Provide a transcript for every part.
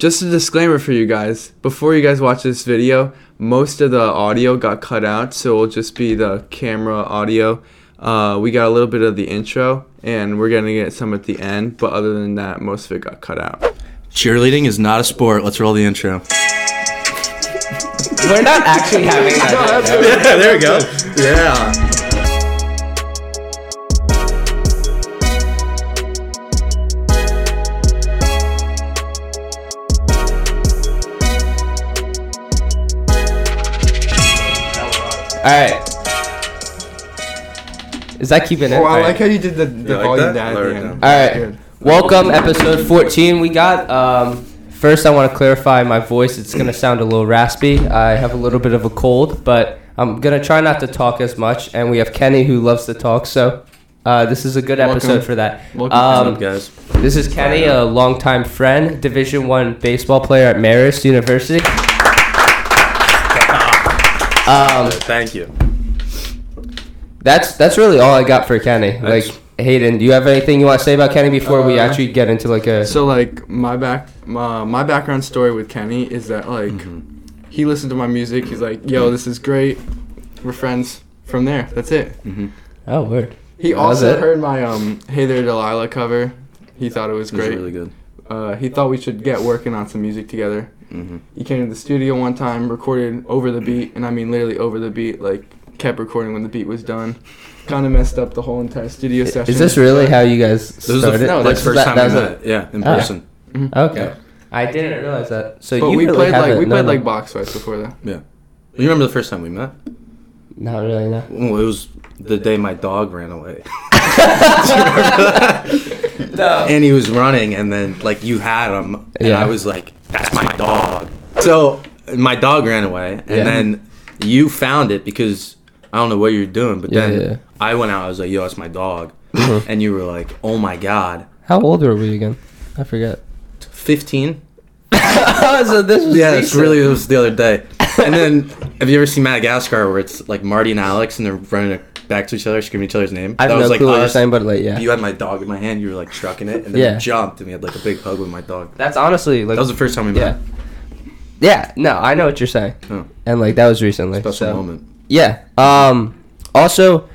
Just a disclaimer for you guys. Before you guys watch this video, most of the audio got cut out, so it'll just be the camera audio. Uh, we got a little bit of the intro, and we're gonna get some at the end. But other than that, most of it got cut out. Cheerleading is not a sport. Let's roll the intro. We're not actually having that. Yeah, there we go. Yeah. All right. Is that keeping it? Well, Oh, I All like right. how you did the, the like volume that? down at Lower the it end. All right. Good. Welcome, episode 14. We got. Um, first, I want to clarify my voice. It's gonna sound a little raspy. I have a little bit of a cold, but I'm gonna try not to talk as much. And we have Kenny who loves to talk, so uh, this is a good Welcome. episode for that. Welcome. Um, guys? Uh, This is Kenny, a longtime friend, Division One baseball player at Marist University. Um, Thank you. that's that's really all I got for Kenny. That's- like Hayden, do you have anything you want to say about Kenny before we Uh, actually get into like a? So like my back my, my background story with Kenny is that like Mm-hmm. he listened to my music. He's like, "Yo, this is great. We're friends." From there, that's it. Mm-hmm. oh word. He That was also it? heard my um "Hey There Delilah" cover. He thought it was This is great. really good. uh, he thought we should get working on some music together. Mhm. He came to the studio one time, recorded over the beat, and I mean literally over the beat. Like kept recording when the beat was done. Kind of messed up the whole entire studio session. Is this really how you guys This is the started? f- No, like, this is first that- time that we was met. Yeah, in Ah. person. Okay. Yeah. I didn't realize that. So But you we really played like haven't- we no, played no. like box fights before that. You remember the first time we met? Not really. No. Well, it was the day my dog ran away, no. and he was running, and then like you had him, and Yeah. I was like, "That's my dog." So my dog ran away, and Yeah. then you found it because I don't know what you're doing, but Yeah, then yeah. Mm-hmm. I went out. I was like, "Yo, it's my dog," and you were like, "Oh my god." How old were we again? I forget. 15 so this was yeah it's recent. really it was the other day and then have you ever seen madagascar where it's like marty and alex and they're running back to each other screaming each other's name I have that no was like clue what you're us. saying, but like yeah. you had my dog in my hand you were like trucking it and then Yeah. you jumped and we had like a big hug with my dog That's honestly like that was the first time we yeah. met Yeah, no, I know what you're saying. Oh. And like that was recently. special so- moment Yeah. Um also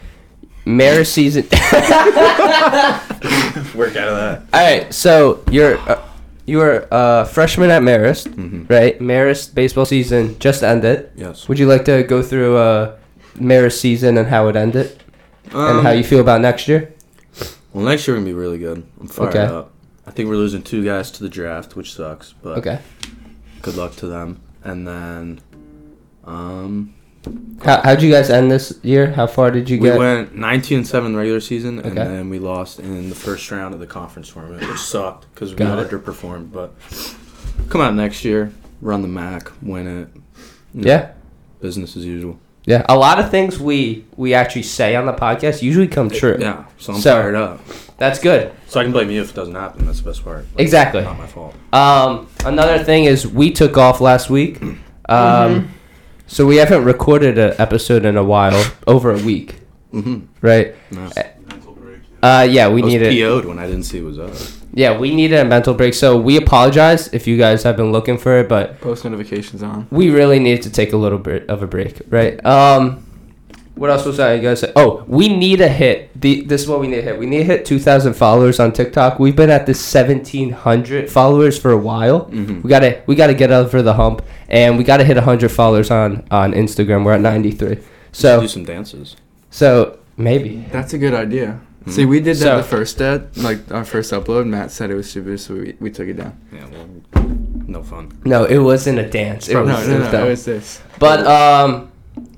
Mara season work out of that All right, so you're uh, you were a freshman at Marist, Mm-hmm. right? Marist baseball season just ended. yes Would you like to go through uh, Marist season and how it ended and Um, how you feel about next year? well next year we're gonna be really good i'm fired Okay. up i think we're losing two guys to the draft which sucks but Okay. good luck to them and then um How how'd you guys end this year? How far did you We get? went 19 and 7 regular season, and Okay. then we lost in the first round of the conference tournament, which sucked because we Got it. underperformed. But come out next year, run the MAC, win it. You know, Yeah. Business as usual. Yeah. A lot of things we we actually say on the podcast usually come true. Yeah, so I'm So- fired up. That's good. So I can blame you if it doesn't happen. That's the best part. Like, Exactly. Not my fault. Um, another thing is we took off last week, um, Mm-hmm. so we haven't recorded an episode in a while, over a week, Mm-hmm. right? No. Uh, yeah, we I was need it. PO'd when I didn't see it was up. Yeah, we needed a mental break. So we apologize if you guys have been looking for it, but Post notifications on. we really needed to take a little bit of a break, right? Um, what else was I gonna say? Oh, we need a hit. The, this is what we need to hit. We need to hit 2,000 followers on TikTok. We've been at the 1,700 followers for a while. Mm-hmm. We gotta we gotta get over the hump, and we gotta hit 100 followers on on Instagram. We're at 93. do So some dances. so maybe That's a good idea. See, we did that Hmm. So- the first at like our first upload. Matt said it was stupid, so we, we took it down. Yeah, well, no fun. no, it wasn't a dance. It no, was, it no, was no, dumb. it was this. but um.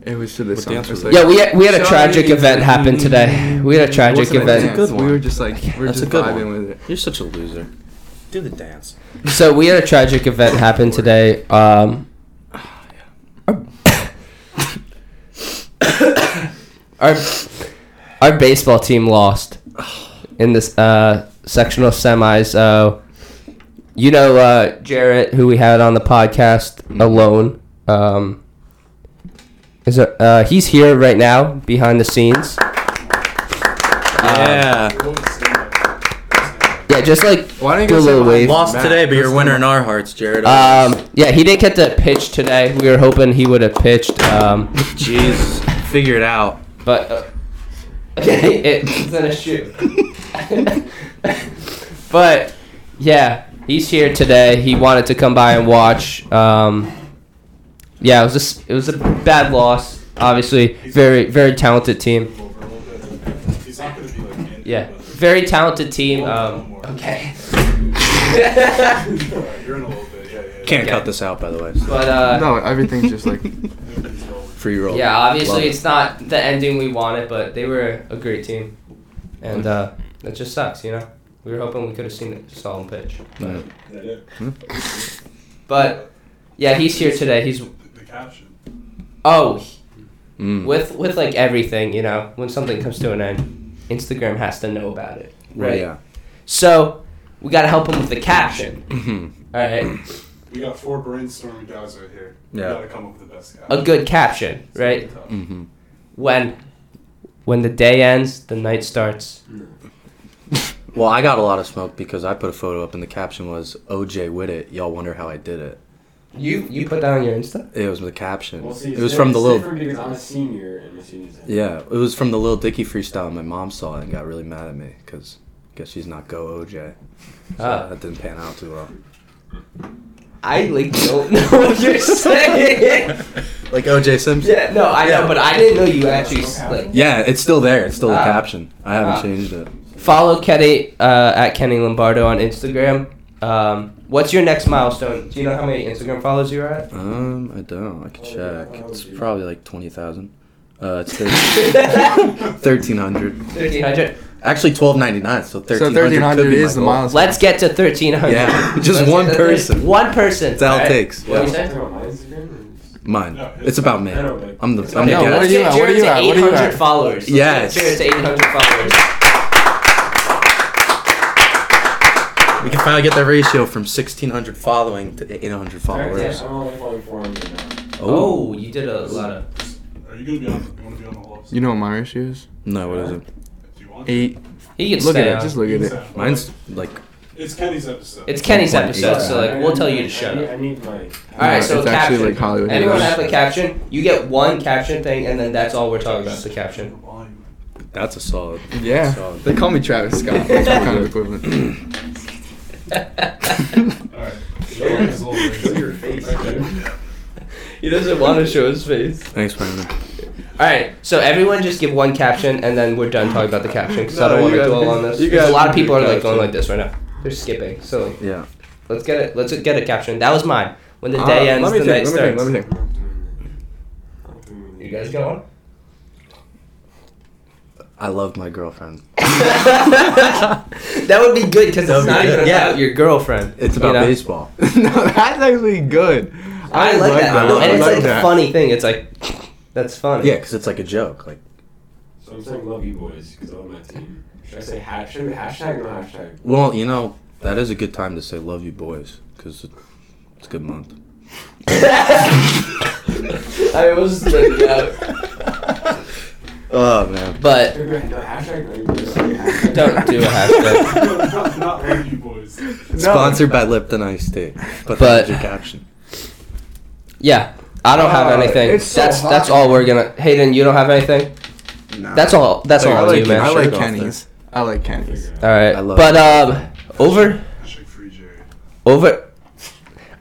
It was to this What song. dance It was was like- Yeah, we had, we had a Sorry. tragic event happen today. We had a It tragic wasn't a event. dance. Good one. We were just like we were That's just a good vibing one. with it. You're such a loser. Do the dance. So we had a tragic event happen today. Um, our our baseball team lost in this uh, sectional semis. So you know uh, Jarrett, who we had on the podcast alone, um, is a, uh, he's here right now behind the scenes. Yeah. Yeah, just like Why don't you do a go say little mine? wave. Lost Matt, today, but let's you're a go. winner in our hearts, Jared. Um, yeah, he didn't get to pitch today. We were hoping he would have pitched, um, Jeez, figure it out. but uh, it's in a shoe. but yeah, he's here today. He wanted to come by and watch. Um, yeah, it was just it was a bad loss. Obviously, very very talented team. He's not gonna be like Andy, Yeah, but- very talented team. Um, okay. Alright, you're in a little bit. Yeah, yeah. yeah. Can't Yeah. cut this out, by the way. but uh, no, everything's just like Nobody's rolling. Free roll. Yeah, Love obviously it. it's not the ending we wanted, but they were a great team, and uh, it just sucks, you know. We were hoping we could have seen it, saw him pitch, No. Yeah, yeah. but yeah, he's here today. He's The, the caption. oh Mm. with with like everything, you know. When something comes to an end, Instagram has to know about it, Well, right? yeah. So we gotta help him with the caption. Mhm. All right, We got four brainstorming guys right here. Yeah. We gotta come up with the best caption. a good caption, It's gonna right? be tough. Mhm. When when the day ends, the night starts. Well, I got a lot of smoke because I put a photo up and the caption was OJ Witt Y'all wonder how I did it. You you put that on your Insta? It was the caption. Well, see, it it's was di- from the it's little different because I'm a senior and a senior's in. Yeah, it was from the Little Dicky freestyle. My mom saw it and got really mad at me because guess she's not go OJ. So Ah. that didn't pan out too well. I like don't know what you're saying. Like OJ Simpson. yeah, no, I know, but I didn't know you actually s- like Yeah, it's still there. It's still the Ah. caption. I haven't Ah. changed it. follow Kenny uh, at Kenny Lombardo on Instagram. Um, what's your next milestone? Do you know how many Instagram followers you're at? Um, I don't. I could Oh, check. It's Probably. probably like twenty thousand. Uh, it's thirteen hundred. Thirteen hundred. Actually, twelve ninety nine. so So thirteen thirteen hundred hundred is the milestone. milestone. Let's get to thirteen hundred. Yeah, just one person. One person. That's all it alright? takes. What do you Yeah. say? Talking about my Instagram and just- Mine. No, It's about me. I don't like- I'm the. It's I'm about- the No, what are Let's you get at? What are Jared you to at? What are you 800 at? followers. Let's Yes. get Jared to 800 followers. We can finally get that ratio from sixteen hundred following to eight hundred Correct, followers. yeah, I'm only following 400 now. Oh, you did a lot of. Are you gonna be on? You wanna be on the whole episode? You know what my ratio is? No, what is it? Do you want? Eight. He can Look at stay it. on. Just look at it. It's, uh, Mine's like It's Kenny's episode. It's Kenny's One episode, eight. so uh, like I- we'll I tell you need- to shut I need- up. I need my. All right, so it's actually caption. like Hollywood Everyone Heroes. have a caption. You get one caption thing, and then that's all we're talking about. The caption. that's a solid. Yeah, Solid. they call me Travis Scott. That's my kind of equivalent. Alright. your face, dude. he doesn't want to show his face. Thanks, Brandon. All right, so everyone just give one caption, and then we're done talking about the caption because I No, don't want you to guys- dwell on this. you Because a guys lot of do people are like caption. going like this right now. They're skipping. So like, Yeah. let's get it. Let's get a caption. That was mine. When the day Uh, ends, let me the night think, let me think, starts. let me think. You guys got one? I love my girlfriend. that would be good because That would it's be not good. even about Yeah. your girlfriend. It's you about know? baseball. no, that's actually good. I, like, that. No, I and it's like like a funny thing. It's like that's funny. Yeah, because it's like a joke. Like, So I'm saying love you boys because I love my team. Should I say hashtag, hashtag or no hashtag? well, you know, that is a good time to say "love you, boys" because it's a good month. I was thinking out. Oh man. But No hashtag, no, you boys, say hashtag. don't do a hashtag. not, not with you boys. Sponsored by Lipton Ice Tea. But, But- that's your caption. Yeah. I don't have Uh, anything. it's so that's hot. that's all we're gonna Hayden, you don't have anything? That's all that's Like, I all on like, you, man. I Shirt like off there. Kenny's. I like Kenny's. Alright. I love But um over Hashtag free Jerry. over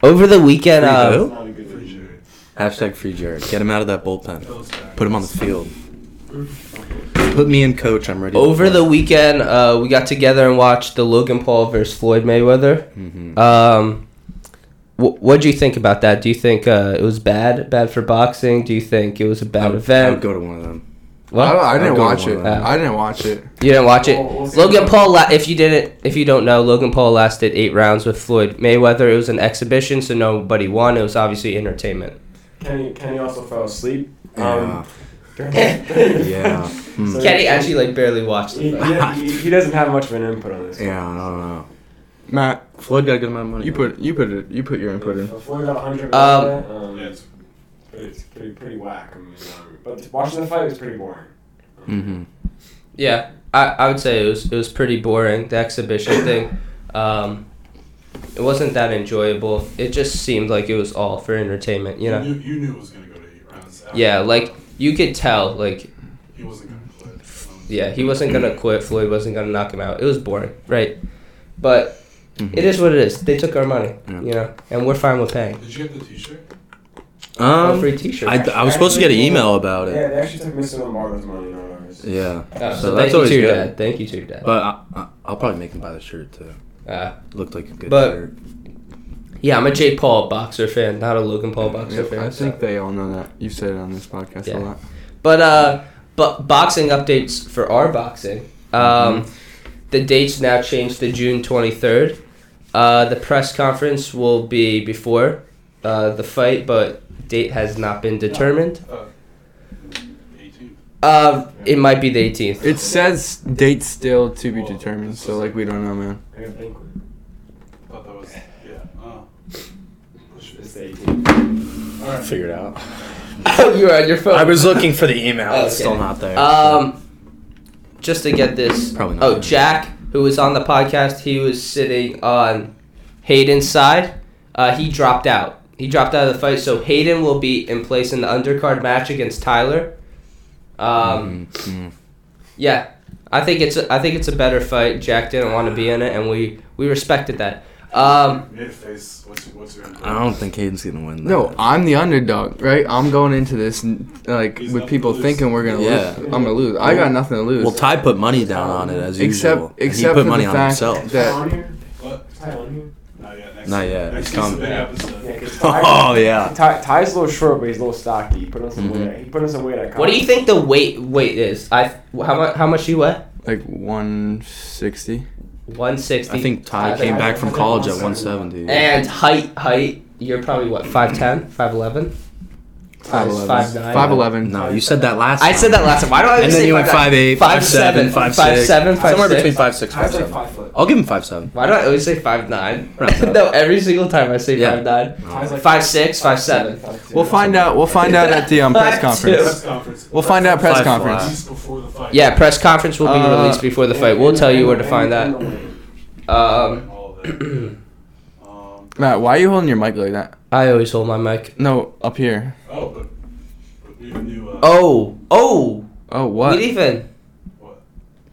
over the weekend Free uh, who? Not a good Free reason. Jerry. Hashtag free Jared. Get him out of that bullpen. Those guys. Put him on the field. Put me in coach. I'm ready. over the weekend uh, we got together and watched the Logan Paul versus Floyd Mayweather. hmm Um wh- what do you think about that? Do you think uh, it was bad, bad for boxing? Do you think it was a bad I would, I would event? go to one of them. I, don't- what? I didn't I'll go watch with it. one of them. I didn't watch it. You didn't watch it. Well, we'll see. Logan Paul, la- if you didn't, if you don't know, Logan Paul lasted eight rounds with Floyd Mayweather. It was an exhibition, so nobody won. It was obviously entertainment. Kenny, Kenny also fell asleep. Yeah. Um, yeah. yeah. Hmm. Kenny actually like barely watched He, it. he, he doesn't have much of an input on this. Yeah. I don't know. Matt, Floyd got a good amount of money. you put you put it you put your input in. Before we got 100 Um, um, um, Yeah, it's but it's pretty, pretty whack. I mean, um, but watching the fight was pretty boring. Mm-hmm. Yeah, I, I would say it was it was pretty boring the exhibition thing. Um, it wasn't that enjoyable. It just seemed like it was all for entertainment, you know. You knew, you knew it was going to go to eight rounds. After Yeah, like you could tell, like He wasn't going to play. yeah, he wasn't gonna quit. Floyd wasn't gonna knock him out. It was boring, right? But Mm-hmm. it is what it is. They took our money, Yeah. you know, and we're fine with paying. Did you get the t shirt? a Um, free T-shirt. I, I was supposed to get an email about Yeah, it. they actually took Mr. Lombardo's money, not ours. Yeah. Uh, So thank that's you always to your good. dad. Thank you to your dad. But I, I, I'll probably make him buy the shirt too. Uh, Looked like a good But- shirt. yeah, I'm a Jake Paul boxer fan, not a Logan Paul boxer fan. I so- think they all know that. You've said it on this podcast a Yeah. lot. But uh, but boxing updates for our boxing. Mm-hmm. Um, the dates now changed to June twenty third. Uh, the press conference will be before uh, the fight, but date has not been determined. Uh, 18. Uh, it might be the eighteenth. It says date still to be determined, so like we don't know, man. I gotta think. thought that was. Yeah. Oh. It's the 18th. Alright. Figure it out. you were on your phone. I was looking for the email. Oh, It's okay. still not there. Um, just to get this. Probably not. Oh, Jack, who was on the podcast, he was sitting on Hayden's side. Uh, he dropped out. He dropped out of the fight, so Hayden will be in place in the undercard match against Tyler. Mm, Um, mm. yeah, I think it's a, I think it's a better fight. Jack didn't want to be in it, and we we respected that. Um, Made a face. What's, what's your I don't think Hayden's gonna win. That. No, I'm the underdog, right? I'm going into this n- like He's with not people gonna lose. thinking we're gonna Yeah. lose. I'm gonna lose. I got nothing to lose. Well, Ty put money down on it as except usual. and except he for put money the on fact himself. Is Ty that on here? What? Is Ty on here? Not yet. Next Not yet. Next It's week's the coming. big episode. Yeah, 'cause Ty, Oh yeah. Ty, Ty's a little short, but he's a little stocky. He put on some weight. He put on some weight at what do you think the weight weight is? I how much how much you weigh? like 160. One sixty. I think Ty came back from college at 170. And height, height, you're probably what, 5'10, 5'11? Ty's 5'11. five nine. 5'11. No, you said that last. I said that last time. Why do I And say then you went 5'8", 5'9"? 5'7", 5'6". 5'7", Somewhere 5'6". between five six, five Ty's like seven. five foot. Oh, I'll give him five seven. Why do I always say 5'9"? Right. no, every single time I say Yeah. 5'9". Ty's like 5'6", 5'7". We'll find out. We'll find out at the um, press conference. Press conference. We'll find out press Five flat. conference. Release before the fight. Yeah, press conference will be Uh, released before the fight. We'll tell you where to find that. Um, All of that. um, Matt, why are you holding your mic like that? I always hold my mic. No, up here. oh, but, but we have a new. Uh, Oh, oh, Oh, what? we didn't even. What?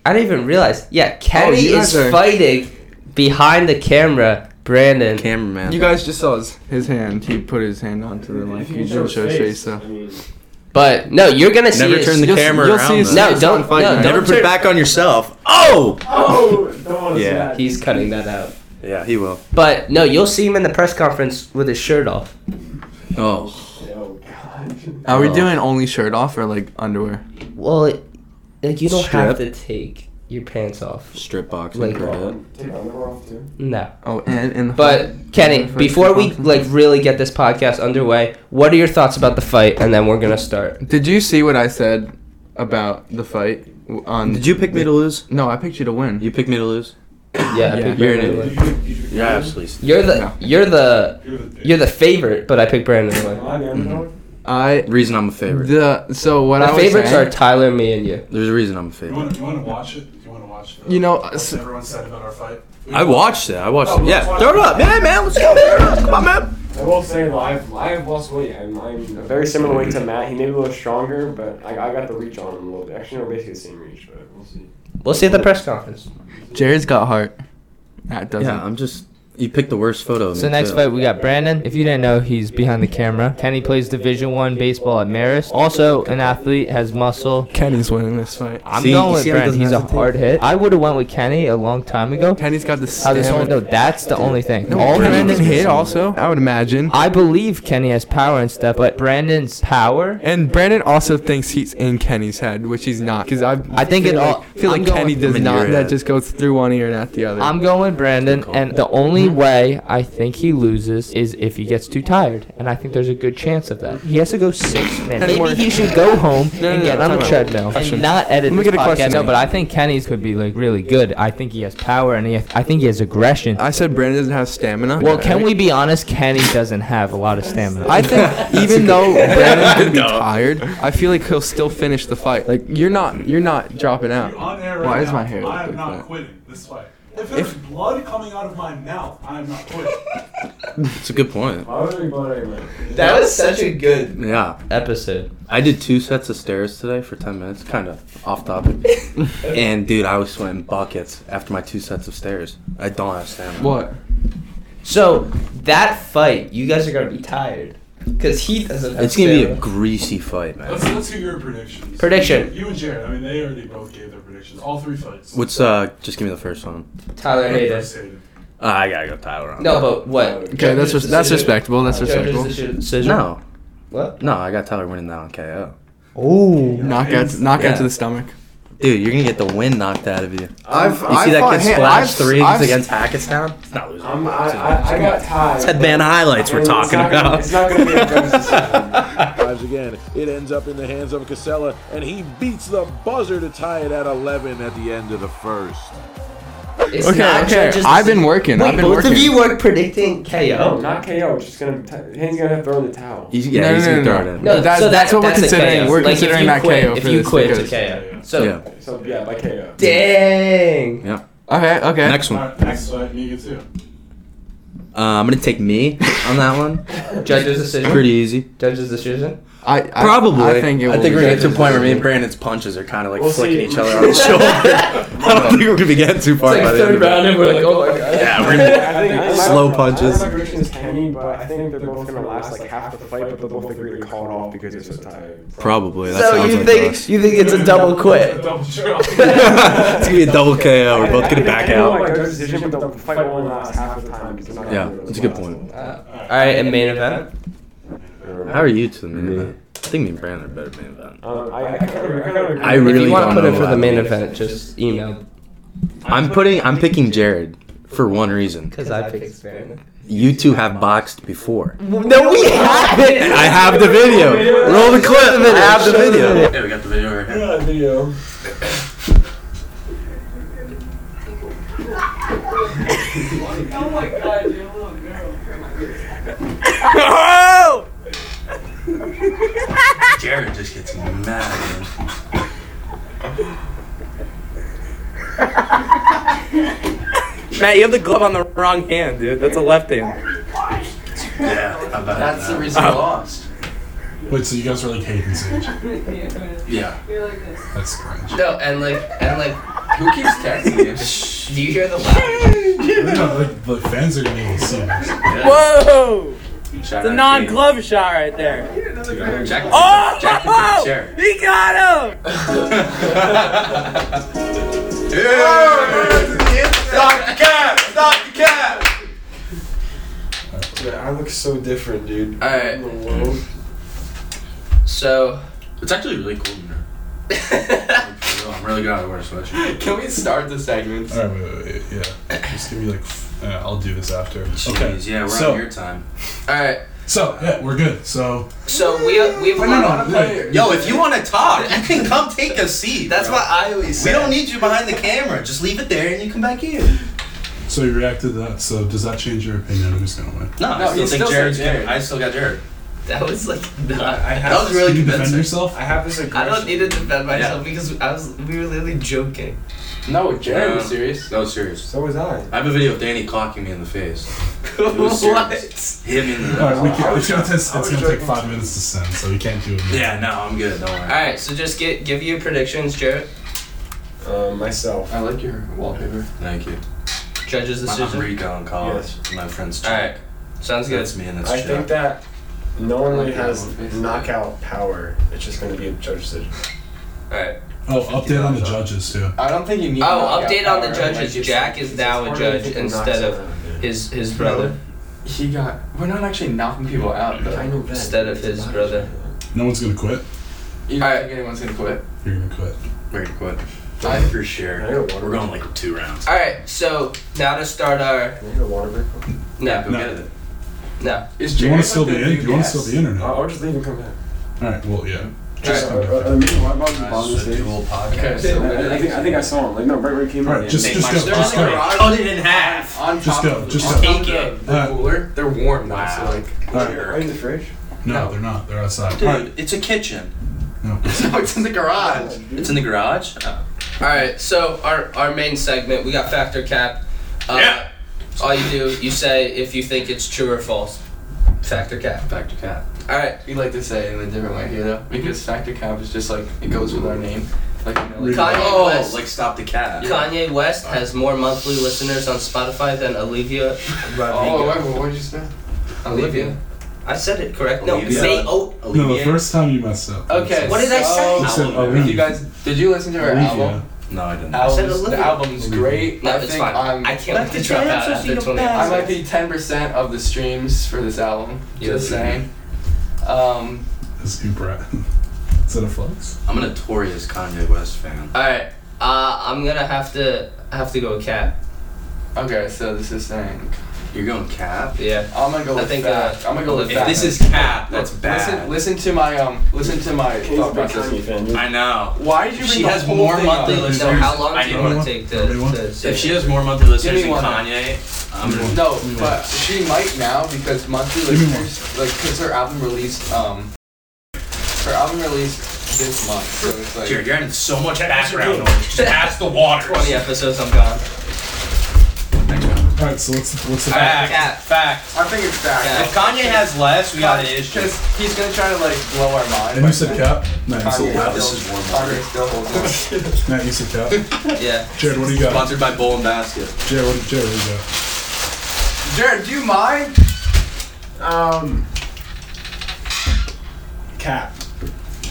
I didn't even realize. Yeah, Kenny you is guys are- fighting behind the camera. Brandon. Cameraman. You guys just saw his, his hand. He put his hand onto the mic. If you He can show didn't his show his face, face, so. I mean, But no, you're gonna see. never his- turn the You'll see- camera you'll see around. his- though. No, don't. Fight No, night. don't Never put turn- back on yourself. Oh. oh, don't want to Yeah. see that. He's cutting that out. Yeah, he will. But no, you'll see him in the press conference with his shirt off. Oh. Oh god. Are we Oh. doing only shirt off or like underwear? Well, it, like you don't have to Strip. take your pants off. Strip boxing. Like- credit. Take my number off too. No. Oh, and and. But Kenny, For- before we like really get this podcast underway, what are your thoughts about the fight? And then we're gonna start. Did you see what I said about the fight? w- On Did you pick me to lose? No, I picked you to win. You picked me to lose. Yeah, I Yeah. picked You're Brandon an to Did win. you, did you, You're absolutely. You're the No. you're the You're the. you're the favorite, but I picked Brandon. to Am win. I the underdog? I Reason I'm a favorite. the so what The I was favorites saying, are Tyler, me, and you. There's a reason I'm a You favorite. want, you want to watch it? You want to watch the, You know, what s- everyone said about our fight? I watched it. I watched Oh, it. Yeah, let's watch throw it. it up. Yeah, man, let's go, man. Come on, man. I will say live, live lost weight. I'm, I'm a very similar weight to Matt. He may be a little stronger, but I, I got the reach on him a little bit. Actually, we're basically the same reach, but we'll see. We'll see at the press conference. Jared's got heart. That doesn't. Yeah, I'm just. You picked the worst photo. of So me, next too. fight we got Brandon. If you didn't know, he's behind the camera. Kenny plays Division One baseball at Marist. Also an athlete, has muscle. Kenny's winning this fight. I'm See, going you with see how he Brandon. doesn't He's a hesitate? hard hit. I would have went with Kenny a long time ago. Kenny's got the How this one? stamina. No, that's the only thing. No, All Brandon Brandon hit also. I would imagine. I believe Kenny has power and stuff, but Brandon's power. And Brandon also thinks he's in Kenny's head, which he's not. Because I, I think feel it all- Like, feel I'm like going- Kenny does I'm in not. your That head. just goes through one ear and out the other. I'm going with Brandon, and the only only way I think he loses is if he gets too tired, and I think there's a good chance of that. He has to go six minutes. Maybe he should go home No, no, and no, get on time a out. treadmill Question. and not edit Let me this get a podcast. question No, in. but I think Kenny's could be like really good. I think he has power, and he I think he has aggression. I said Brandon doesn't have stamina. Well, can we be honest? Kenny doesn't have a lot of stamina. I think even though Brandon's gonna be tired, I feel like he'll still finish the fight. Like you're not, you're not dropping out. You're on air right Why is now. my hair I am look not like that? quitting this fight. If there's blood coming out of my mouth, I am not quitting. It's a good point. Why would we bother him? That was such a good Yeah, episode. I did two sets of stairs today for ten minutes. Kind of off topic. and dude, I was sweating buckets after my two sets of stairs. I don't have stamina. What? So that fight, you guys are gonna be tired because he doesn't. Have It's gonna be a stamina. greasy fight, man. Let's let's hear your predictions. Prediction. You and Jared. I mean, they already both gave their predictions. All three fights. What's uh? Just give me the first one. Tyler Hayden. First Hayden. Uh, I gotta go Tyler on. No, but what? Okay, that's res- that's Judges respectable. That's decision. respectable. Judges decision. no, What? no, I got Tyler winning that on KO. Oh. Knockout, to- knockout Yeah. to the stomach. Dude, you're gonna get the wind knocked out of you. I've You see that kid splash 3 against Hackettstown? It's not losing. I'm, I, I, I got tied. It's headband highlights we're It's not talking gonna- about. It's not going to be a judge's decision. drives again. It ends up in the hands of Casella, and he beats the buzzer to tie it at 11 at the end of the first. It's Okay, not okay, judges' I've been decision. working, Wait, I've been both of working. you were predicting No, KO. not KO. Just going to Hayden's going to have to throw in the towel. He's, yeah, No, he's no, no, gonna throw no. it in. No, that's- that's what we're a considering. KO. We're if you considering that quit- KO If for you this quit, because- it's a KO. So Yeah. So yeah, by KO. dang. Okay, okay. Next All one. right, next fight, Mega too. Uh, I'm gonna take me on that one. Judges decision. Pretty easy. Judges decision. I, I Probably. I think it will. I think be we're gonna get to a judges. point where me and Brandon's punches are kind of like We'll flicking see. each other on the shoulder. I don't think we're gonna be getting too far. It's by like the end third of it. round, and we're like, oh my god. Yeah, we're gonna. I think I- Slow my- punches. My prediction is Kenny, but I think they're both going to last like half the fight, but they'll both agree to call it off because they're so tired. Probably. That So sounds you like think us. you think it's a double A quit? double draw. it's gonna be a double KO. We're both gonna back out. Like, judge's decision, but they'll fight one last half the time because they're not Yeah, gonna do it that's a good last point. one. All right, and main event. How are you two, man? I think me and Brandon are better man than. Um, I, I, kind of, I, kind of agree. I If really you want don't to put know it for about the main main event, just email I'm putting. I'm picking Jared for one reason. because I picked Spain. You two have boxed before. No, we haven't. I have the video. Roll the clip. I have the video. Yeah, we got the video right here. Yeah, video. Jared just gets mad. Matt, you have the glove on the wrong hand, dude. That's a left hand. Yeah, about That's the reason we lost. Wait, so you guys were like Hayden's age? Yeah. That's cringe. No, and like, and like, who keeps texting you? Do you hear the laugh? the, the fans are gonna see this. Whoa! It's a non-glove shot right there. Jack, Oh! Jack the chair. He got him! Stop the cap! Stop the cap! Dude, I look so different, dude. All right, so It's actually really cool in here. For real, I'm really glad I wear a sweatshirt. can we start the segments? All right, wait, wait, wait, yeah. Just give me like. f- Uh, I'll do this after. okay. Jeez, yeah, we're so, on your time. All right, so yeah, we're good. So so we we have a lot of players. Yo, if you want to talk, you can come take a seat. That's bro. what I always We say. don't need you behind the camera. Just leave it there and you come back here. so you reacted to that. So does that change your opinion on who's gonna win? No, No, I still you think still Jared's said Jared. gonna- I still got Jared. That was like not. I That was have, really Can you defend convincing. yourself? I have this I aggression. don't need to defend myself because I was we were literally joking. No, Jared was serious. That was serious. So was I. I have a video of Danny clocking me in the face. was serious. what? Hit me in the All right, we can, I it's was- gonna, it's, I was it's gonna take joking. five minutes to send, so we can't do it. now. Yeah, no, I'm good. Don't All worry. right, so just get give your predictions, Jared. Uh, myself. I like your wallpaper. Thank you. Judges My- I'm decision. Rico in college. My friend's Chuck. All right, sounds good. That's me and that's I Chuck. think that no one really Yeah, has we'll face it. knockout power. It's just going to be a judge decision. All right. Oh, update on the judges too. I don't think you need. Oh, update on the judges. Jack is now a judge instead of his his brother. He got. We're not actually knocking people out though. I know that. Instead of his brother. No one's gonna quit. You don't think anyone's gonna quit? You're gonna quit. We're gonna quit. Five for sure. I got water. We're going like two rounds. All right, so now to start our Can I get a water break? no, No. no. Is Do you want to still be in? Do you want to gas? still be in or I'll, not? I'll just leave and come back. All right. Well, yeah. Just, Alright. uh, uh, uh, meanwhile, Bob's Guys, Bob's this is a stage. dual podcast. Yeah, I, I think, I think I saw him. Like, no, right where he came All in. right. Just, just go. They're Just in the go. garage. Cut it in half. On Just top go. of the- Just go. on top of the- Alright. The cooler. They're warm though, so like. Are you in the fridge? No, they're not. They're outside. Dude, All right. it's a kitchen. No. No, it's in the garage. It's in the garage. Oh. All right, so our our main segment we got factor cap. Uh, Yeah. All you do, you say if you think it's true or false. Factor cap. Factor cap. All right. We like to say it in a different way here though, because factor cap is just like it goes with our name. Like, you know, like- Kanye Oh, West. like stop the cat. Kanye West has more monthly listeners on Spotify than Olivia Oh, Rodrigo. wait, what did you say? Olivia. I said it correct. No, Olivia. say oh. No, the first time you messed up. Okay. What did I say? so- You said Album. Olivia. You guys, did you listen to her Olivia. album? No, I didn't. said Album's, the Olivia. album's great. No, I it's think fine. I'm, I can't wait to drop out after 20 I episodes. might be 10% of the streams for this album. Yeah. Just saying. Um, That's you, Brett. Is that a flex? I'm a notorious Kanye West fan. All right. Uh, I'm gonna have to have to go with cap. okay, so this is saying. You're going cap. Yeah. I'm gonna go I with think, uh, fact. I'm gonna go with If fact. this is cap, that's Look, bad. Listen, listen to my um, listen to my He's a thought big process. Kanye fan. I know. Why did you bring She the has whole more thing monthly up? So how long do you I- want to Everyone? take to, Everyone? to say If she it? has more monthly listeners Give me one. than Kanye, I'm gonna. No, but she might now because monthly Give me one. listeners, like, cause her album released um, her album released this month, so it's like. Jared, you're in so much background noise. Just pass the water. 20 episodes, I'm gone. All right. So what's what's Ah. the Fact. Cap. Fact. I think it's fact. Yeah. If Kanye has less, we got an issue. Because he's gonna try to like blow our mind. And you said cap. Matt, you Kanye said Wow, cap. still- this is warm Kanye still holds on. Matt, you said cap. Yeah. Jared, what do you got? Sponsored by Bowl and Basket. Jared, what, Jared, what do you got? Jared, do you mind? Um. Cap.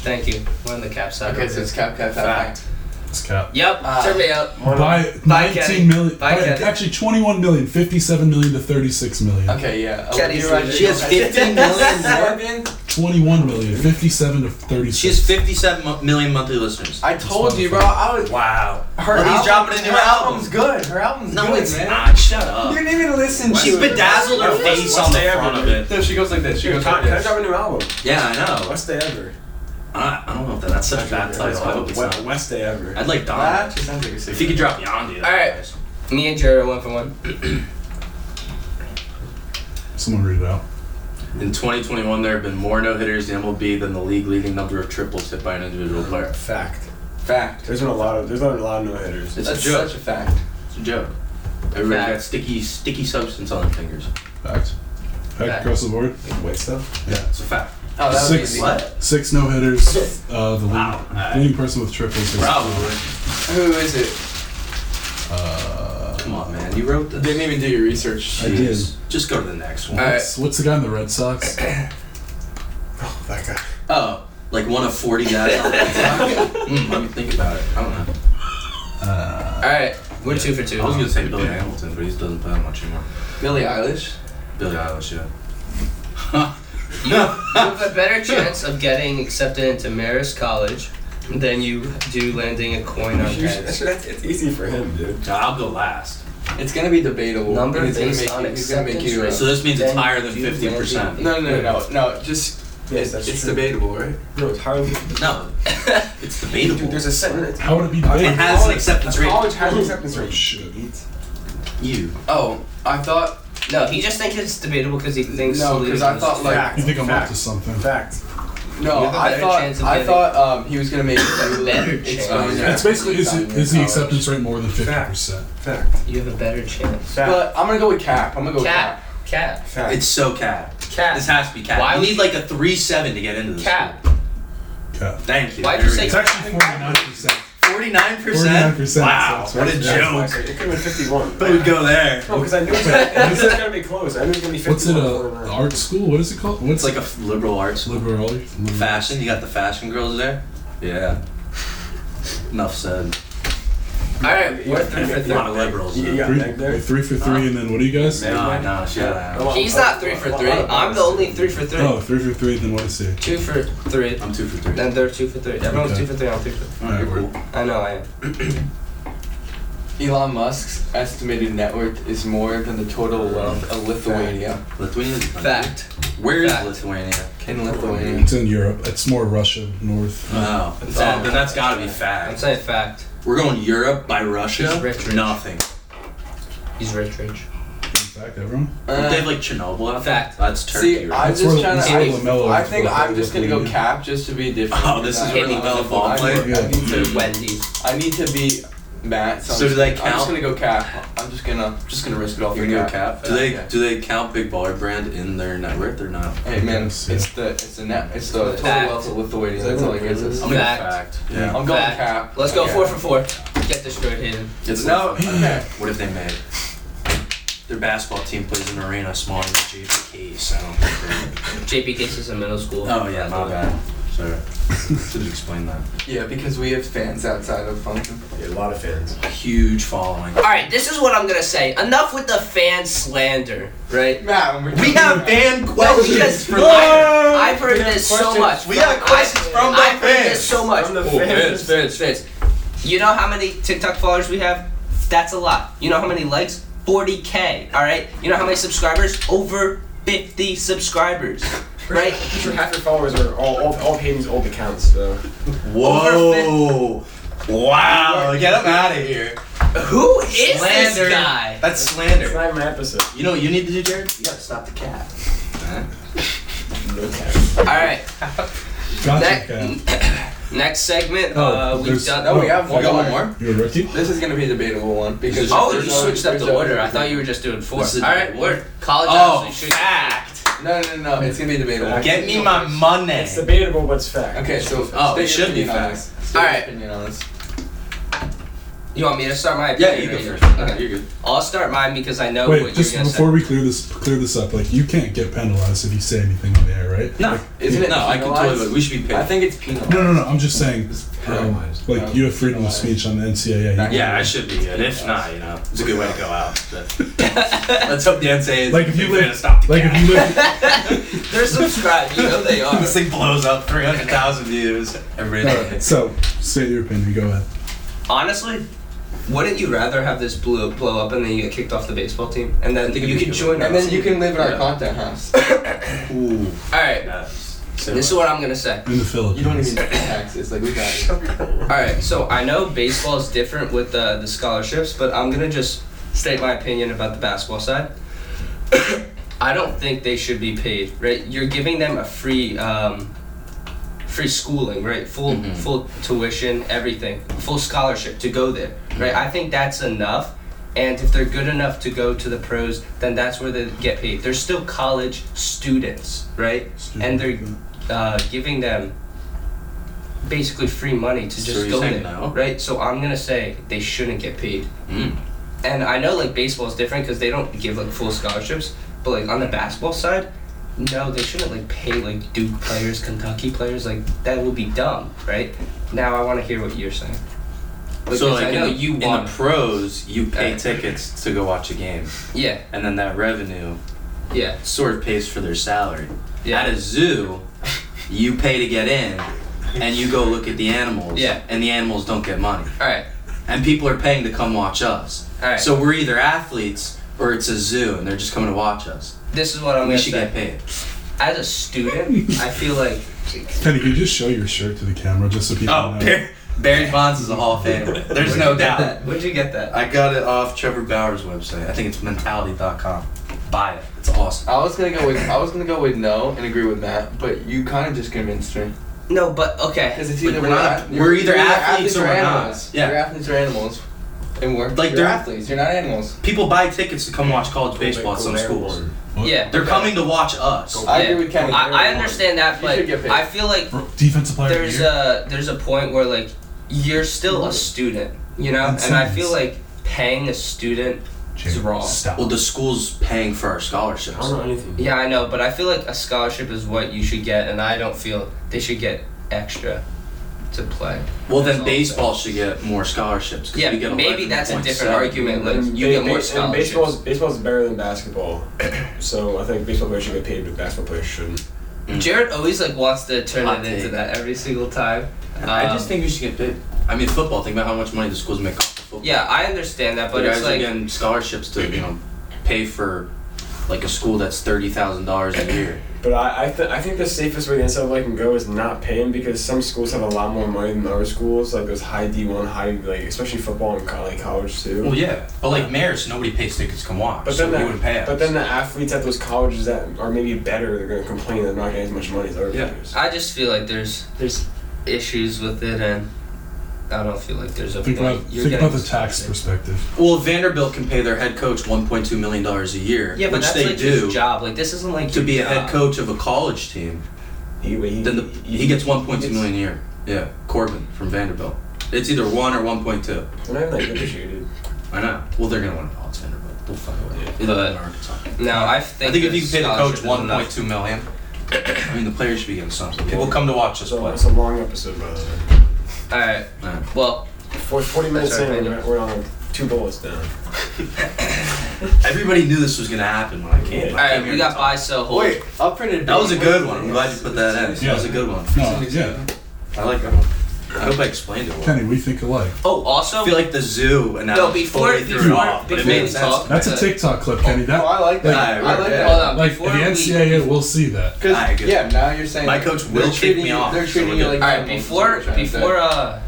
Thank you. We're in the cap side. Okay, so it's cap, cap, cap. Fact. It's cap. Yep. Uh, turn me up. By Bye, 19 million, Bye, by- Kenny. actually 21 million, 57 million to 36 million. Okay, yeah. Kenny's Olivia leaving. She has 15 million more. Rodrigo- 21 million, 57 to 36. She has 57 mo- million monthly listeners. I told you, bro. I was. Wow. Her Well, he's album- dropping a new her album. album's good. Her album's No, good, it's man. not. Shut up. You didn't even listen. She to it. bedazzled her face on the front of it. No, she goes like this. She goes like Can I this. drop a new album? Yeah, I know. West Day Ever. I I don't know if that's such a bad title. I hope it's West, not. West Day Ever. I'd like That Don. just sounds like a If you secret. could drop Yandi. All right. Me and Jared are one for one. Someone read it out. In 2021, there have been more no hitters in MLB than the league leading number of triples hit by an individual player. Fact. Fact. There's been a lot of there's been a lot of no hitters. It's That's a joke. such a fact. It's a joke. Everybody Fact. got sticky, sticky substance on their fingers. Fact. Fact Fact. across the board. Wait stuff. It's a fact. Oh, that was Six. easy. What? Six no hitters. Uh, the leading, Wow. leading person with triples is. Probably. Who is it? Uh, Come on, man. You wrote this. Didn't even do your research. I did. Jeez. Just go to the next one. What's, what's the guy in the Red Sox? Oh, that guy. Oh, like one of 40 guys on that side? mm, Let me think about it. I don't know. All right. We're two for two. I was going to say Billy Hamilton, but he doesn't play that much anymore. Billie Eilish. Billy Eilish, yeah. You have a better chance of getting accepted into Marist College than you do landing a coin on You should- heads. that's, it's easy for him, dude. I'll go last. It's gonna be debatable. Number and it's gonna based make on you, it's gonna make you. uh, acceptance So this means it's Then higher than you 50%. landed- no, no, no, no, no. Just Yes, it's, that's it's true. debatable, right? No, it's highly. No, it's debatable. Dude, there's a sentence. How would it be it big? has an acceptance rate. College has acceptance Oh, rate. shit. You. Oh, I thought No, he just thinks it's debatable because he thinks. No, the 'cause I leadership thought, is- like- You think I'm up Fact. to something? Fact. no. You have a I better chance thought I of getting- thought um he was gonna make you Better explain chance. your It's basically is, application it, is the in college. acceptance rate more than 50%? Fact. you have a better chance. Fact. But I'm gonna go with cap. I'm gonna go Cap. Cap. Fact. It's so cap. Cap. This has to be cap. Why you would need like a 3 7 to get into this. Cap. Okay. Thank you. Why'd There you we say go. It's actually 49%. 49%? 49%, Wow, so what a it's It joke. could have been 51. But we'd go there. No, because I knew it was, I knew it was gonna be close. I knew it was gonna be 51. What's it, before uh, that. art school? What is it called? What's It's like a f- liberal arts liberal? liberal- Fashion, you got the fashion girls there? Yeah. Enough said. All right, we're three for A lot three liberals. You got Three, back there. wait, three for three, and then what do you guys? No, no, shut up. He's not three for three. I'm the only three for three. Oh, three for three, then what is it? Two for three. I'm two for three. Then they're two for three. Everyone's Okay. two for three. I'm three for three. All right, we're- I know I am. Elon Musk's estimated net worth is more than the total wealth of Lithuania. Lithuania. Fact. Where is Fact. Lithuania? In Lithuania. It's in Europe. It's more Russia north. No. Oh, Fact. then that's gotta be I'm fact. saying fact. We're going Europe by Russia. He's rich, rich. Nothing. He's rich, rich. In fact, everyone. Don't they have like Chernobyl out there? Uh, Fact. That's Turkey. See, right? I'm That's just where- trying that's to. where I, LaMelo I is think from, I'm just gonna go Lithuania. cap just to be different. Oh, this is where I- LaMelo Ball I- played? I need to- Wendy's. I need to be Matt. So, So I'm, do they just, I'm just count? gonna go cap. I'm just gonna just gonna risk it all You're for gonna go cap. cap. Do Yeah, they yeah. do they count Big Baller Brand in their net worth or not? Hey man, Yes, it's the it's the net it's the total Fact. wealth of Lithuania. That's all it gets us. I'm I'm, gonna Fact. fact. Yeah. going Fact. cap. Let's go Okay. four for four. Get destroyed, Hayden. It's No. like- What if they made? Their basketball team plays in an arena smaller than JPK, so I don't think they. JP cases in middle school. Oh yeah, my bad. Sorry. Should have explained that. Yeah, because we have fans outside of Funkin. Yeah, a lot of fans. Huge following. All right, this is what I'm gonna say. Enough with the fan slander, right? Matt, when We have fan Well, because from I've, I've heard this so much. We have questions from the I've heard fans. this so much. From the Oh, fans. fans, fans, fans. You know how many TikTok followers we have? That's a lot. You know how many likes? 40k. All right. You know how many subscribers? Over 50 subscribers. Right. I'm sure half your followers are all all, all Hayden's old accounts. So Whoa. Wow. Get them out of here. Who is Slander. this guy? That's it's slander. not even an episode. You know what you need to do, Jared? You gotta stop the cat. No cap. All right. Gotcha. That- Cal. Next segment. Oh, uh, we've there's- done. No, we have We one, got more. one more. Uh, You're a rookie. This is gonna be a debatable one because Oh, there's you no- switched up there's the no- order. I thought you were just doing four. This is- All right, we're college. Oh, obviously should- fact. No, no, no, no. It's gonna be debatable. Get me my money. It's debatable, but it's fact. Okay, so Oh, state it your should be opinion on facts. this. State your Alright. opinion on this. You want me to start my? Yeah, you opinion go right here? first. Okay, Okay, you're good. I'll start mine because Oh, I know Wait, what you're just gonna before say. we clear this clear this up, like you can't get penalized if you say anything on the air, right? No, Isn't it No, I can totally. penalized? We should be paid. I think it's penalized. No, no, no. I'm just saying, um, Penalized. like you have freedom of Penalized. speech on the NCAA. You Yeah, I can- should be good. If not, you know, it's a good way to go out. But let's hope the NCAA is Like if you going live, to stop the like cat. if you live, They're subscribed. You know they are. this thing blows up, three hundred thousand views. All right, Everybody's so state your opinion. Go ahead. Honestly, wouldn't you rather have this blow blow up and then you get kicked off the baseball team and then think you it'd be can good. join? And our then you team? can live in our Yeah. content house. like, ooh. All right. Yes. So This is what I'm gonna say. In You the don't Philippines. even pay taxes. Like we got it. All right. So I know baseball is different with uh, the scholarships, but I'm gonna just state my opinion about the basketball side. I don't think they should be paid. Right? You're giving them a free. Um, Free schooling, right? Full, Mhm. full tuition, everything, full scholarship to go there, right? I think that's enough. And if they're good enough to go to the pros, then that's where they get paid. They're still college students, right? Mm-hmm. and they're uh, giving them basically free money to So just you're go saying there, no? right? So I'm gonna say they shouldn't get paid. Mm. And I know like baseball is different because they don't give like full scholarships, but like on the basketball side, no, they shouldn't like pay like Duke players, Kentucky players, like that would be dumb, right? Now I want to hear what you're saying. so because like I in know the, you in want, the pros, you pay Yeah. tickets to go watch a game, yeah, and then that revenue yeah, sort of pays for their salary. yeah. At a zoo, you pay to get in, and you go look at the animals. Yeah. And the animals don't get money. all right, and people are paying to come watch us. all right. So So we're either athletes or it's a zoo and they're just coming to watch us. this is what I'm We gonna should say. get paid. As a student, I feel like Penny, can you just show your shirt to the camera just so people Oh, know? Barry, Barry Bonds is a Hall of Famer. There's no doubt. Where'd you get that? I got it off Trevor Bauer's website. I think it's mentality.com. Buy it. It's awesome. I was gonna go with I was gonna go with no and agree with Matt, but you kind of just convinced me No, but okay. because it's Like, either we're not- at- we're you're- either you're athletes or we're not. animals. Yeah. you're athletes or animals, and we're Like, like you're they're- athletes. You're not animals. People buy tickets to come watch college baseball at some schools. What? Yeah. They're coming to watch us. I Yeah. agree with Kenny. I, I understand that, You but should get paid. I feel like Bro, Defensive player. of the there's year? a there's a point where like you're still a student, you know, That's and I nice. feel like paying a student. Jared, it's wrong. Stop. Well, the school's paying for our scholarships. I don't know anything. Yeah, I know, but I feel like a scholarship is what you should get, and I don't feel they should get extra. to play. Well, then baseball should get more scholarships. 'cause Yeah, we get maybe that's a 11.7. different argument, like, And you ba- get more ba- scholarships. And baseball's baseball's better than basketball, so I think baseball players should get paid, but basketball players shouldn't. Jared always like wants to turn Hot it take. into that every single time. I Um, just think we should get paid. I mean, football. Think about how much money the schools make off of football. yeah, I understand that, but the guys it's are like getting scholarships to you know pay for like a school that's thirty thousand dollars a year. But I I, th- I think the safest way the NCAA can go is not paying because some schools have a lot more money than other schools, like those high D one, high like especially football and co- like college too. Well, yeah, but like Marist, nobody pays tickets to come watch, But so then, he the, wouldn't pay us. but then the athletes at those colleges that are maybe better, they're gonna complain they're not getting as much money as other Yeah. players. I just feel like there's there's issues with it, and I don't feel like there's a Think point. about, You're think getting about the tax perspective. well, Vanderbilt can pay their head coach one point two million dollars a year, yeah, but which that's they like do his job. Like this isn't like to your be a job. head coach of a college team. He, he, Then the, he gets one point two million a year. Yeah, Corbin from Vanderbilt. It's either one or one point two. They're not even that good this year, dude. I know. Well, they're gonna win it all. It's Vanderbilt. They'll fuck away. They live in But- Arkansas. No, I I think. think if the you pay the coach scholarship is one enough. point two million, I mean the players should be getting something. People come to watch us So play. it's a long episode, by the way. All right. Yeah. Well, For 40 minutes That's our in, opinion. we're on two bullets down. Everybody knew this was gonna happen when I came. all I came right. here We to got talk. buy sell hold. Wait, Oh, I'll print it. That was a good one. I'm glad you put that in. That was a good one. No, yeah, I like that one. I hope I explained it well. Kenny, we think alike. Oh, I also, feel like the zoo analogy No, before- totally threw it before- off, but it before we made sense. talk- to me. That's a Uh, TikTok clip, Kenny. No, Oh, I Oh, That like that. Alright, I right, like yeah. that. hold on. like the before we, NCAA will see that. 'Cause- Alright, good. yeah, now you're saying My coach will they're kick treating me you- off, They're so treating we're you good. like all right, animals, is before what you're trying to say. before uh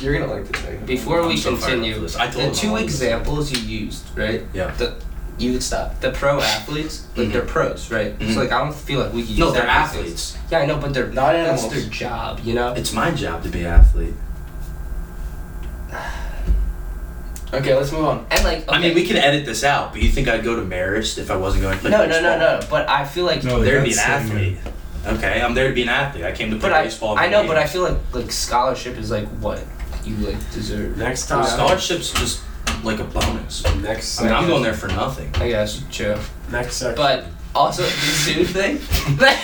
you're gonna like this. Thing. before we I'm so fired up continue, for this. I told the him two all this. examples you used, right? Yeah. The, you could stop. The pro athletes, like they're pros, right? Mhm. So like I don't feel like we can use No, they're that as an athletes. Yeah, I know, but they're Not That's animals. their job, you know. It's my job to be an athlete. Okay, let's move on. And like, I mean, okay, we can edit this out, but you think I'd go to Marist if I wasn't going to play No, no, baseball? no, no. But I feel like. No, I'm there to be an that's saying athlete. Okay, I'm there to be an athlete. I came to play but I, baseball. I and know, play but I games. feel like like scholarship is like what you like deserve. Next time. scholarships just like a bonus. Next I mean, I'm second. going there for nothing. I guess true. Next section. But also the zoo thing, like,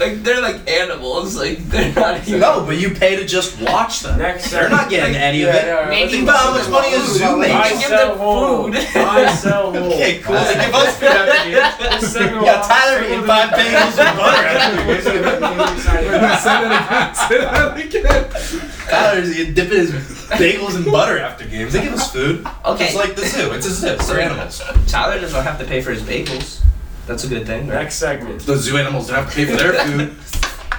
like they're like animals. Like they're not human. No, but you pay to just watch them. Next They're second. not getting any Yeah, of it. yeah, yeah. Maybe Think about how much money a zoo I I give makes. sell them hold. food. I sell hold. Okay, cool. They give us food after games. This segment Yeah, will- Tyler eating five bagels and butter after games. Tyler's eating- dipping his bagels and butter after games. They give us food. Okay. It's like the zoo. It's a zoo. It's for animals. Tyler doesn't have to pay for his bagels. That's a good thing, right? Next segment. The zoo animals don't have to pay for their food.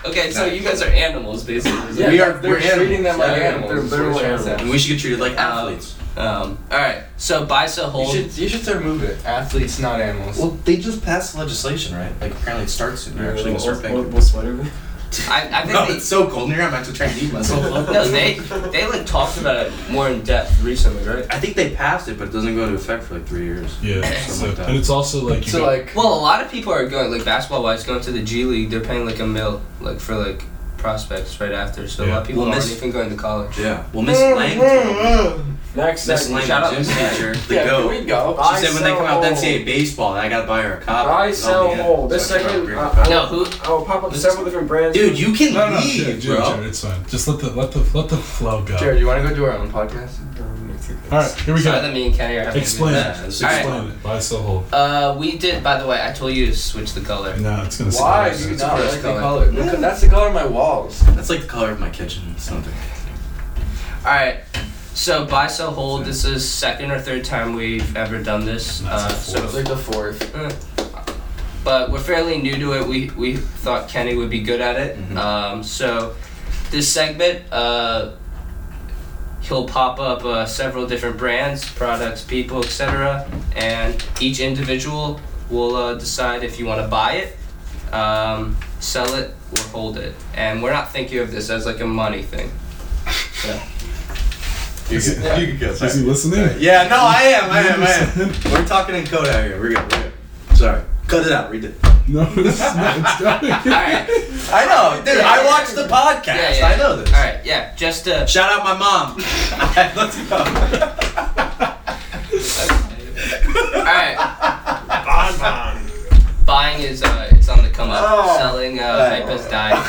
Okay, so you guys are animals, basically. we are They're we're treating animals. them like Yeah, animals. they're is what you're trying to say. And we should get treated like athletes. Um. All right. So buy, sell, You hold. should you should start moving it. Athletes, not animals. Well, they just passed legislation, right? Like, apparently it starts soon. They're actually going to start What- what- paying. what sweater? I, I think No, they, it's so cold in here. I'm actually trying to heat myself up. no, they they like talked about it more in depth recently, right? I think they passed it, but it doesn't go into effect for like three years. Yeah, Something so, like that. and it's also like you So got- like, Well, a lot of people are going like basketball wise going to the G League. They're paying like a mil like for like prospects right after. So a lot of people Well, aren't Miss- even going to college. Yeah. Well, Miss Lang, Next Miss Lang, segment. Shout out the gym Miss Lang. teacher, the yeah, goat. here we go. She said when they come out with NCAA baseball, I gotta buy her a copy. I That'll sell be it. whole. This So I can segment. upgrade I, my copy. I, No, who? I will pop up several different brands. Dude, you can no, no, leave, Jared, Jared, bro. Jared, it's fine. Just let the let the let the flow go. Jared, you want to go do our own podcast? All right, here we Sorry go. that me and Kenny are having a Explain good- Yeah, it. let's Explain explain it. Buy, sell, hold. Uh, we did. By the way, I told you to switch the color. No, it's gonna. Why stay. do you not first like the color. color? Look, That's the color of my walls. That's like the color of my kitchen. Something. All right. So buy, sell, hold. This is second or third time we've ever done this. Uh, That's so Like the fourth. but we're fairly new to it. We we thought Kenny would be good at it. Mhm. Um, so this segment, uh, he'll pop up uh, several different brands, products, people, etc., and each individual will uh, decide if you want to buy it, um, sell it, or hold it. And we're not thinking of this as like a money thing. Is he, You can go. is he listening? Yeah, no, I am. I am. I am. We're talking in code out here. We're good. We're good. Sorry. Cut it out. Read it. No, it's not. It's All going. right. I know, dude. I watched the podcast. Yeah, yeah. I know this. All right. Yeah. Just uh, Shout out my mom. Let's go. all right. Bon Bon. buying is uh, it's on the come up. Selling uh, Oh. hype has died.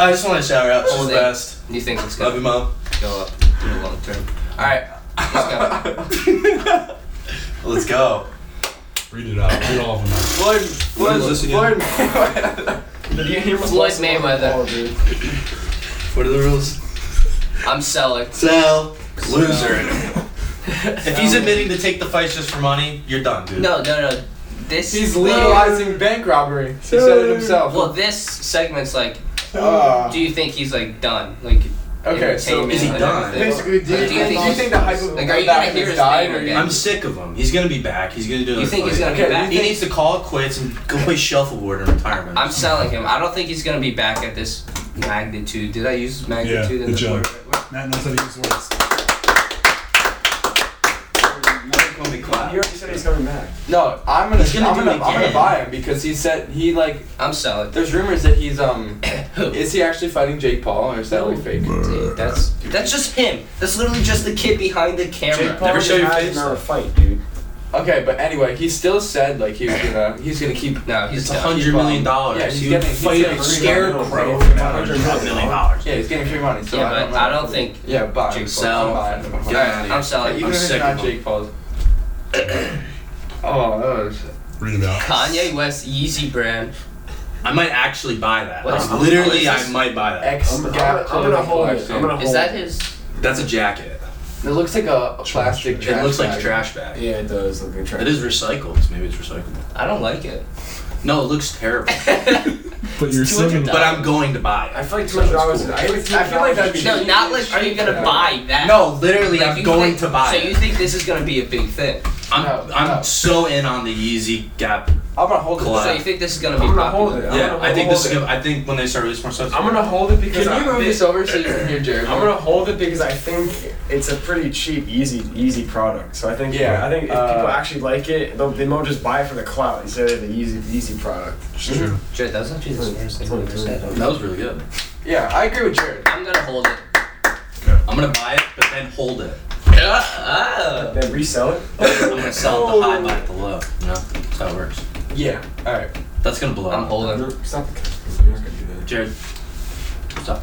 I just want to shout her out. She's Hold the it. best. You think it's Love you, gonna mom. go up in the long term? All right, let's go. Let's go. Read it out. Read all of them. Floyd, Floyd, Floyd. Floyd Mayweather. What are the rules? I'm selling. Sell. Loser. if he's admitting to take the fights just for money, you're done, dude. No, no, no. This He's legalizing bank robbery. He said it himself. Well, this segment's like, Ah. do you think he's like done? Like, Okay, so entertainment is he and done? everything? basically, do you, Like, think, do you think the hype of Like, like, are you gonna that hear has his died? name Or again? I'm sick of him. He's gonna be back. He's gonna do. You another think he's fight. gonna be Okay, back? He needs to call it quits and go play shuffleboard in retirement. I'm selling him. I don't think he's gonna be back at this magnitude. Did I use magnitude Yeah, in good the job. word? Matt knows how to use words. gonna be You clapped. already said he's coming back. No, I'm gonna, He's gonna I'm, do gonna it I'm again. gonna buy him because he said he like. I'm selling. There's rumors that he's um. is he actually fighting Jake Paul or is that like fake? Dude, that's that's just him. That's literally just the kid behind the camera. Jake Paul Never show your has face. Not a fight, dude. Okay, but anyway, he still said like he was gonna he's gonna keep. No, he's It's done. a hundred million dollars. Yeah, he's he would getting- he's fight getting a free scarecrow money. for Yeah. $100 million dollars. Yeah, he's getting free money. So I Yeah, but don't know. I don't think. Yeah, buy him. Jake so I'm Paul. buying him. Get out of I'm here. selling. Even I'm if it's sick not of him. Jake Paul's. oh, that was. Read it out. Kanye West Yeezy brand. I might actually buy that. What Like, is- what literally, is I this? might buy that. X I'm, I'm, Gap I'm gonna hold it. I'm collection. gonna hold Is that it. his? That's a jacket. It looks like a plastic trash It looks like bag. a trash bag. Yeah, it does look attractive. It is recycled. Maybe it's recyclable. I don't like it. No, it looks terrible. But you're still gonna. but I'm going to buy I it. feel like two hundred dollars. I feel I feel like that'd be- No, not like. Are you gonna buy that? No, literally, Like, I'm you going think- to buy So it. you think this is gonna be a big thing? I'm, No, I'm no. so in on the Yeezy Gap. I'm gonna hold Collab. it. So you think this is gonna be I'm gonna popular? hold it. I'm Yeah, gonna I think hold this is. it. Gonna, I think when they start releasing more stuff, I'm gonna hold it because Can I, you move thi- this over so you can hear Jeremy? I'm gonna hold it because I think it's a pretty cheap, easy, easy product. So I think Yeah, I think if uh, people actually like it, they'll, they won't just buy it for the clout instead of the easy, easy product. It's true. Jared, that was actually the smartest thing I've ever said. That was really good. Yeah, I agree with Jared. I'm gonna hold it. I'm gonna buy it, but then hold it. Oh. Ah, ah. Then resell it. I'm gonna sell it at the high, buy it at the low. You know, that's how it works. Yeah. All right. That's gonna blow. I'm up. holding. Stop the I'm not gonna do that. Jared, stop.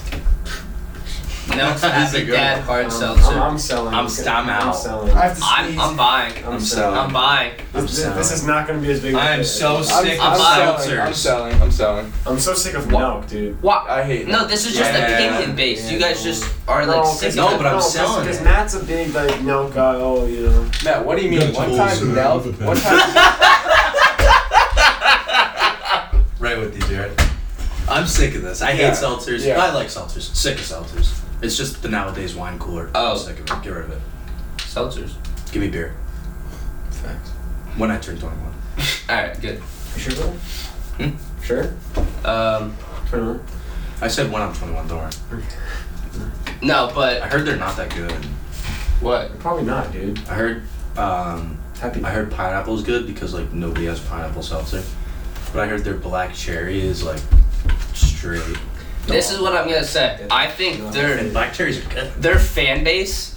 No, it's That's a happy good dad one. hard Um, seltzer. I'm, I'm, I'm selling. I'm- I'm out. selling. I have to sneeze. I'm buying. I'm selling. I'm buying. This, this- this is not gonna be as big. of a I am hit. so I'm, sick I'm of selling. I'm seltzers. selling. I'm selling. I'm so sick of What? milk, dude. What? I hate. No, this is just Yeah. opinion based. You guys just are like No, sick because- No, of but I'm no, selling Because it. Matt's a big like milk guy. Oh, you know. Matt, what do you You mean? got One tools, time man. Nell. Move it One back. time. Right with you, Jared. I'm sick of this. I Yeah. hate seltzers. Yeah. I like seltzers. Sick of seltzers. It's just the nowadays wine cooler. Oh. I'm sick of it. Get rid of it. seltzers. Give me beer. Facts. When I turn 21. All right, good. You sure, bro? Sure. Um, Twenty-one. I said when I'm 21. Don't worry. no, I but heard they're not that good. what? Probably not, dude. I heard. Um, Happy. I heard pineapple's good because like nobody has pineapple seltzer. But I heard their black cherry is like straight. This is what I'm gonna say. I think And their black cherries are good. their fan base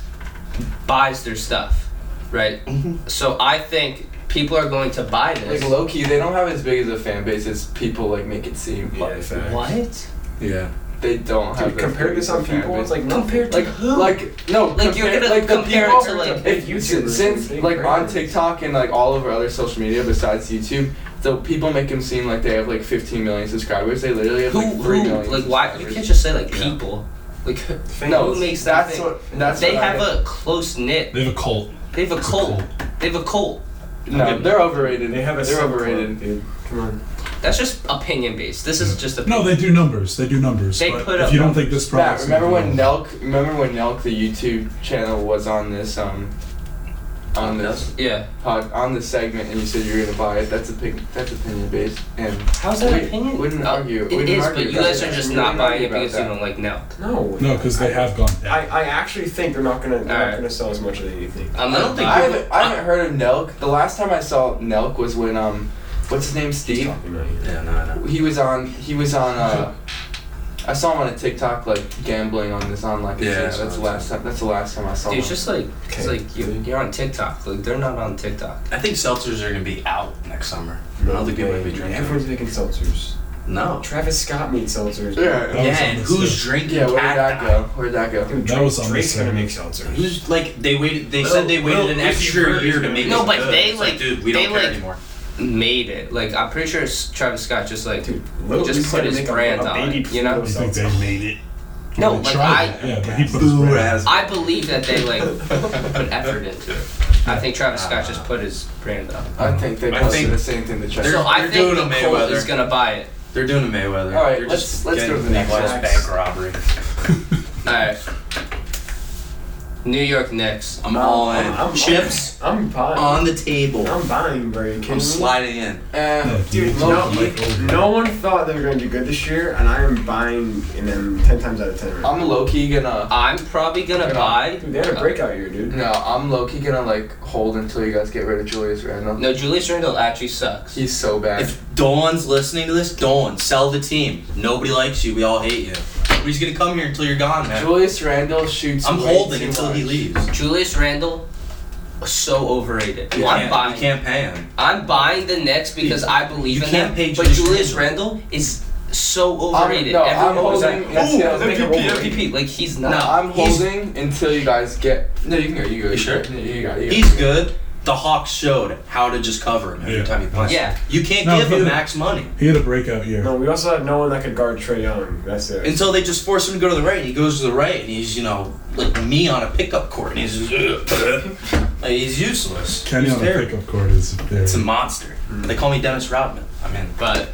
buys their stuff, right? So I think people are going to buy Like this. low key, they don't have as big as a fan base as people like make it seem. Yeah, Like, fact. What? Yeah. they don't have. Dude, as compared big to as some a fan people, base. it's like no. Compared to Like who? Like no, Like, you're compare- gonna like the compare it people, to, like, if big YouTube YouTubers, since big like on brands. TikTok and like all over other social media besides YouTube, the people make them seem like they have like 15 million subscribers. They literally have Who? like 3 Who? million. Like why? You subscribers. can't just say like people. Like No, who makes that that's thing? what that's they what I have meant. a close knit. They have a cult. They have a It's a cult. cult. They have a cult. no. They're overrated. They have a they're sub club, overrated. dude. Come on. That's just opinion based. This is just No, opinion. they do numbers. They do numbers. They but put if up you don't think this Matt, product. remember when Nelk? Remember when Nelk, the YouTube channel, was on this um, on this yeah. pod, on this segment, and you said you were gonna buy it? That's a pic, that's opinion based, and How's that We- opinion? wouldn't Uh, argue- It wouldn't is, argue but you about guys that. are just We not wouldn't buying argue it because about you that. don't like milk. No. No, because they have gone down. I, I actually think they're not gonna they're All not right. gonna sell as much as you think. I'm I gonna don't think buy I it. haven't, I haven't heard of Nelk. The last time I saw Nelk was when um, what's his name, Steve? Yeah, no, no. He was on. He was on. Uh, I saw him on a TikTok like gambling on this on like. a Yeah, casino. I saw that's the that last time. That's the last time I saw Dude, him. it's just like it's Okay. like you, you're on TikTok. Like they're not on TikTok. I think seltzers are gonna be out next summer. I don't think people are gonna be drinking. Everyone's making seltzers. No. Travis Scott made seltzers. Yeah, that Yeah, and who's drinking? Yeah, where Cat did that Eye? go? Where did that go? Dude, That Drake, was on Drake's the gonna same. make seltzers. Who's like they waited? They said they waited Lil- an Lil extra Uzi Vert year is to gonna make. make it No, but good. they, It's like- dude, we they, don't care like- anymore. made it. Like I'm pretty sure s- Travis Scott just like Dude, Lil just Uzi's put gonna his make a- brand a on baby it, you know? Pluto You think seltzer. they made it? No, They like, tried I- it, Yeah, but he put his brand on it. I believe that they like put effort into it. I think Travis Ah. Scott just put his brand on. it. I think they I posted think- the same thing to Chester. So I they're think doing a Nicole Mayweather. is gonna buy it. They're doing a Mayweather. All right, They're let's- just let's go getting to the next Nicholas one. bank robbery. All right. New York Knicks. I'm No, all in. I'm- I'm- Chips I'm buying. on the table. I'm buying, bro. You I'm kidding me? sliding in. Uh, Yeah, Dude, you no, make it over. no one thought they were gonna do good this year, and I am buying in them ten times out of ten. Right now. I'm low key gonna. I'm probably gonna Yeah. buy. Dude, they had a breakout year, dude. No, I'm low key gonna like hold until you guys get rid of Julius Randle. No, Julius Randle actually sucks. He's so bad. If Dawn's listening to this, Dawn, sell the team. Nobody likes you. We all hate you. We're just gonna come here until you're gone, man. Julius Randle shoots. I'm way holding too until he much. leaves. Julius Randle, so overrated. You I'm can't, buying. you can't pay him. I'm buying the Knicks because I believe you in can't them. pay but Julius Julius Randle is so overrated. no, Everyone I'm was holding- like, yes, "Ooh, yeah, I was making a MVP, Wolverine." MVP. Like he's No, not. I'm he's- holding until you guys get. No, you can go. You go. You sure? go. You got. You go. He's good. The Hawks showed how to just cover him every Yeah. time he plays. Yeah. You can't No, give he- him max money He had a breakout year. No, we also had no one that could guard Trey Young. That's it. until they just force him to go to the right. And he goes to the right, and he's you know like me on a pickup court, and he's just, like, he's useless. Kenny he's on the terrible. pickup court is there. It's a monster. Hmm. They call me Dennis Rodman. I mean, But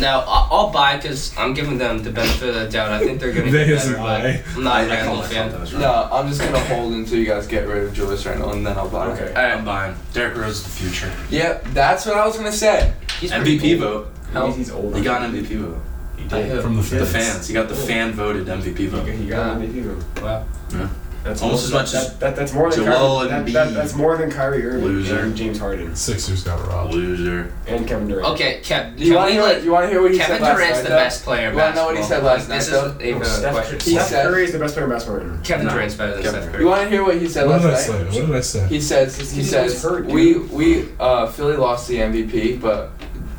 now I'll, I'll buy because I'm giving them the benefit of the doubt. I think they're gonna They get is better. an but eye. I'm not a I, I call Randle myself fan. Dennis Rodman. No, I'm just gonna hold until you guys get rid of Julius Randle, and then I'll buy. him. Okay. I'm buying. Derrick Rose is the future. Yep, that's what I was gonna say. He's pretty MVP cool. vote. He's, he's older. He got an MVP vote. He did. From the The fans. fans. He got the fan voted MVP He got- vote. He got an MVP. vote. Wow. Yeah. That's Almost more- as much that, as that, that's more than Joel Kyrie. That, that, Embiid. that's more than Kyrie Irving Loser. and James Harden Sixers got robbed. Loser. and Kevin Durant. Okay, Kev. You Can wanna we hear? like? you wanna hear what he Kevin said last Durant's night, the though? best player. in You wanna know what he basketball. said last night, Like, though? This is a Steph, question. He Steph said- Curry is the best player in basketball right now. Kevin No. Durant's better than Kevin Steph You Curry. want to hear what he said What did I last say? night? What did I say? He says he He says was hurt, dude. we we uh, Philly lost the MVP, but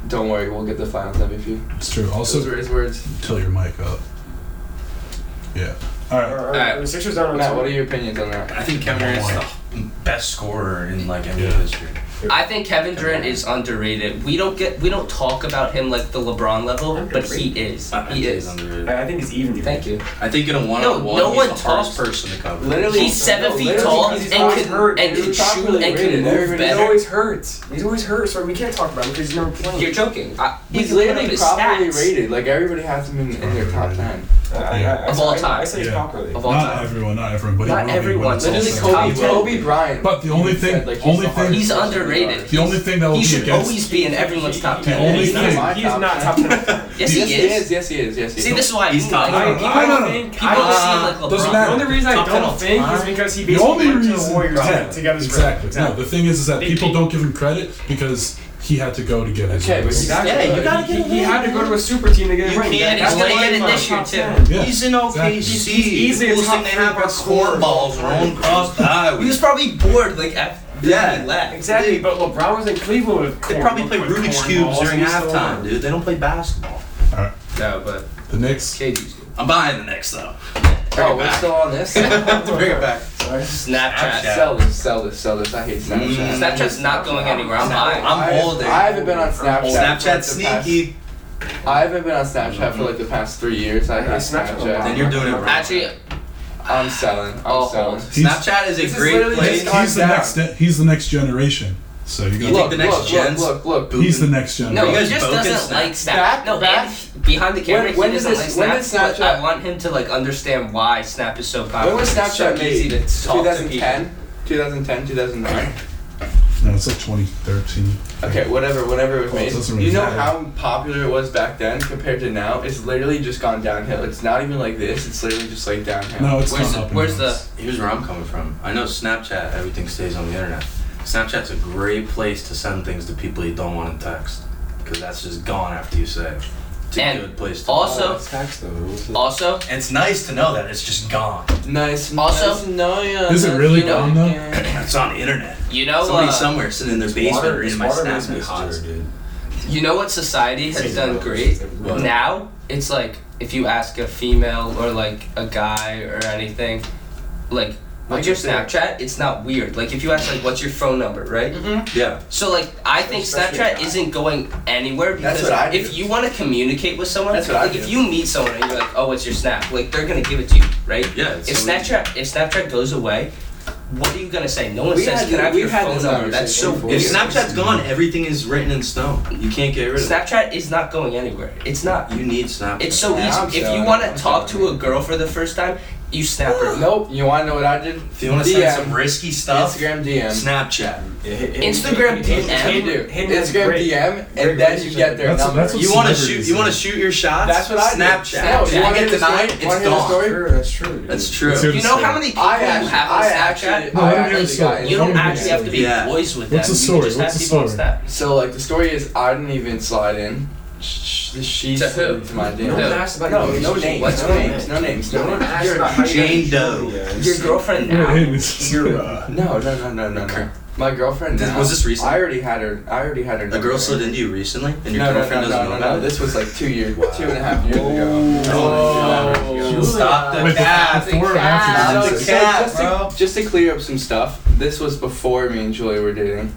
don't worry, we'll get the Finals MVP. It's true. Those Also, were his words. tilt your mic up. Yeah. All Or, right. or, Alright. the Sixers down on Matt, top. what are your opinions on that? I think Kevin Durant's the best scorer in like NBA Yeah. history. I think Kevin Durant is underrated. We don't get we don't talk about him like the LeBron level, but he is. He is. Underrated. I I think it's even. Thank you. I think in a one No, on one, no he's one the talks- hardest person to cover. Literally, He's seven no, feet literally tall because he's and always can- hurt, and dude. can He's shoot properly and can rated. move Everybody- He's better. always hurt. He's always hurt, so we can't talk about him because he's never playing. You're joking. I, we He's can put up literally his properly stats. rated. Like everybody has him in, in their top Properly ten. I, I, I, Of all I- I time. say he's Yeah. properly. Of all Not time. everyone. Not everyone. But he Not will be when everyone. it's all Literally, said and Kobe, top done. ten. Kobe Bryant. But the only even thing- said, like, he's only the thing- hardest He's person to underrated. guard. The only thing that will He be should against. always be in everyone's top The ten. only He's not- thing- my He is not top ten. ten. Yes, yes, he Yes, is. he is. Yes, he is. See, this is why He's he's top not. I, No, no, I no, don't no. think. People I don't see don't, him like LeBron. doesn't the matter. only reason I Top ten don't of think is time. because he The only basically went to the reason. Warriors Yeah, to, to get his ring. exactly. No, the thing is, is that They people beat- don't give him credit because he had to go to get his. Okay, rings. but he's Exactly. Yeah, you gotta he, get a he ring, had to go man. to a super team to get You a ring. can't That's explain why it he's this not year, top too. 10. Yeah. He's in OKC. Exactly. He's the easily a coolest thing top they three have are best score scorer. balls rolling across the highway. He was probably bored like after Yeah. he left. Exactly, but LeBron was in Cleveland with They corn- probably play with Rubik's corn cubes balls. during He's still halftime, on. dude. They don't play basketball. No, but The Knicks. KD's I'm buying the next though. Bring Oh, it we're back. still on this. Bring it back. Snapchat. Sell this. Sell this. Sell this. I hate Snapchat. Mm. Snapchat's not going anywhere. I'm buying. I'm I- holding. I haven't been on Snapchat. for like Snapchat the past- sneaky. I haven't been on Snapchat for like the past three years. I hate Yeah, Snapchat. Snapchat. Then you're doing it wrong. Actually, I'm selling. I'm I'll selling. hold. He's- Snapchat is a This is great literally place. just on- He's the down. next. He's the next generation. So you You got. think the next look, gen's look, look, look. He's the next generation. no, you he guys just both doesn't did Snap. like Snap. Back- no, back- and behind the camera, When- when he did doesn't this- like when Snap. did but I Snapchat- want him to like understand why Snap is so popular. When was It's so Snapchat easy made? to talk to people. 2010, 2010, 2009. No, it's like 2013. Okay, whatever, whatever it was Well, it made. doesn't you really know matter. how popular it was back then compared to now? It's literally just gone downhill. It's not even like this. It's literally just like downhill. No, it's Where's not the- up. in where's the- months. Here's where I'm coming from. I know Snapchat, everything stays on the internet. Snapchat's a great place to send things to people you don't want to text because that's just gone after you say. it. It's a And good place to. Also, also, it's nice to know that it's just gone. Nice. Also- nice, no, yeah, Is it nice, really you know, gone, though? yeah. It's on the internet. you know, Somebody uh, somewhere sitting in their Water- basement reading his my water Snap makes me hotter, messages. dude. You know what society has done great? What? Now, it's like if you ask a female or like a guy or anything, like, what's your Snapchat? It's not weird. Like, if you ask, like, what's your phone number, right? Yeah. So, like, I think Especially Snapchat guys. isn't going anywhere because That's what I if you want to communicate with someone, That's what I like, do. if you meet someone and you're like, oh, what's your Snap? Like, they're going to give it to you, right? Yeah, If it's so easy. Snapchat, if Snapchat goes away, what are you gonna say? No one We says, had "Can I th- have we your had phone this number?" That's so conversation weird. before. If Snapchat's gone, everything is written in stone. You can't get rid of it. Snapchat is not going anywhere. It's not. You need Snapchat. It's so Yeah, I'm easy. If you sorry. want I'm to talk to a girl for the first time, you snap her. Nope. You want to know what I did? If you want to DM. send some risky stuff, Instagram DM. Snapchat. Instagram You DM. do. Instagram DM, and then you get their That's- number. that's what You want to shoot? celebrities You want to shoot your shots? That's what I did. Snapchat. No, you want Snapchat. to get denied? It's Want to hear the gone. story? Sure, that's true. dude. That's true. It's- You know how many people I you actually, have on I Snapchat? actually, No, I I don't hear actually the got story. it. You don't actually have to be Yeah. boys with What's them. the You can story? just have What's the people on story? Snap. So like the story is, I didn't even slide in. Sh- sh- She To who? slid to my No one Yeah. DM. asked about No, your no relationship. names, What's no your names, no names, No no one names. asked about how you got Jane your Doe. Yeah, Your girlfriend Yeah, now. it is. You're uh, No, no, no, no, no, no. My girlfriend. This- now, was this recent? I already had her. I already had her. A girl number. slid into you recently, and your No, no, no, girlfriend no, doesn't no, know no. about it. This was like two years, two and a half years ago. Oh. Stop the Wait, cap. before or after So, so the season? just, to, just to clear up some stuff, this was before me and Julie were dating.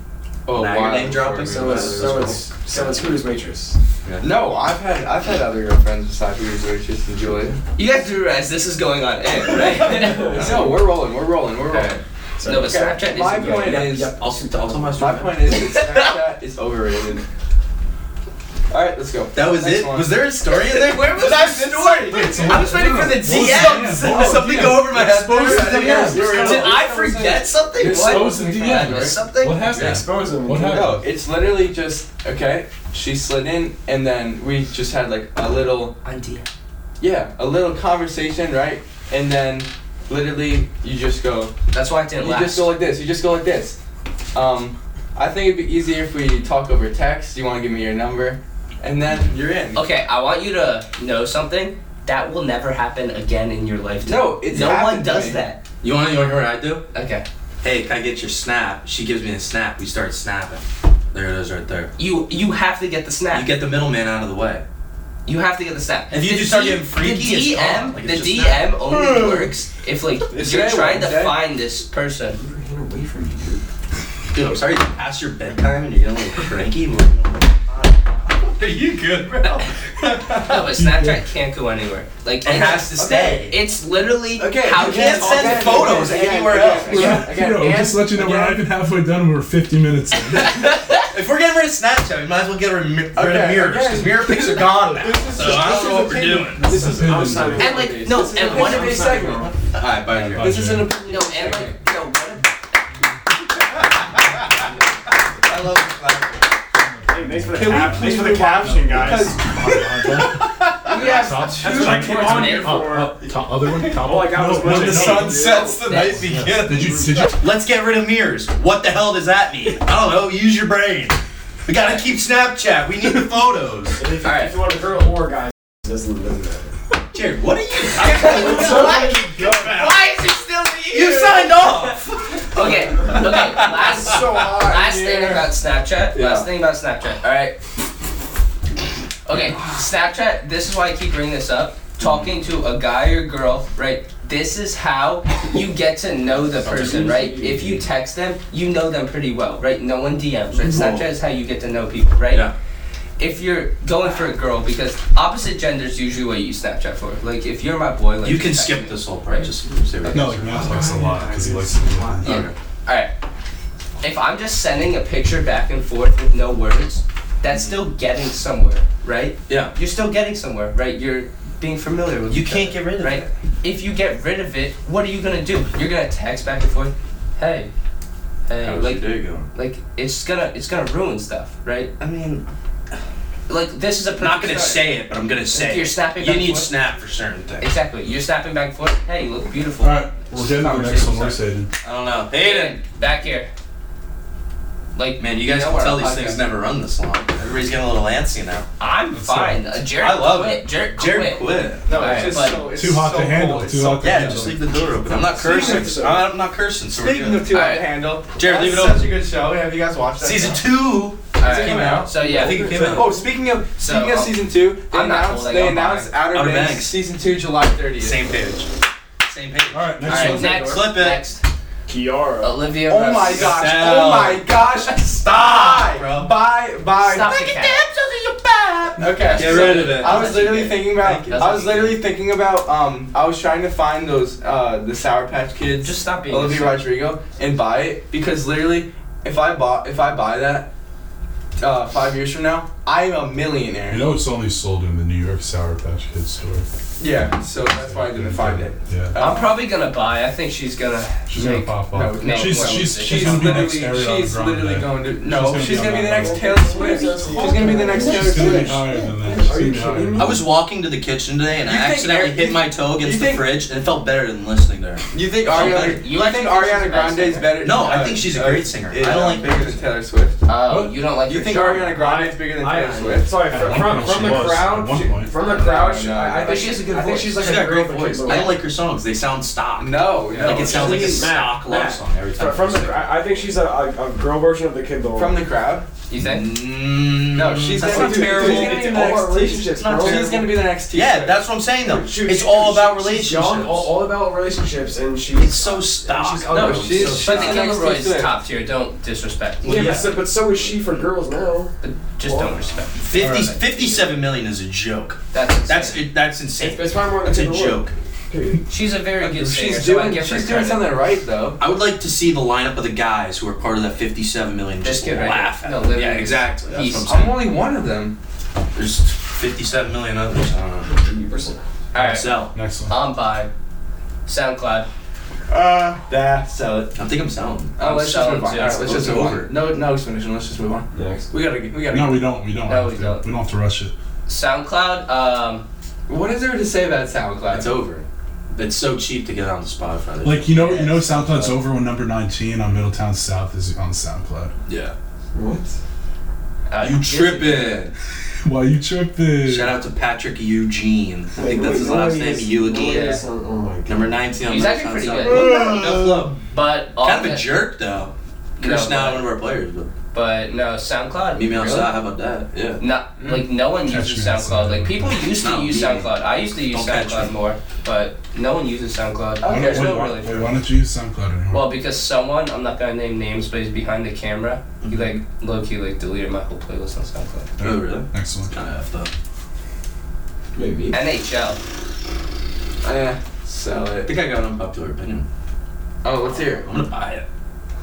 Oh, Now you're wow. name dropping? so it's so it's so it's Hooters waitress. No, I've had I've had other girlfriends besides you, Rachel and Julia. You guys do realize this is going on air, right? No, we're rolling, we're rolling, we're rolling. No, but Snapchat isn't. My going point anywhere. is, I'll, I'll tell my story. my point is, that Snapchat is overrated. All right, let's go. That was Next it. one. Was there a story in there? Where was I that story? I was waiting for the DMs. Yeah, Did something go over my head? Expose the DMs. Did I forget something? What? Expose the What? DM. Did I miss something? What happened? Expose them. What happened? No, it's literally just okay. She slid in, and then we just had like a little, On DM. yeah, a little conversation, right? And then, literally, you just go, That's why I didn't you last. just go like this. You just go like this. Um, I think it'd be easier if we talk over text. You want to give me your number, and then you're in. Okay, I want you to know something. That will never happen again in your lifetime. No, it's no one happened to does me. that. You want to know what I do? Okay, Hey, can I get your snap? She gives me a snap. We start snapping. There it is, right there. you you have to get the snap. You get the middleman out of the way. You have to get the snap. If you the just start getting freaky, the it's DM, gone. Like, it's the just Hmm. DM only works if like It's you're day trying to one, day. find this person. away from you, dude. Dude, I'm sorry you passed your bedtime and you're getting a little cranky. but- Are you good, bro? No, but Snapchat can't go anywhere. Like It has to stay. It's literally Okay, how you can can't send photos anywhere else. Again, again, Yo, and- just let you know, we're not again. even halfway done. We're 50 minutes in. If we're getting rid of Snapchat, we might as well get rid of mi- rid of Okay, mirrors because okay. mirror pics are gone now. This is So just- I this don't know is what we're opinion. doing. This is outside. And like no, This is and an one of opinion segment. All right, bye, Drew. This is an opinion. no, and like no, one of I love this. Hey, thanks for the cap- thanks for the caption, guys. We have That's what I came on here for. Top, top, other one. Top. All I got was when budget. the Sun sets the night begins. Did you? Did you? Let's get rid of mirrors. What the hell does that mean? I don't know. Use your brain. We gotta keep Snapchat. We need photos. If, you- if you want a girl or guys, it doesn't doesn't matter. Jared, what are you? I Why is he still here? You signed off. Okay, okay. Last so hard. last yeah. thing about Snapchat. Yeah. Last thing about Snapchat. All right. Okay, Snapchat. This is why I keep bringing this up. Talking to a guy or girl, right? This is how you get to know the person, right? If you text them, you know them pretty well, right? No one DMs, right? Snapchat is how you get to know people, right? Yeah. If you're going for a girl, because opposite genders usually what you use Snapchat for. Like, if you're my boy, like You can text me. skip this whole part. Just say what No, it like is. Matt likes a lot because he likes to do it. Yeah. Alright. If I'm just sending a picture back and forth with no words, that's still getting somewhere, right? Yeah. You're still getting somewhere, right? You're being familiar with You each can't other, get rid of right? it. If you get rid of it, what are you gonna do? You're gonna text back and forth, hey, hey, How's like your day going? like it's gonna it's gonna ruin stuff, right? I mean, Like this is a I'm not gonna perfect say it, but I'm gonna say you're it. snapping You back need forth. snap for certain start. things. Exactly. You're snapping back and forth, hey, you look beautiful. All right, we're getting to the next one. We're saying. I don't know. Aiden, back here. Like Man, you guys know can our tell these podcast- things never run this long. Everybody's getting a little antsy now. I'm fine. Uh, Jared I love quit. it. Jared, Jared quit. quit. No, Alright, it's just but- so, it's Too hot so to handle, Cool. It's too so hot to Yeah, handle. just leave the door open. I'm not cursing. I'm not cursing. So we're Speaking good. of too hot Alright. to handle, Jared, that's leave it such open. a good show. Have you guys watched that? Season show? two. All It came out. So yeah. I think it came out. Oh, Oh, speaking of So, speaking of um, season two, they I'm not announced holding they on by announced it. Outer, Outer Banks, Banks. season two, July thirtieth. Same page. same page. All right, All next right, one. next. Clip it. Next. Kiara. Olivia. Oh my Rodrigo. gosh! Oh my gosh! Stop! bro. Bye, bye. Stop the cap. Okay. Get rid of it. I was That's literally okay. thinking about. Thank you. That's I was okay. literally thinking about. Um, I was trying to find those uh the Sour Patch Kids. Just stop being. Olivia a- Rodrigo and buy it because literally, if I bought if I buy that, uh, five years from now, I'm a millionaire. You know it's only sold in the New York Sour Patch Kids store. Yeah, so that's why I didn't find it. Yeah. I'm probably gonna buy. I think she's gonna. She's make, gonna pop No, off. no, she's, well, she's, she's She's gonna be literally, next Ariana she's literally Grande. going to. No, She's she's gonna be the next on Taylor Swift. She's gonna be the next Taylor She's gonna be Swift. higher than that. She's Are gonna you be higher kidding than I me? was walking to the kitchen today and You I think accidentally Eric- hit my toe you against the think- fridge and it felt better than listening to her. You think I'm Ariana? better. You think Ariana Grande's better? No, I uh, think she's a uh, great singer. yeah, I don't like bigger than Taylor Swift. Oh, you don't like. You her think genre. Ariana Grande's bigger than Taylor I- Swift? Sorry, At from, one from, point from she the was, at crowd, one she- point. from the crowd, No, she, no, I, I no. think But she has a good I think voice. she's She's like got a a great voice. I I don't like her songs. They sound stock. No, no. Like it sounds like a Matt, stock love Matt. song every time. from the, I I think she's a, a, a girl version of the kid Lord. From the crowd? You think? Mm, No, she's that's gonna not be terrible. She's gonna be the All next about relationships, It's not bro. terrible. She's gonna be the next teacher. Yeah, that's what I'm saying though. She- it's she- all she- about she's young, relationships. all, all about relationships, and she's It's so stock. she's No, ugly. it's she's- so she's But stock. the Next Gilroy to it. is top tier. Don't disrespect. yeah, yeah. But, so, but so is she for girls now. But just don't respect. 50, 57 million is a joke. That's That's insane. that's insane. It's probably more than That's a Taylor Swift. joke. Period. She's a very good singer. She's so I doing give her she's doing credit. something right though. I would like to see the lineup of the guys who are part of that 57 million This just kid right laugh here. at No, them. literally. Yeah, exactly. That's He's- what I'm I'm saying. only one of them. There's 57 million others. I don't know. All right. Sell. that. Next one. I'm by SoundCloud. Uh, that so it. I think I'm selling. Oh, I'm let's just selling move on. too. All right, let's just move Over. on. No, no explanation. Let's just move on. Next. We gotta, get- we gotta. No, we don't. We don't. No, have we to. don't. We don't have to rush it. SoundCloud. Um, What is there to say about SoundCloud? It's over. It's so cheap to get on the Spotify. There's- Like you know, you know, SoundCloud's over when number 19 on Middletown South is on SoundCloud. Yeah. What? uh, You tripping? Why you tripping? Shout out to Patrick Eugene. I think that's his last name. Eugene. Oh my god. Number 19 on He's Middletown actually pretty South. good. No flow. Kind of But a often- jerk though. No, Chris but- not one of our players, but But no, SoundCloud. meet me really? outside. How about that? Yeah. Not Mm. like no one Catch uses me SoundCloud. outside. Like people used to No, use me. SoundCloud. I used to Don't use catch SoundCloud me. more, but no one uses SoundCloud. Oh, Why, There's why, no why, really. why, don't you use SoundCloud anymore? Well, because someone I'm not gonna name names, but he's behind the camera. He Mm-hmm. like low key like deleted my whole playlist on SoundCloud. Yeah. Oh, really? Next one. Kind of effed up. Maybe. NHL. Oh, Yeah, sell I it. think I got an unpopular opinion. Oh, let's hear. it. I'm gonna buy it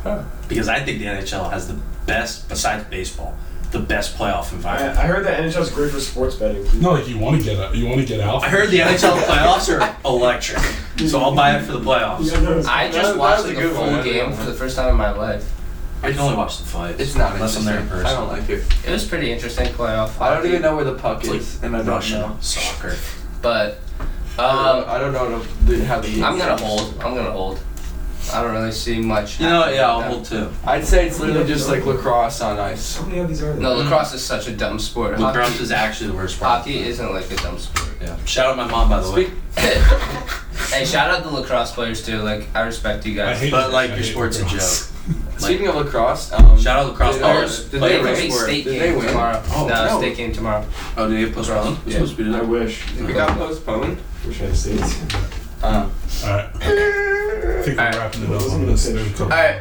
Huh. because I think the NHL has the best, besides baseball, the best playoff I, environment. I heard that NHL's great for sports betting. No, like you want to get out. You want to get out. I heard the NHL playoffs are electric, so I'll buy it for the playoffs. I That was- just that watched was a the good full one. game for the first time in my life. I can only watch the fights. It's not unless I'm there in interesting. I don't person. like it. It was pretty interesting playoff. I don't hockey, even know where the puck It's like is, and I don't Russian know. soccer. But um, I don't know the- how the. I'm gonna hold. I'm gonna hold. I don't really see much. You know, yeah, I'll happening hold too. I'd say it's literally just like lacrosse on ice. How many of these are there? with that. No, lacrosse is such a dumb sport. Mm-hmm. Lacrosse Hockey, is actually the worst part. hockey isn't like a dumb sport. Yeah. Shout out my mom by the way. Speak- Hey, shout out the lacrosse players too. Like, I respect you I guys. hate But it. like I your hate sport's a lacrosse. joke. Speaking of lacrosse, um, Shout out lacrosse did Oh, they- players. Did Play they your Big win? sport. state Did game they win? tomorrow. Oh, no, no. state game tomorrow. Oh, did it get postponed? We're Yeah. supposed to be I today. wish. It got postponed. Wish I had states. Um, All right. I think we're Alright. wrapping it up on this. There's a couple- Alright.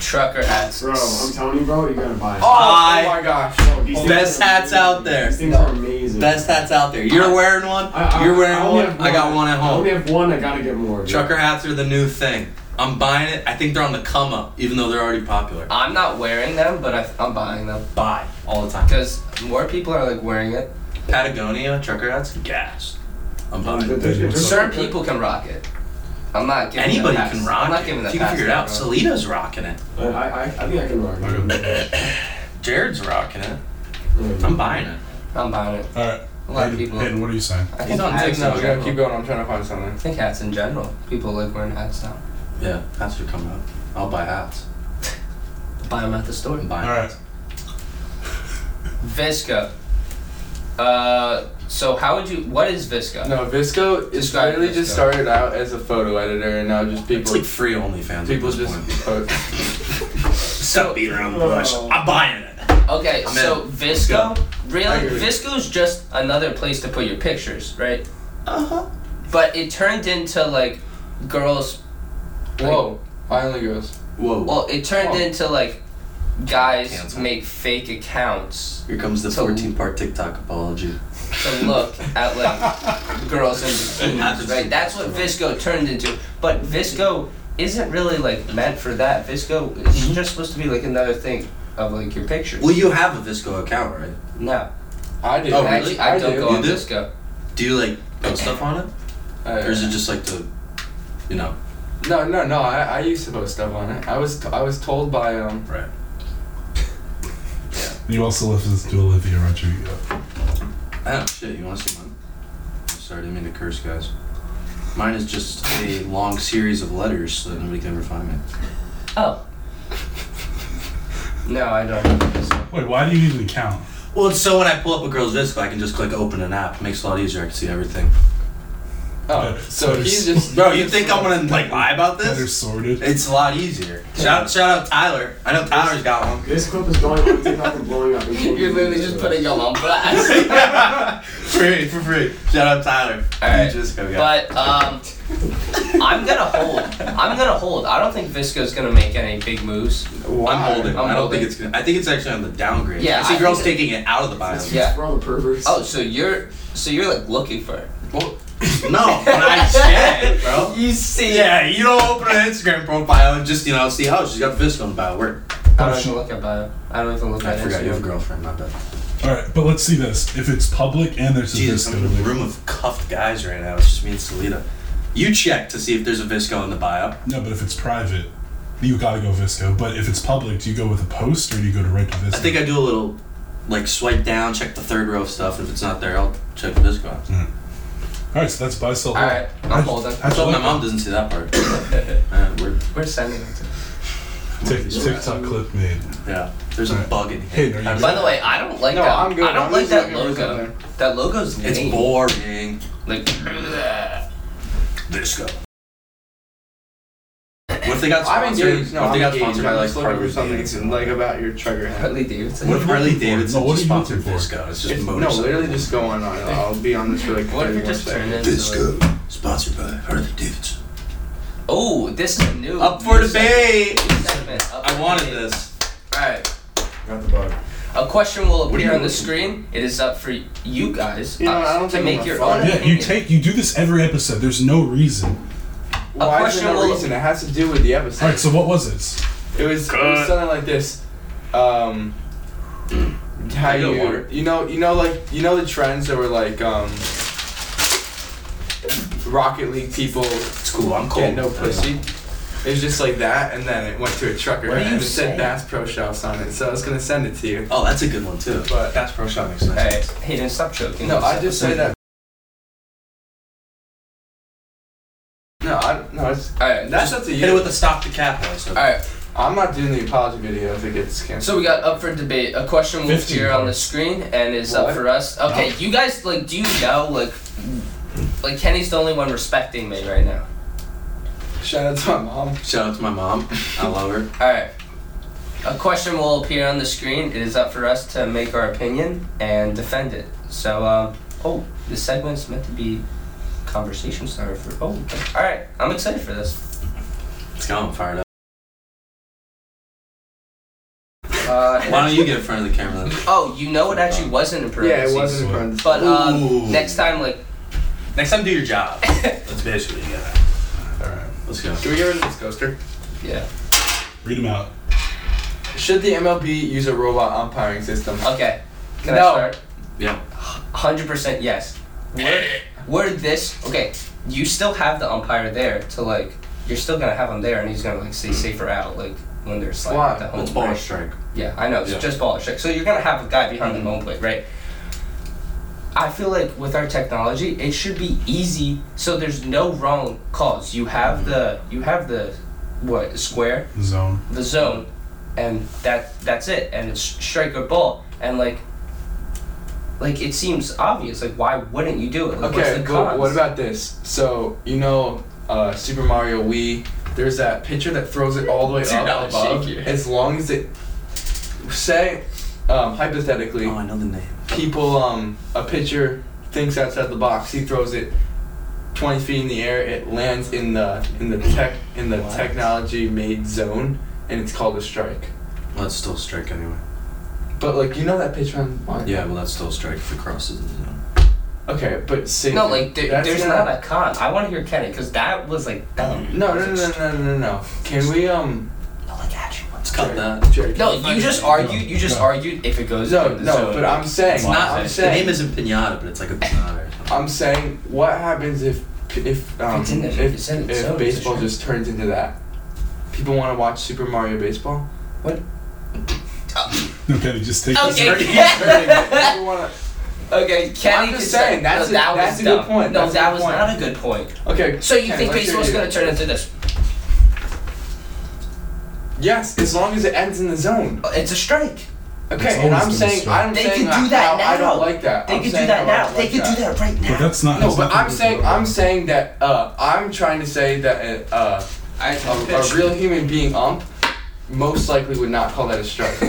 Trucker hats. Bro, I'm telling you, bro, you gotta buy it. oh, I- oh my gosh. These things Best are hats amazing. out there. These things are amazing. Best hats out there. You're wearing one. I- I- You're wearing I only one. have I got one at I only home. have one. I gotta get more. dude. Trucker hats are the new thing. I'm buying it. I think they're on the come up, even though they're already popular. I'm not wearing them, but I, I'm buying them Buy all the time. because more people are like wearing it. Patagonia trucker hats, gas. I'm buying. They're- it. they're- they're- Certain people can rock it. I'm not giving. Anybody the pass. can rock I'm not it. giving the If you can pass figure it to out. that, bro. Selena's rocking it. I, I, I think I can rock. I got that. Jared's rocking it. it. I'm buying it. I'm buying it. All right. A lot of Hayden, people. Hayden, what are you saying? I He's think on hats TikTok. in No, yeah, general. keep going. I'm trying to find something. I think hats in general. People like wearing hats now. Yeah, hats are coming up. I'll buy hats. Buy them at the store. I'm buying. All right. Visca. Uh, so how would you? What is Uh, Visca? No, Visco is Describe literally Visco. just started out as a photo editor, and now just It's people like free OnlyFans. people at this just point. post. Oh. Stop beating around the bush. I'm buying it. Okay, I'm so in. Visco, I really, agree. Visco's just another place to put your pictures, right? Uh Uh-huh. huh. But it turned into like girls. Whoa! Finally girls. Whoa. Well, it turned Whoa. into like guys Cancel. make fake accounts Here comes the 14 part TikTok apology. to look at like girls in bikinis, right? That's what Visco turned into. But Visco isn't really like meant for that. Visco is just supposed to be like another thing of like your pictures. Well, you have a Visco account, right? no, I do. Oh, really? actually, I, I don't do. go You on do? Visco. Do you like post stuff on it, or is it just like the, you know? No, no, no. I, I used to post stuff on it. I was t- I was told by um. Right. You also listen to Olivia Rodrigo. Oh shit! You want to see mine? Sorry, I didn't mean to curse, guys. Mine is just a long series of letters so that nobody can ever find me. Oh. No, I don't. have Visco. Wait, why do you need an account? Well, it's so when I pull up a girl's Visco, I can just click open an app. Makes it a lot easier. I can see everything. Oh, so he's just. Bro, you think I'm gonna like lie about Better this? sorted. It's a lot easier. Shout shout out Tyler. I know Tyler's got one. This clip is going on TikTok and blowing up. You're literally just putting them on blast. free, for free. Shout out Tyler. Alright, You just go get But um, I'm gonna hold. I'm gonna hold. I don't think Visco's gonna make any big moves. I'm holding. I'm I don't holding. think it's gonna. I think it's actually on the downgrade. Yeah, I see I girls think taking it out of the bio. Yeah. For all the perverts. Oh, so you're so you're like looking for it. No, but I check, bro. You see? Yeah, you don't open an Instagram profile and just you know see oh she's got fist on the bio. Where? I don't even look at bio. I don't even look I at forgot you have a Instagram. girlfriend. My bad. Alright, but let's see this. If it's public and there's a Jesus, Visco I'm in a link. room of cuffed guys right now. It's just me and Salita. You check to see if there's a Visco in the bio. No, but if it's private, you gotta go Visco. But if it's public, do you go with a post or do you go direct to Visco? I think I do a little like swipe down, check the third row of stuff. If it's not there, I'll check the Visco. out. Alright, so that's buy sell. All right, I- I'm holding. I I hope feel my like mom doesn't see that part. Alright, we're- We're sending it to. Tik- TikTok clip made. yeah, there's a bug in here. Hey, are you- By the way, I don't like No, that. I'm good. I don't I'm like just that looking for logo. That logo's lame. It's boring. Like, Visco. What if they got I'm sponsored? engaged. No, what if I'm they got engaged. sponsored by I'm like just looking Harley for something Davidson? like about your trigger happy. Harley Davidson. What if Harley Davidson No, what just are you looking sponsored for? Visco? It's just It's, no, motorcycle. literally just go on. I'll, I'll be on this for like What 30 if you more just turn seconds. into like- sponsored by Harley Davidson. Oh, this is new. Up for debate. Segment, up I for wanted debate. this. Alright, Got the bug. a question will do appear you on the looking screen. It is up for you guys You know, us, I don't to think make I'm your gonna own. find Yeah, opinion. you take you do this every episode. There's no reason. Why is there question no will- reason? It has to do with the episode. Alright, so what was it? It was, it was something like this. Um, how I got you water. you know you know like you know the trends that were like um, Rocket League people It's cool. I'm cold. get no pussy. It was just like that, and then it went to a trucker What are and you it said saying? Bass Pro Shops on it. So I was gonna send it to you. Oh, that's a good one too. But- that's pro shot makes sense. Alright, Hayden, stop choking. No, I just say that. No, I no. It's, Alright, that's up Just to Hit it you. with a stop to cap one. So. Alright, I'm not doing the apology video if it gets canceled. so we got up for debate. A question will 15 appear on the screen and is up What? for us. Okay, you guys, like, do you know, like, like Kenny's the only one respecting me right now. Shout out to my mom. Shout out to my mom. I love her. Alright. A question will appear on the screen. It is up for us to make our opinion and defend it. So, um, oh, this segment's meant to be conversation starter for. Oh, alright. I'm excited for this. Let's go. I'm fired up. Uh, Why don't it you actually- get in front of the camera? Then? Oh, you know it actually wasn't in Yeah, parentheses. it wasn't in Sweet. front. But um, Ooh. next time, like, Next time, do your job. That's basically yeah. Alright. Let's go. Can we get rid of this coaster? yeah. Read them out. Should the MLB use a robot umpiring system? Okay. Can No. I start? Yeah. Hundred percent yes. We're, we're this okay. You still have the umpire there to like. You're still gonna have him there, and he's gonna like say safer out like when they're sliding Why? at the home. Let's ball plate. and strike. Yeah, I know. It's Yeah. just ball and strike. So you're gonna have a guy behind the home plate, right? I feel like with our technology, it should be easy. So there's no wrong calls. You have Mm-hmm. the you have the what square Zone. the zone, and that that's it. And it's strike or ball, and like, like it seems obvious. Like, why wouldn't you do it? Like, what's Okay, the but cons? what about this? So you know, uh, Super Mario Wii. There's that pitcher that throws it all the way Dude, up that was above. shaky. As long as it, say, um, hypothetically, oh, I know the name. People, um, a pitcher thinks outside the box. He throws it 20 feet in the air. It lands in the in the tech in the technology made zone, and it's called a strike. Well, it's still a strike anyway. But like you know that pitch on. on- Yeah, well, that's still a strike if it crosses the zone. Okay, but see. No, like there, that's there's not, a con. I want to hear Kenny because that was like dumb. No, no, no, no, no, no, no. Can we um? No, like actually, what's Cut that. Jerry, No, you just argued. You just argued if it goes. No, in the no, zone. but I'm saying- It's not. I'm the saying- name isn't pinata, but it's like a pinata. or something. I'm saying, what happens if if um, It's in the- if, it's in the if zone, baseball it's a just turns into that? People want to watch Super Mario Baseball. No, Kenny, just take this. Okay. People wanna- Okay, Kenny. I'm just can saying, say- that's a- no, that was that's a good dumb. point, No, that's a that good was point. not a good point. okay. So you Ken, think let's hear baseball's you. gonna turn into this? Yes, as long as it ends in the zone. It's a strike. It's Okay, and I'm always been a saying strike. I'm They could saying do I- that I- I now. don't like that. They I'm could do saying I that don't now. like They could do that right But now. that's not. No, has but nothing I'm to do saying with- I'm saying that uh, I'm trying to say that uh, uh, I a, a real human being ump most likely would not call that a strike, or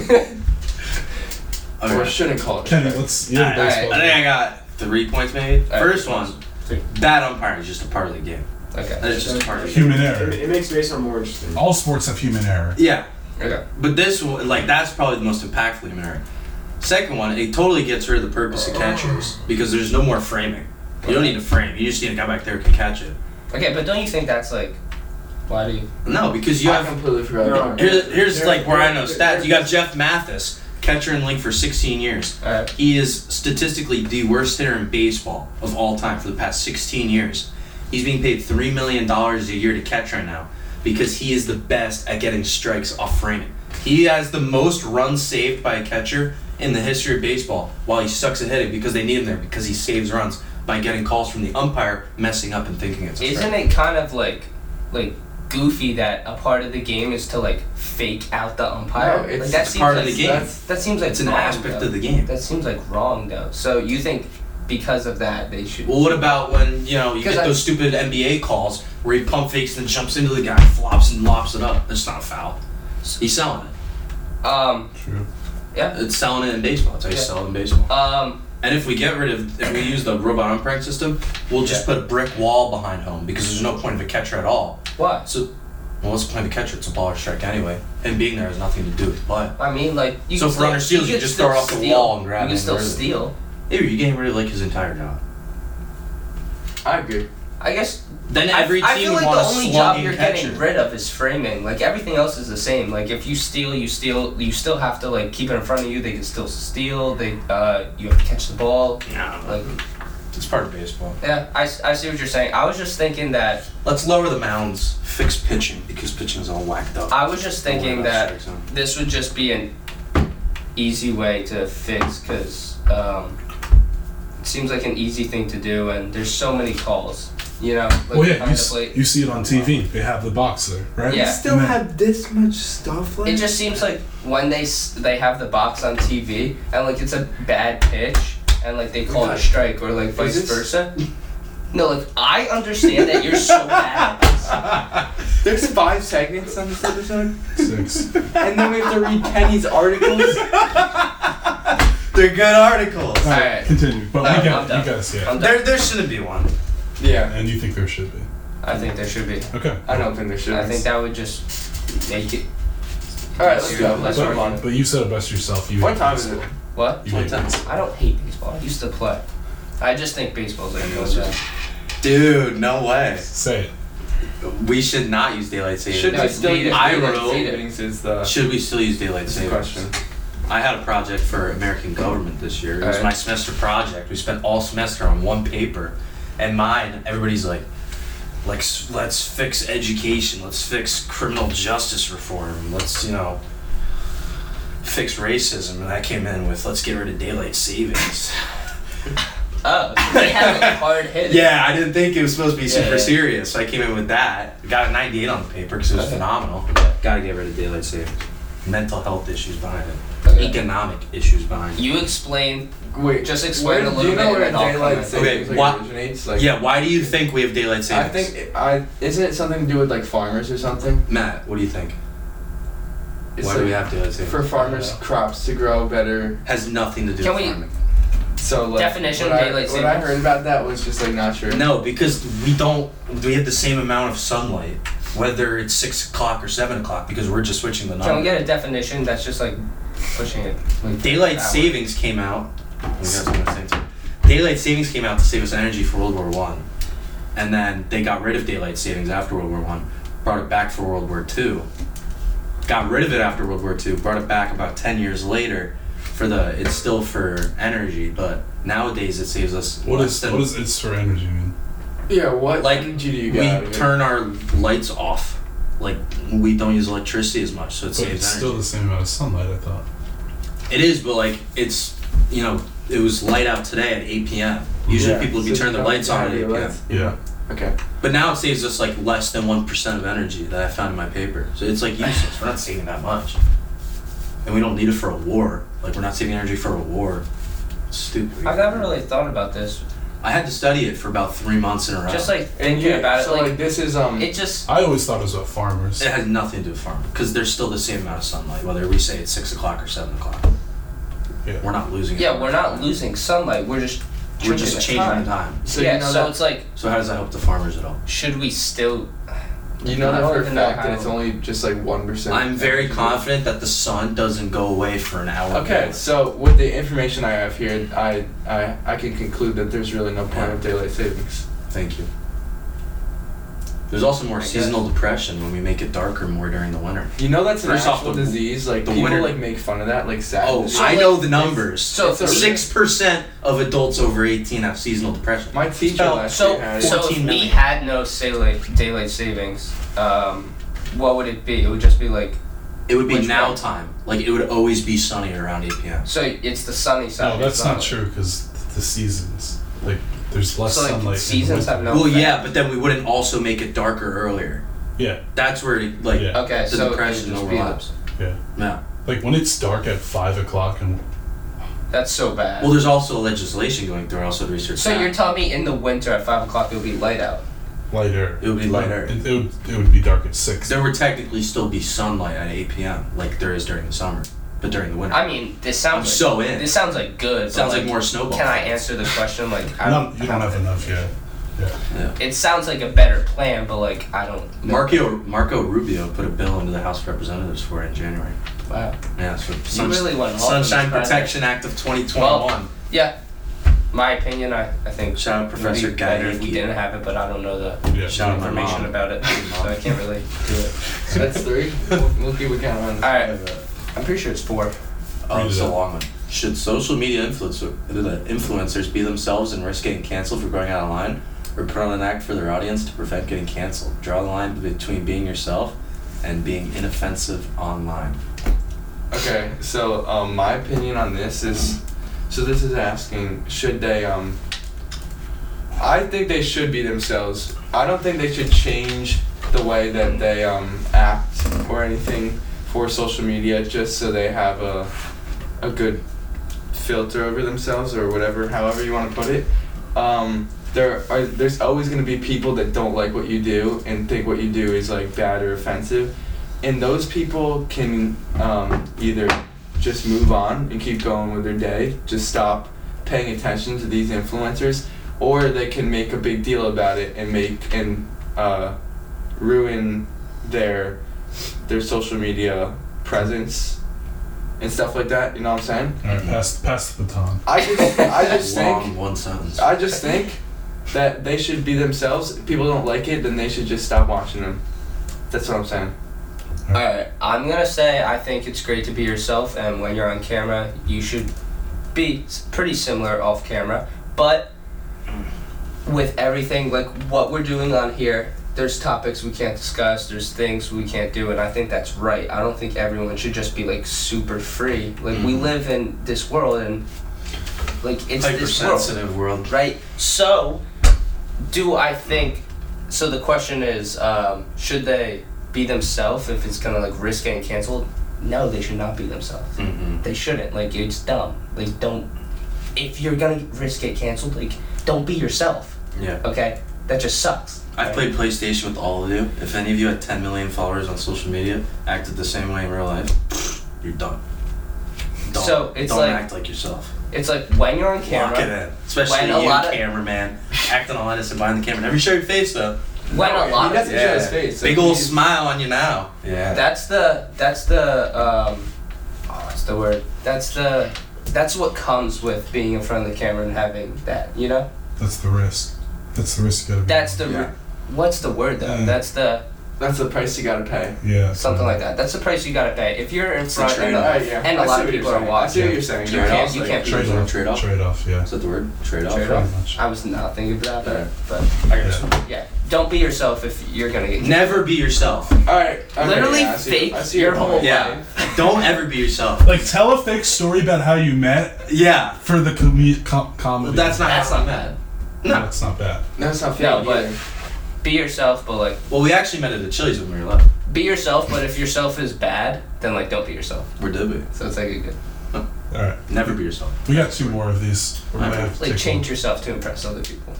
Okay. shouldn't call it. A Kenny, strike. let's. Yeah, All right, baseball. Oh, I think I got three points maybe. right, First one, bad umpire is just a part of the game. Okay. That's just a part of the game. Human It, error. it makes baseball more Oh. interesting. All sports have human error. Yeah, Okay. but this one, like that's probably the most impactful human error. Second one, it totally gets rid of the purpose of catchers because there's no more framing. You don't need to frame. You just need a guy back there who can catch it. Okay, but don't you think that's like? Why do you? No, because you I have. completely forgot. No. about that. Here, here's They're- like where I know they're- stats. You got they're- Jeff Mathis, catcher in league for 16 years. All right. He is statistically the worst hitter in baseball of all time for the past 16 years. He's being paid $3 million a year to catch right now because he is the best at getting strikes off framing. He has the most runs saved by a catcher in the history of baseball while he sucks at hitting because they need him there because he saves runs by getting calls from the umpire messing up and thinking it's a Isn't strike. it kind of like, like goofy that a part of the game is to like fake out the umpire? No, it's- like, that it's seems part of like, the game. That's, that seems like It's an wrong, aspect though. of the game. That seems like wrong though. So you think because of that they should? Well, what about when you know you 'Cause get I- those stupid NBA calls where he pump fakes and jumps into the guy, flops and lops it up? That's not a foul. He's selling it. Um. True. Yeah. It's selling it in baseball. That's how you Yeah. sell it in baseball. Um. And if we get rid of, if we use the robot umpiring system, we'll just put a brick wall behind home because there's no point of a catcher at all. What? So, well, what's the point of a catcher? It's a ball or strike anyway. And being there has nothing to do with the play. I mean, like you. So can if still- runner steals, you can just still throw off the steal. wall and grab You can it still and whatever. steal. Ew, you're getting rid of like his entire job. I agree. I guess. Then I- every I, team feel like wants the only job you're getting rid of is framing. Like everything else is the same. Like if you steal, you steal. You still have to like keep it in front of you. They can still steal. They uh, you have to catch the ball. No, Like it's part of baseball. yeah, I, s- I see what you're saying. I was just thinking that Let's lower the mounds, fix pitching because pitching's all whacked up. I was just Don't worry thinking about that strike zone. this would just be an easy way to fix because um, it seems like an easy thing to do, and there's so many calls. You know, like Well, Oh, yeah, behind you, the s- plate. you see it on TV. They have the box there, right? Yeah. Still And then- have this much stuff left. It just seems like when they s- they have the box on TV and like it's a bad pitch and like they call it a strike or like vice Is this- versa. No, like I understand that you're so bad. at There's five segments on this episode, Six. and then we have to read Kenny's articles. They're good articles. All right, right. continue. But Alright, we I'm got it. done. You guys, this. yeah. I'm done. There, there shouldn't be one. Yeah, And you think there should be? I think there should be. Okay. I don't think there should. I be. think that would just make it. All right, let's go. Let's But- move But, on. but you said it best yourself. You What hate time is it? baseball. What? You hate Twenty baseball. I don't hate baseball. I used to play. I just think baseball's like no Dude, no way. Say it. We should not use daylight savings. Should No, we it's still needed. use I daylight wrote- savings? Is the Should we still use daylight is the savings? question? I had a project for American government this year. It was Alright. my semester project. We spent all semester on one paper, and mine. Everybody's like, like s- let's fix education. Let's fix criminal justice reform. Let's you know fix racism. And I came in with let's get rid of daylight savings. Oh, they have like hard hit. Yeah, I didn't think it was supposed to be Yeah, super yeah. serious. So I came in with that. Got a 98 on the paper because it was phenomenal. Got to get rid of daylight savings. Mental health issues behind it. Okay. Economic issues behind it. You explain. Wait, Just where, explain a do little you know bit. where and I'll daylight comment. savings Okay, like, wha- originates? Like, yeah, why do you think we have daylight I savings? think it, I isn't it something to do with like farmers or something? Matt, what do you think? It's Why do we have to say- for farmers' crops to grow better? Has nothing to do Can with we- farming. So like, Definition What, of I, daylight what I savings. heard about that was just like not true. No, because we don't. We have the same amount of sunlight, whether it's six o'clock or seven o'clock, because we're just switching the Can we number. get a definition that's just like pushing it? like, Daylight that way? savings came out. Oh my God, it's gonna say something. Daylight savings came out to save us energy for World War One, and then they got rid of daylight savings after World War One, brought it back for World War Two, got rid of it after World War Two, brought it back about ten years later. For the it's still for energy, but nowadays it saves us. What less is than- what is it's for energy mean? Yeah. What Like, energy do you we get? out of it? turn our lights off. Like we don't use electricity as much, so it But saves it's energy. still the same amount of sunlight. I thought. it is, but like it's you know it was light out today at 8 p.m. Usually Yeah, people would be so turning their you lights on at don't 8 have your p.m. lights. Yeah. Okay. But now it saves us like less than one percent of energy that I found in my paper. So it's like useless. we're not saving that much, and we don't need it for a war. Like we're not saving energy for a war. It's stupid. I've never really thought about this. I had to study it for about three months in a row. Just like And thinking yeah, about it, so like, like this is um. it just I always thought it was about farmers. It has nothing to do with farming because there's still the same amount of sunlight, whether we say it's six o'clock or seven o'clock. Yeah. We're not losing. yeah, it. we're not losing sunlight. We're just We're just shrinking changing the the time. time. so yeah, you know so that it's like, So how does that help the farmers at all? should we still? you know I that don't for a even know fact that how. it's only just like one percent. I'm very confident that the sun doesn't go away for an hour. Okay, so with the information I have here, I I, I can conclude that there's really no point of daylight savings. Thank you. There's also more guess. seasonal depression when we make it darker more during the winter. You know that's an First off, actual the- disease. Like the people winter- like make fun of that. Like sad. Oh, disease. I know the numbers. So It's a- six percent of adults over 18 have seasonal depression. my teacher So last year so, had. so if 14 we Uh, million. had no daylight daylight savings, um, what would it be? It would just be like it would be Which now way? time. Like it would always be sunny around 8 p.m. so it's the sunny No, side. that's it's not true because the seasons. Like there's less So like sunlight. in the seasons have winter. no. well, effect. yeah, but then we wouldn't also make it darker earlier. Yeah. That's where it, like Yeah. Okay, the so it would depression just be overlaps. Yeah. No. Like when it's dark at five o'clock and That's so bad. Well, there's also legislation going through. I also researched. so that. you're telling me in the winter at five o'clock it'll be light out? lighter. It would be lighter. It, it would it would be dark at six. There would technically still be sunlight at 8 p.m. like there is during the summer, but during the winter. I mean, this sounds I'm so like, in. This sounds like good. but, Sounds like more snowball Can I fights. answer the question? Like, I Not, you don't have enough yet. It sounds like a better plan, but like I don't. know. Marco Marco Rubio put a bill into the House of Representatives for it in January. Wow. Yeah, so You really went long on this Sunshine project. Protection Act of 2021. Yeah. My opinion, I, I think. Shout out it would Professor be better if Geiger. we didn't have it, but I don't know the Yeah. Shout out my information mom. about it, so I can't really do it. So that's three. We'll, we'll keep it count on. All right. I'm pretty sure it's four. Oh, Read it's it a out. long one. Should social media influencer, influencers be themselves and risk getting canceled for going out of line, or put on an act for their audience to prevent getting canceled? Draw the line between being yourself and being inoffensive online. Okay, so um, my opinion on this is, so this is asking, should they um. I think they should be themselves. I don't think they should change the way that they um, act or anything for social media just so they have a, a good filter over themselves or whatever, however you want to put it. Um, there are there's always going to be people that don't like what you do and think what you do is like bad or offensive, and those people can um, either just move on and keep going with their day, just stop paying attention to these influencers, or they can make a big deal about it and make and uh, ruin their their social media presence and stuff like that. You know what I'm saying? All right, pass pass the baton. I just, I just Long think, one sentence. I just think that they should be themselves. If people don't like it, then they should just stop watching them. That's what I'm saying. All right. I'm gonna say I think it's great to be yourself, and when you're on camera, you should be s- pretty similar off camera. But with everything like what we're doing on here, there's topics we can't discuss. There's things we can't do, and I think that's right. I don't think everyone should just be like super free. Like we live in this world, and like it's this world Hypersensitive world. right? So, do I think? So the question is, um, should they be themselves if it's gonna like risk getting canceled? No, they should not be themselves. Mm-hmm. They shouldn't. Like it's dumb. Like don't. If you're gonna risk get canceled, like don't be yourself. Yeah. Okay, that just sucks. I've played PlayStation with all of you. If any of you had 10 million followers on social media, acted the same way in real life, you're done. So, it's don't like- act like yourself. It's like when you're on camera, Lock it in. Especially when you, a lot of cameraman, acting all innocent behind the camera. Never show your face though. when a lot of Yeah. Big old smile on you now. Yeah. That's the that's the um, oh, what's the word? That's the that's what comes with being in front of the camera and having that. You know, That's the risk. That's the risk you gotta be. that's the what's the word though? Mm. That's the That's the price you gotta pay. Yeah. something like that. That's the price you gotta pay if you're in It's a front and, trade-off. a- Oh, yeah. and a I see lot of what people you're are saying. I watching. see what you're saying. You can't, Trade-offs, you like, can't Trade off. Trade off. Trade off, yeah. Is that the word? Trade off. Trade off. much. I was not thinking about that, but I got you. yeah, don't be yourself if you're gonna get. Never be yourself. All right. okay, Literally yeah, I see- fake I see your point. whole Yeah. life. Don't ever be yourself. Like, tell a fake story about how you met Yeah. for the com- com- comedy. That's not That's how not we met. bad. That's not bad. That's not fake. No, but either. be yourself, but like Well, we actually met at the Chili's when we were left. be yourself. But if yourself is bad, then like don't be yourself. Where did we? So it's like a good All right. Never be yourself. We got two more of these. We're gonna have to like take change yourself to impress other people.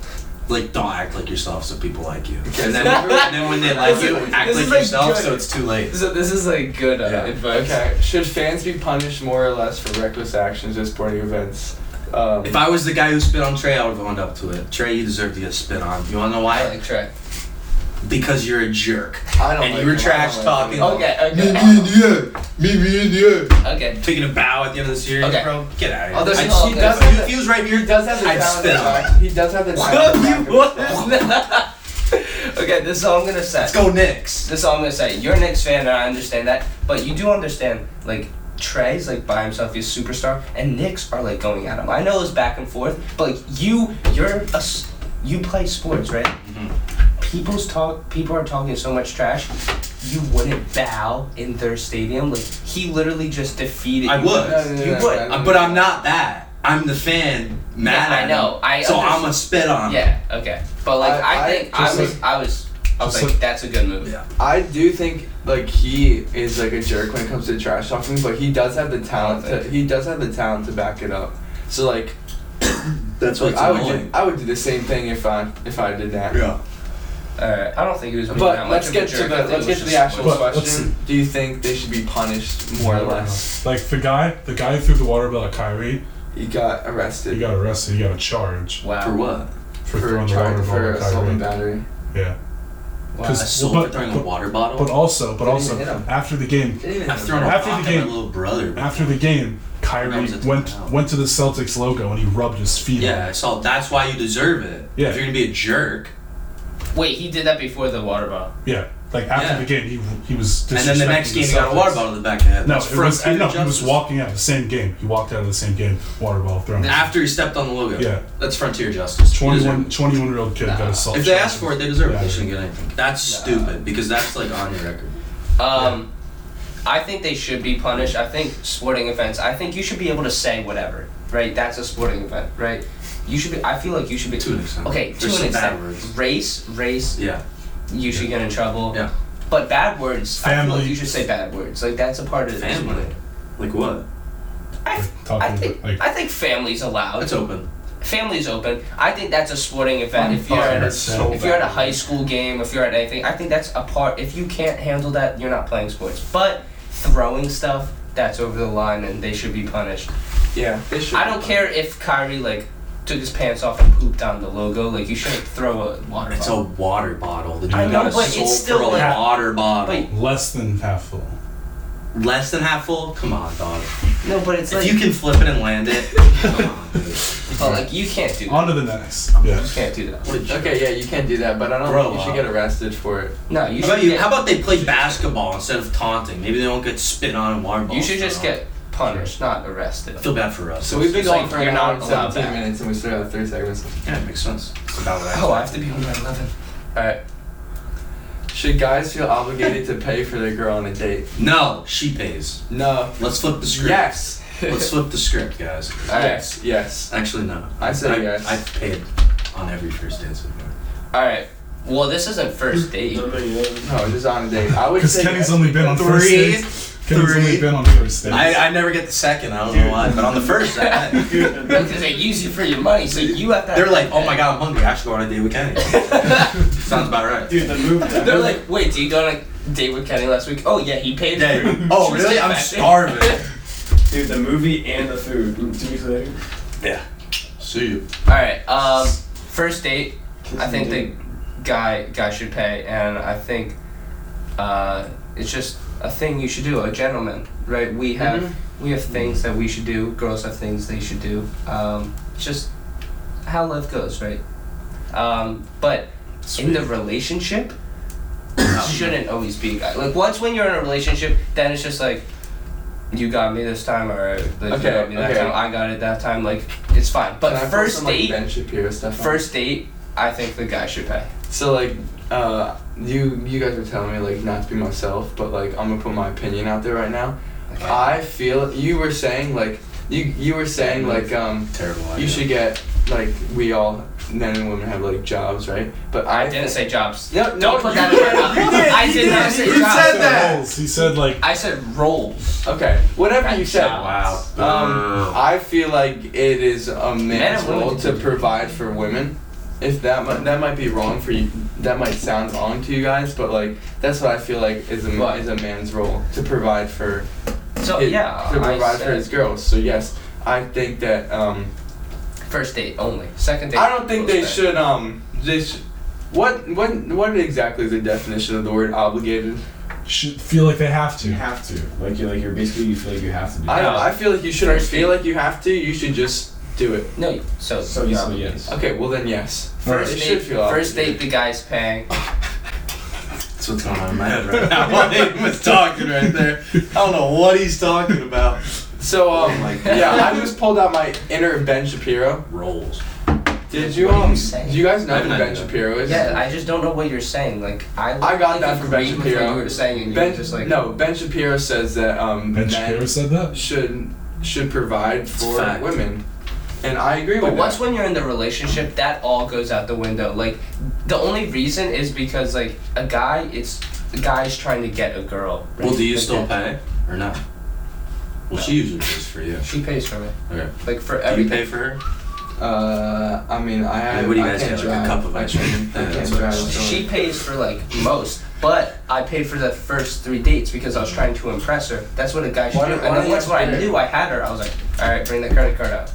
Like, don't act like yourself so people like you. Okay, And then, so- then when they like you, This is- act this like is like yourself good. so it's too late. So this is like good uh, Yeah. advice. Okay. Should fans be punished more or less for reckless actions at sporting events? Um, If I was the guy who spit on Trey, I would have owned up to it. Trey, you deserve to get spit on. You wanna know I why? like Trey. Because you're a jerk. I don't and like you were him, I trash don't like talking. him. Okay, okay, Maybe in the okay. Taking a bow at the end of the series, Okay. bro. Get out Oh, of here. there's I- no- he, okay. does have the- he was right here. He does have the I'd talent. spit to on. back- He does have the talent. to back himself. okay, this is all I'm gonna say. Let's go Knicks. This is all I'm gonna say. You're a Knicks fan, and I understand that, but you do understand like Trey's like by himself, he's a superstar, and Knicks are like going at him. I know it's back and forth, but like you, you're a, s- you play sports, right? Mm-hmm. People's talk. People are talking so much trash. You wouldn't bow in their stadium. Like he literally just defeated. I you. would. No, no, no, You no, would. no, no, Uh, no. But I'm not that. I'm the fan mad Yeah, I at know. him. I so understand. I'm gonna spit on him. Yeah. Okay. But like I, I- I- think I just was, I was, I was just like, that's a good move. Yeah. I do think like he is like a jerk when it comes to trash talking, but he does have the talent. To, he does have the talent to back it up. So like, That's like what's I would annoying. do, I would do the same thing if I if I did that. Yeah. Alright, I don't think he was. being that But much let's of get a to jerk. I the think let's it was get to the just- actual But let's question. Do you think they should be punished more or less? Like the guy, the guy who threw the water bottle at Kyrie, He got he arrested got arrested. He got a charge Wow. For what? for for, throwing the water charging bottle for at assault and Kyrie. battery. Yeah. Wow. Cause- Assault well, for throwing a but- water bottle. But also, but They didn't also hit him. after the game, I've thrown a After the rock at my game- little brother. before. after the game, That Kyrie was a went timeout. went to the Celtics logo and he rubbed his feet. Yeah, I saw. That's why you deserve it. Yeah. If you're gonna be a jerk, Wait, he did that before the water bottle. Yeah. Like after Yeah. the game, he he was. and then the next disrespecting game you got a water Celtics. bottle in the back of the head. No, That's it was, frontier no, he was justice. walking out of the same game. He walked out of the same game, water bottle thrown. after he stepped on the logo. Yeah. That's frontier justice. You 21, deserve 21 year old kid got it. assaulted. If they ask for it, they deserve it. Yeah. They shouldn't get anything. That's stupid because that's like on your record. Um, I think they should be punished. I think sporting events. I think you should be able to say whatever, right? That's a sporting event, right? You should be. I feel like you should be. To an extent. Okay, to There's some an bad extent. words. Race, race. Yeah. You should get in trouble. Yeah. But bad words. I feel Family. like you should say bad words. Like that's a part of the Family. Like what? I, Talking I think about, like- I think family's allowed. It's open. family's open. I think that's a sporting event. If you're at a, that's so if you're at a high school game, if you're at anything, I think that's a part. If you can't handle that, you're not playing sports. But throwing stuff, that's over the line, and they should be punished. Yeah, they should. I don't care if Kyrie like took his pants off and pooped on the logo. Like you shouldn't throw a water. It's a bottle. water bottle. The dude I know, got but it's assaulted still for a like- water bottle. Wait. Less than half full. Less than half full. Come on, dog. no, but it's If like you can flip it and land it, come on, dude. but, like you can't do that. On to the next. Yeah. You can't do that. What a jerk. Okay, yeah, you can't do that, but I don't Grow think you should get up. arrested for it. No, you How about, should. you, how Get, about they play basketball instead of taunting? Maybe they won't get spit on and water balls. you should just thrown. get punished, not arrested. I feel bad for us. So we've been It's going like for an you're hour not and allowed 17 back. minutes, and we still have three seconds. Yeah, it makes sense. It's about what I Oh, I have to be home by eleven. All right. Should guys feel obligated to pay for their girl on a date? No, she pays. No. Let's flip the script. Yes. Let's flip the script, guys. yes. Yes. Actually, no. I said I, yes. I've paid on every first dance with her. All right. Well, this isn't first date. No, no, you haven't. No, just Oh, on a date. I would Because say Kenny's yes. only been on first Three. dates. Kenny's only Three. been on first dates. I, I never get the second. I don't know why, but on the first, I, because they use you for your money, so you have to. they're like, "Oh my god, I'm hungry. I should go on a date with Kenny." Sounds about right. Dude, the move. They're like, wait, did you go on a date with Kenny last week? Oh yeah, he paid. Yeah, for it." oh, She was really? getting I'm back. starving. Dude, the movie and the food. Two weeks later. See you. All right. Um, first date. I think the guy guy should pay, and I think uh, it's just a thing you should do. A gentleman, right? We Mm-hmm. have we have things that we should do. Girls have things they should do. Um, it's just how life goes, right? Um, but in the relationship, it shouldn't always be a guy. Like once when you're in a relationship, then it's just like. You got me this time, or like, Okay, you got me that okay. time. I got it that time. Like it's fine. But Can I put first some, date, like, Ben Shapiro stuff. on? First date, I think the guy should pay. So like, uh, you you guys were telling me like not to be myself, but like I'm gonna put my opinion out there right now. I feel you were saying like you you were saying like um Terrible you idea. should get like we all men and women have like jobs right, but I I didn't say jobs. No, no, Don't put you that did, in my mouth. you did, I you did, did, not say you jobs. said that. Rolls. He said like I said roles. Okay, whatever you said. Wow. Um, I feel like it is a man's women role do to different. provide for women. If that might, that might be wrong for you, that might sound wrong to you guys, but like that's what I feel like is a ma- is a man's role to provide for So his- yeah, to I provide for said his girls. So yes, I think that um, first date only. Second date. I don't think they goes back. should um they sh- what what what exactly is the definition of the word obligated? should feel like they have You to. have to. Like you're like you're basically you feel like you have to do. I it. don't, I feel like you shouldn't First feel date. like you have to. You should just do it. No. you- So, So yeah. you so yes. Okay, well then yes. First It should date. feel obligated. First date, the guy's paying. That's what's going on in my head right now. What he was talking right there. I don't know what he's talking about. So um, Oh my God. yeah, I just pulled out my inner Ben Shapiro. Rolls. Did you What are you um? saying? do you guys know I have who an Ben idea. Shapiro is? Yeah, I just don't know what you're saying. Like I. I got like, that from Ben agreed with Shapiro. What you were saying, and you Ben were just like no Ben Shapiro says that um Ben men Shapiro said that. should should provide for fact. women, and I agree But with once that. when you're in the relationship, that all goes out the window. Like the only reason is because like a guy, it's a guy's trying to get a girl. right? Well, do you Like, still that- pay or not? Well, she usually pays for you. She pays for me. Okay. Like for Do you everything. pay for her? Uh, I mean I have. What do you I guys can't get? Like drive. a cup of ice cream? I can't That's what- drive. She pays for like most, but I paid for the first three dates because I was trying to impress her. That's what a guy should Why do. don't- And why don't then you once when I compare? knew I had her, I was like, all right, bring the credit card out.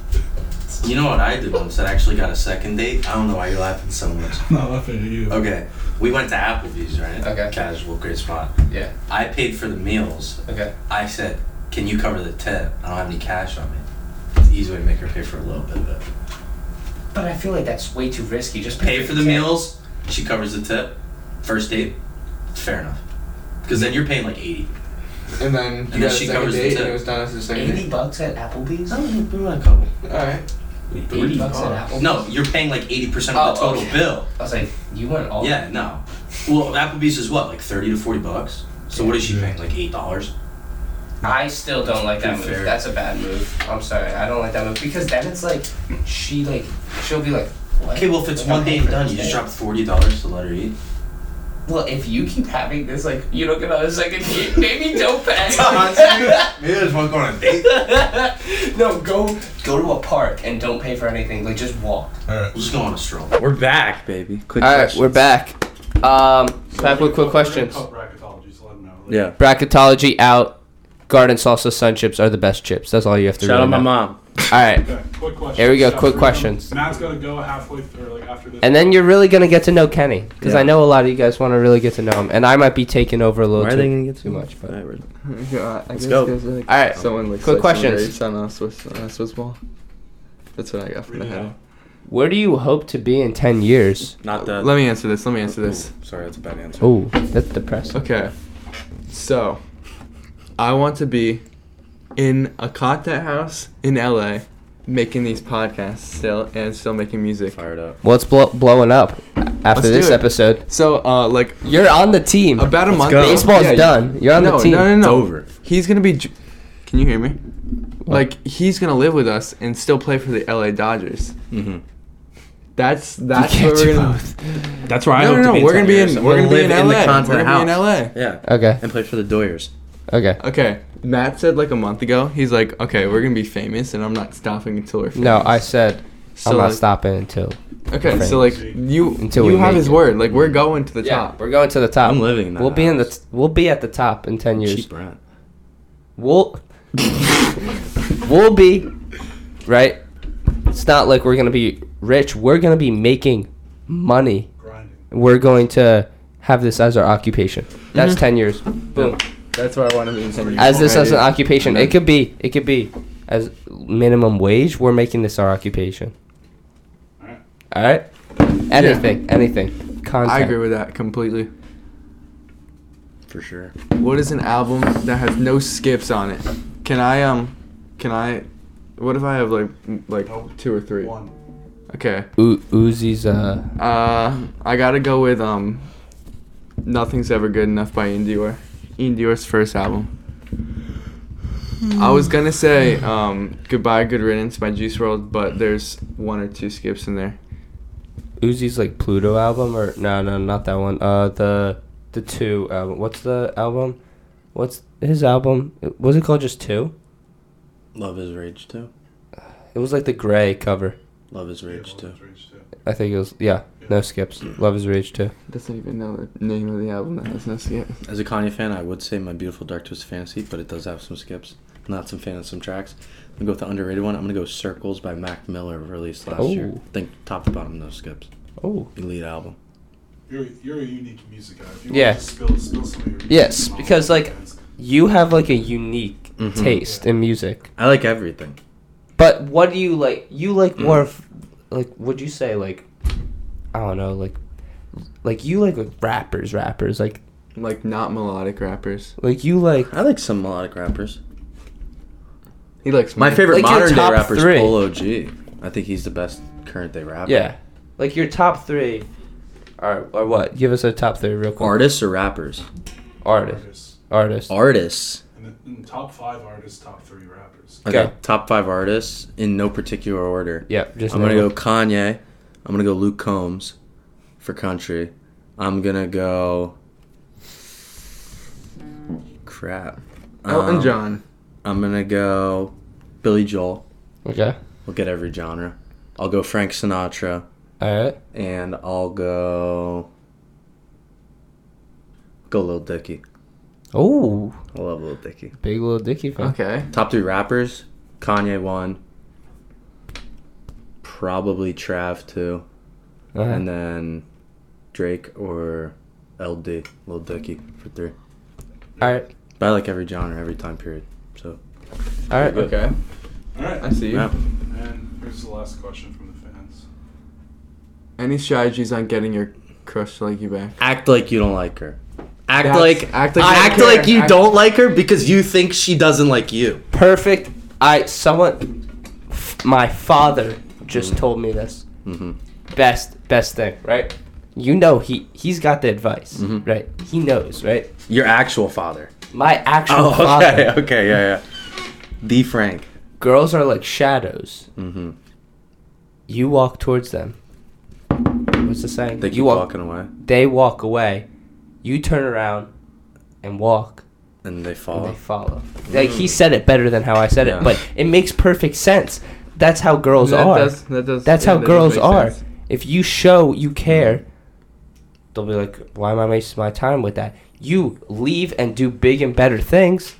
You know what I did once that actually got a second date? I don't know why you're laughing so much. I'm not laughing at you. Okay. We went to Applebee's, right? Okay. Casual, great spot. Yeah. I paid for the meals. Okay. I said, Can you cover the tip? I don't have any cash on me. It's an easy way to make her pay for a little bit of it. But I feel like that's way too risky. Just Pay for the tip. meals, she covers the tip. First date, fair enough. Because then you're paying like 80. And then you then got a she second covers the date, and tip. it was done as a second Eighty date. bucks at Applebee's. we want a couple. All right. Eighty bucks at Applebee's. No, you're paying like 80% of Oh, the total okay. bill. I was like, you went all. Yeah, no. Well, Applebee's is what, like 30 to 40 bucks? So what is she paying? Like $8? I still don't like that move. Unfair. That's a bad move. I'm sorry. I don't like that move because then it's like she like she'll be like, what? Okay, well, if it's Like, I'm one day paying and for done, this you day. just drop $40 to let her eat. Well, if you keep having this, like you don't get another second date, maybe don't pay. Maybe I just want to go on a date. no, go go to a park and don't pay for anything. Like just walk. We'll just go on a stroll. We're back, baby. Quick All right, we're back. Um, back with quick questions. Yeah. Bracketology out. Garden salsa sun chips are the best chips. That's all you have to. Shout really out my know. mom. All right, Okay, quick questions. Here we go, quick Got three of them. questions. Matt's gotta go halfway through, like after this. and then you're really gonna get to know Kenny because Yeah. I know a lot of you guys want to really get to know him, and I might be taking over a little Why are too, they gonna get too much. But Alright, we're- Yeah, I guess go. 'cause, like, All right, Someone looks quick like someone questions. raised on a Swiss, on a Swiss ball. That's what I got from the Read it head. out. where do you hope to be in ten years? Not the. Uh, Let me answer this. Let me answer this. Ooh, sorry, that's a bad answer. Oh, that's depressing. Okay. So, I want to be in a content house in LA, making these podcasts still and still making music. Fired up. Well, it's blow- blowing up after this Let's do it. episode. So, uh, like You're on the team. about a month. go. Baseball's Yeah, you- done. You're on no, the team. No, no, no, It's over. He's gonna be. j- Can you hear me? Like he's gonna live with us and still play for the LA Dodgers. Mm-hmm. That's that's can't what we're do gonna. That's where no, no, no. We're gonna be in. We're gonna be in LA. the content we're gonna house. be in LA. Yeah. Okay. And play for the Doyers. Okay. Okay, Matt said like a month ago. He's like, okay, we're gonna be famous, and I'm not stopping until we're famous. No, I said So I'm not like- stopping until. Okay, Frames. so like you Until we you have make his it. word. Like we're going to the Yeah, top. We're going to the top. I'm living in that We'll be in the. T- we'll be at the top in ten years. Cheap rent. We'll. we'll be, right? It's not like we're gonna be rich. We're gonna be making money. We're going to have this as our occupation. That's Mhm. ten years. Boom. That's what I want to be. in As this as an occupation, it could be. It could be as minimum wage. We're making this our occupation. All right. Anything. Anything. Content. I agree with that completely. For sure. What is an album that has no skips on it? Can I um, can I? What if I have like m- like two or three? One. Okay. U- Uzi's uh. Uh, I gotta go with um, nothing's ever good enough by Indior. Indior's first album. I was gonna say um, goodbye, good riddance by Juice World, but there's one or two skips in there. Uzi's like Pluto album or no no not that one. Uh the the two album. What's the album? What's his album? Was it called just two? Love is rage too. It was like the gray cover. Love is rage too. I think it was yeah. No skips. Love is rage too. Doesn't even know the name of the album that has no skips. As a Kanye fan, I would say My Beautiful Dark Twisted Fantasy, but it does have some skips. Not some fan of some tracks. I'm gonna go with the underrated one. I'm gonna go Circles by Mac Miller, released last year. Oh. I think top to bottom, no skips. Oh. Elite album. You're, you're a unique music guy. If you Yeah. want to spill, spill some of your music Yes, knowledge, because like you have like a unique Mhm. Mm-hmm. taste in music. I like everything. But what do you like? You like Mm. more of like would you say like I don't know like like you like rappers rappers like Like not melodic rappers. like you like I like some melodic rappers. He likes My favorite Like your modern day top rapper is three. Polo G. I think he's the best current day rapper. Yeah. Like your top three are, are what? Give us a top three real quick. Artists or rappers? Artist. Artist. Artists. And, the, and top five artists, top three rappers. Okay. Go. Top five artists in no particular order. Yep. Just I'm gonna name go them. Kanye. I'm gonna go Luke Combs for country. I'm gonna go. Crap. Elton Um, John. I'm gonna go Billy Joel. Okay. We'll get every genre. I'll go Frank Sinatra, All right. and I'll go. Go Lil Dicky. Oh, I love Lil Dicky. big little Dicky fan. Okay. Top three rappers: Kanye one, probably Trav two. All right. and then Drake or LD, Lil Dicky for three. All right. But I like every genre, every time period. So All right. Okay. All right. I see you. yeah. And here's the last question from the fans. Any strategies on getting your crush to like you back? act like you don't like her. Act That's- like act like you act like, don't act care. like you Act- don't like her because you think she doesn't like you. Perfect. I someone, my father just told me this. Mm-hmm. Best best thing, right? You know he he's got the advice, Mhm. right? He knows, right? Your actual father. My actual Oh, okay, father. okay, yeah, yeah. D Frank. Girls are like shadows. Mm-hmm. You walk towards them. What's the saying? They keep you walk walking away they walk away, you turn around and walk, and they and fall. they follow. Like he said it better than how I said Yeah. it, but it makes perfect sense. That's how girls that are. Does, that does, That's yeah, how that does girls make are. sense. If you show you care, Mm-hmm. they'll be like, "Why am I wasting my time with that?" You leave and do big and better things.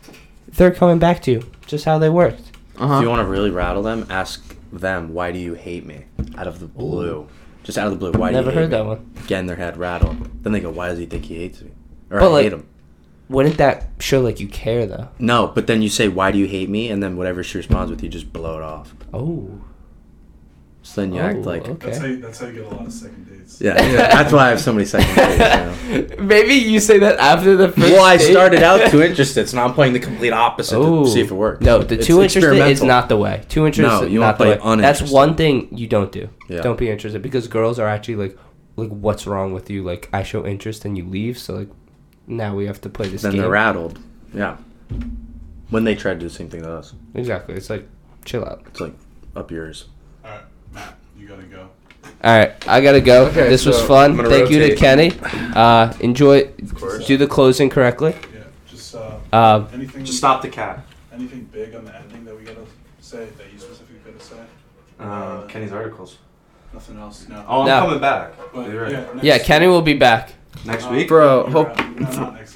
They're coming back to you, just how they worked. If you Uh-huh. want to really rattle them, ask them why do you hate me out of the blue. Just out of the blue, why do you Never hate heard me? that one. get in their head, rattle. Then they go, "Why does he think he hates me?" Or But, I like- hate him. Wouldn't that show like you care though? No, but then you say, "Why do you hate me?" And then whatever she responds with, you just blow it off. Oh, So then you Oh, act like, okay. That's, how you, that's how you get a lot of second dates. yeah, that's why I have so many second dates. You know? maybe you say that after the first. well, I date. started out too interested, so now I'm playing the complete opposite Ooh. to see if it works. No, the It's too interested is experimental. not the way. Too interested, No, you wanna not the way. play uninterested. That's one thing you don't do. Yeah. Don't be interested because girls are actually like, like, what's wrong with you? Like, I show interest and you leave, so like, now we have to play this Then game. they're rattled. Yeah. When they try to do the same thing to us, exactly. It's like, chill out. it's like up yours. All right, Matt, you gotta go. All right, I gotta go. Okay, this was so fun. I'm Thank gonna you to rotate. Kenny. Uh, enjoy. Do the closing correctly. Yeah. Just uh, Uh, anything. Just stop the cat. Anything big on the ending that we gotta say Uh, that you specifically gotta say? um, Kenny's articles. Nothing else. No. Oh, I'm No. coming back. But, You're right. uh, yeah, Yeah, Kenny will be back. Next Uh, week, bro. Hope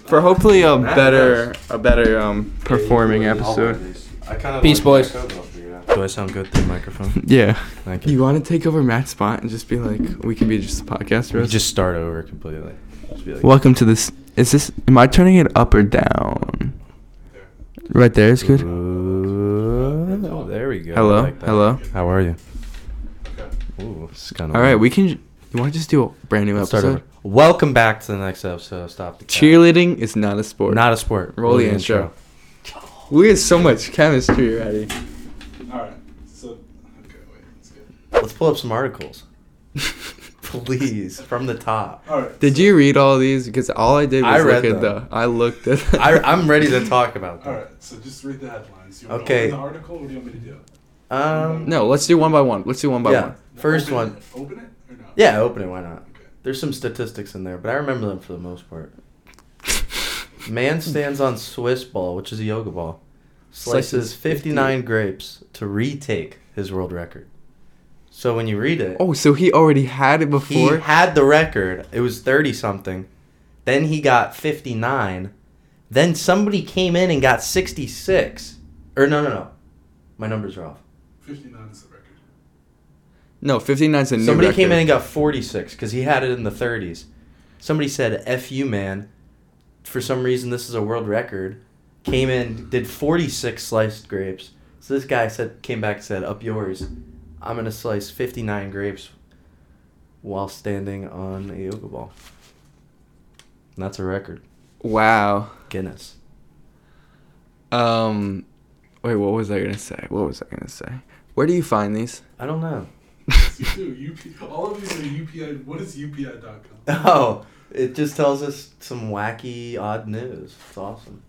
for hopefully a better a better um performing I'll wear episode. these. I kind of Peace, boys. Do I sound good through the microphone? Yeah. Thank You want to take over Matt's spot and just be like, we can be just a podcast, bro. Just start over completely. Just be like, Welcome to this. Is this? Am I turning it up or down? Right there is good. Ooh, oh, there we go. I Hello, like that. hello. How are you? Ooh, this is kind of. All right, we can. You want to just do a brand new start episode? over. Welcome back to the next episode. of Stop the Cap. Cheerleading is not a sport. Not a sport. Roll the intro. We had so much chemistry already. Alright, so. Okay, wait, that's good. Let's pull up some articles, please, from the top. Alright. Did you read all these? Because all I did I was look read at the. them. I looked at. I, I'm ready to talk about them. Alright, so just read the headlines. You want Okay. to open the article or do you want me to do it? Um, no, let's do one by one. Let's do one by yeah, one. first Open one. It, open it or not? Yeah, open it. Why not? Okay. There's some statistics in there, but I remember them for the most part. Man stands on Swiss ball, which is a yoga ball, slices Slices 59 grapes to retake his world record. So when you read it, Oh, so he already had it he before. had the record. It was 30 something. Then he got 59. Then somebody came in and got 66. Or no, no, no. My numbers are off. 59 is the record. no, 59 is a new Somebody came in record. and got 46 because he had it in the 30s. Somebody said, F you, man. For some reason, this is a world record. Came in, did 46 sliced grapes. So this guy said, came back and said, Up yours. I'm going to slice 59 grapes while standing on a yoga ball. And that's a record. Wow. Guinness. Um, wait, what was I gonna say? What was I gonna say? Where do you find these? I don't know. Yes, you do. UP, all of these are UPI. What is UPI.com? Oh, it just tells us some wacky, odd news. It's awesome.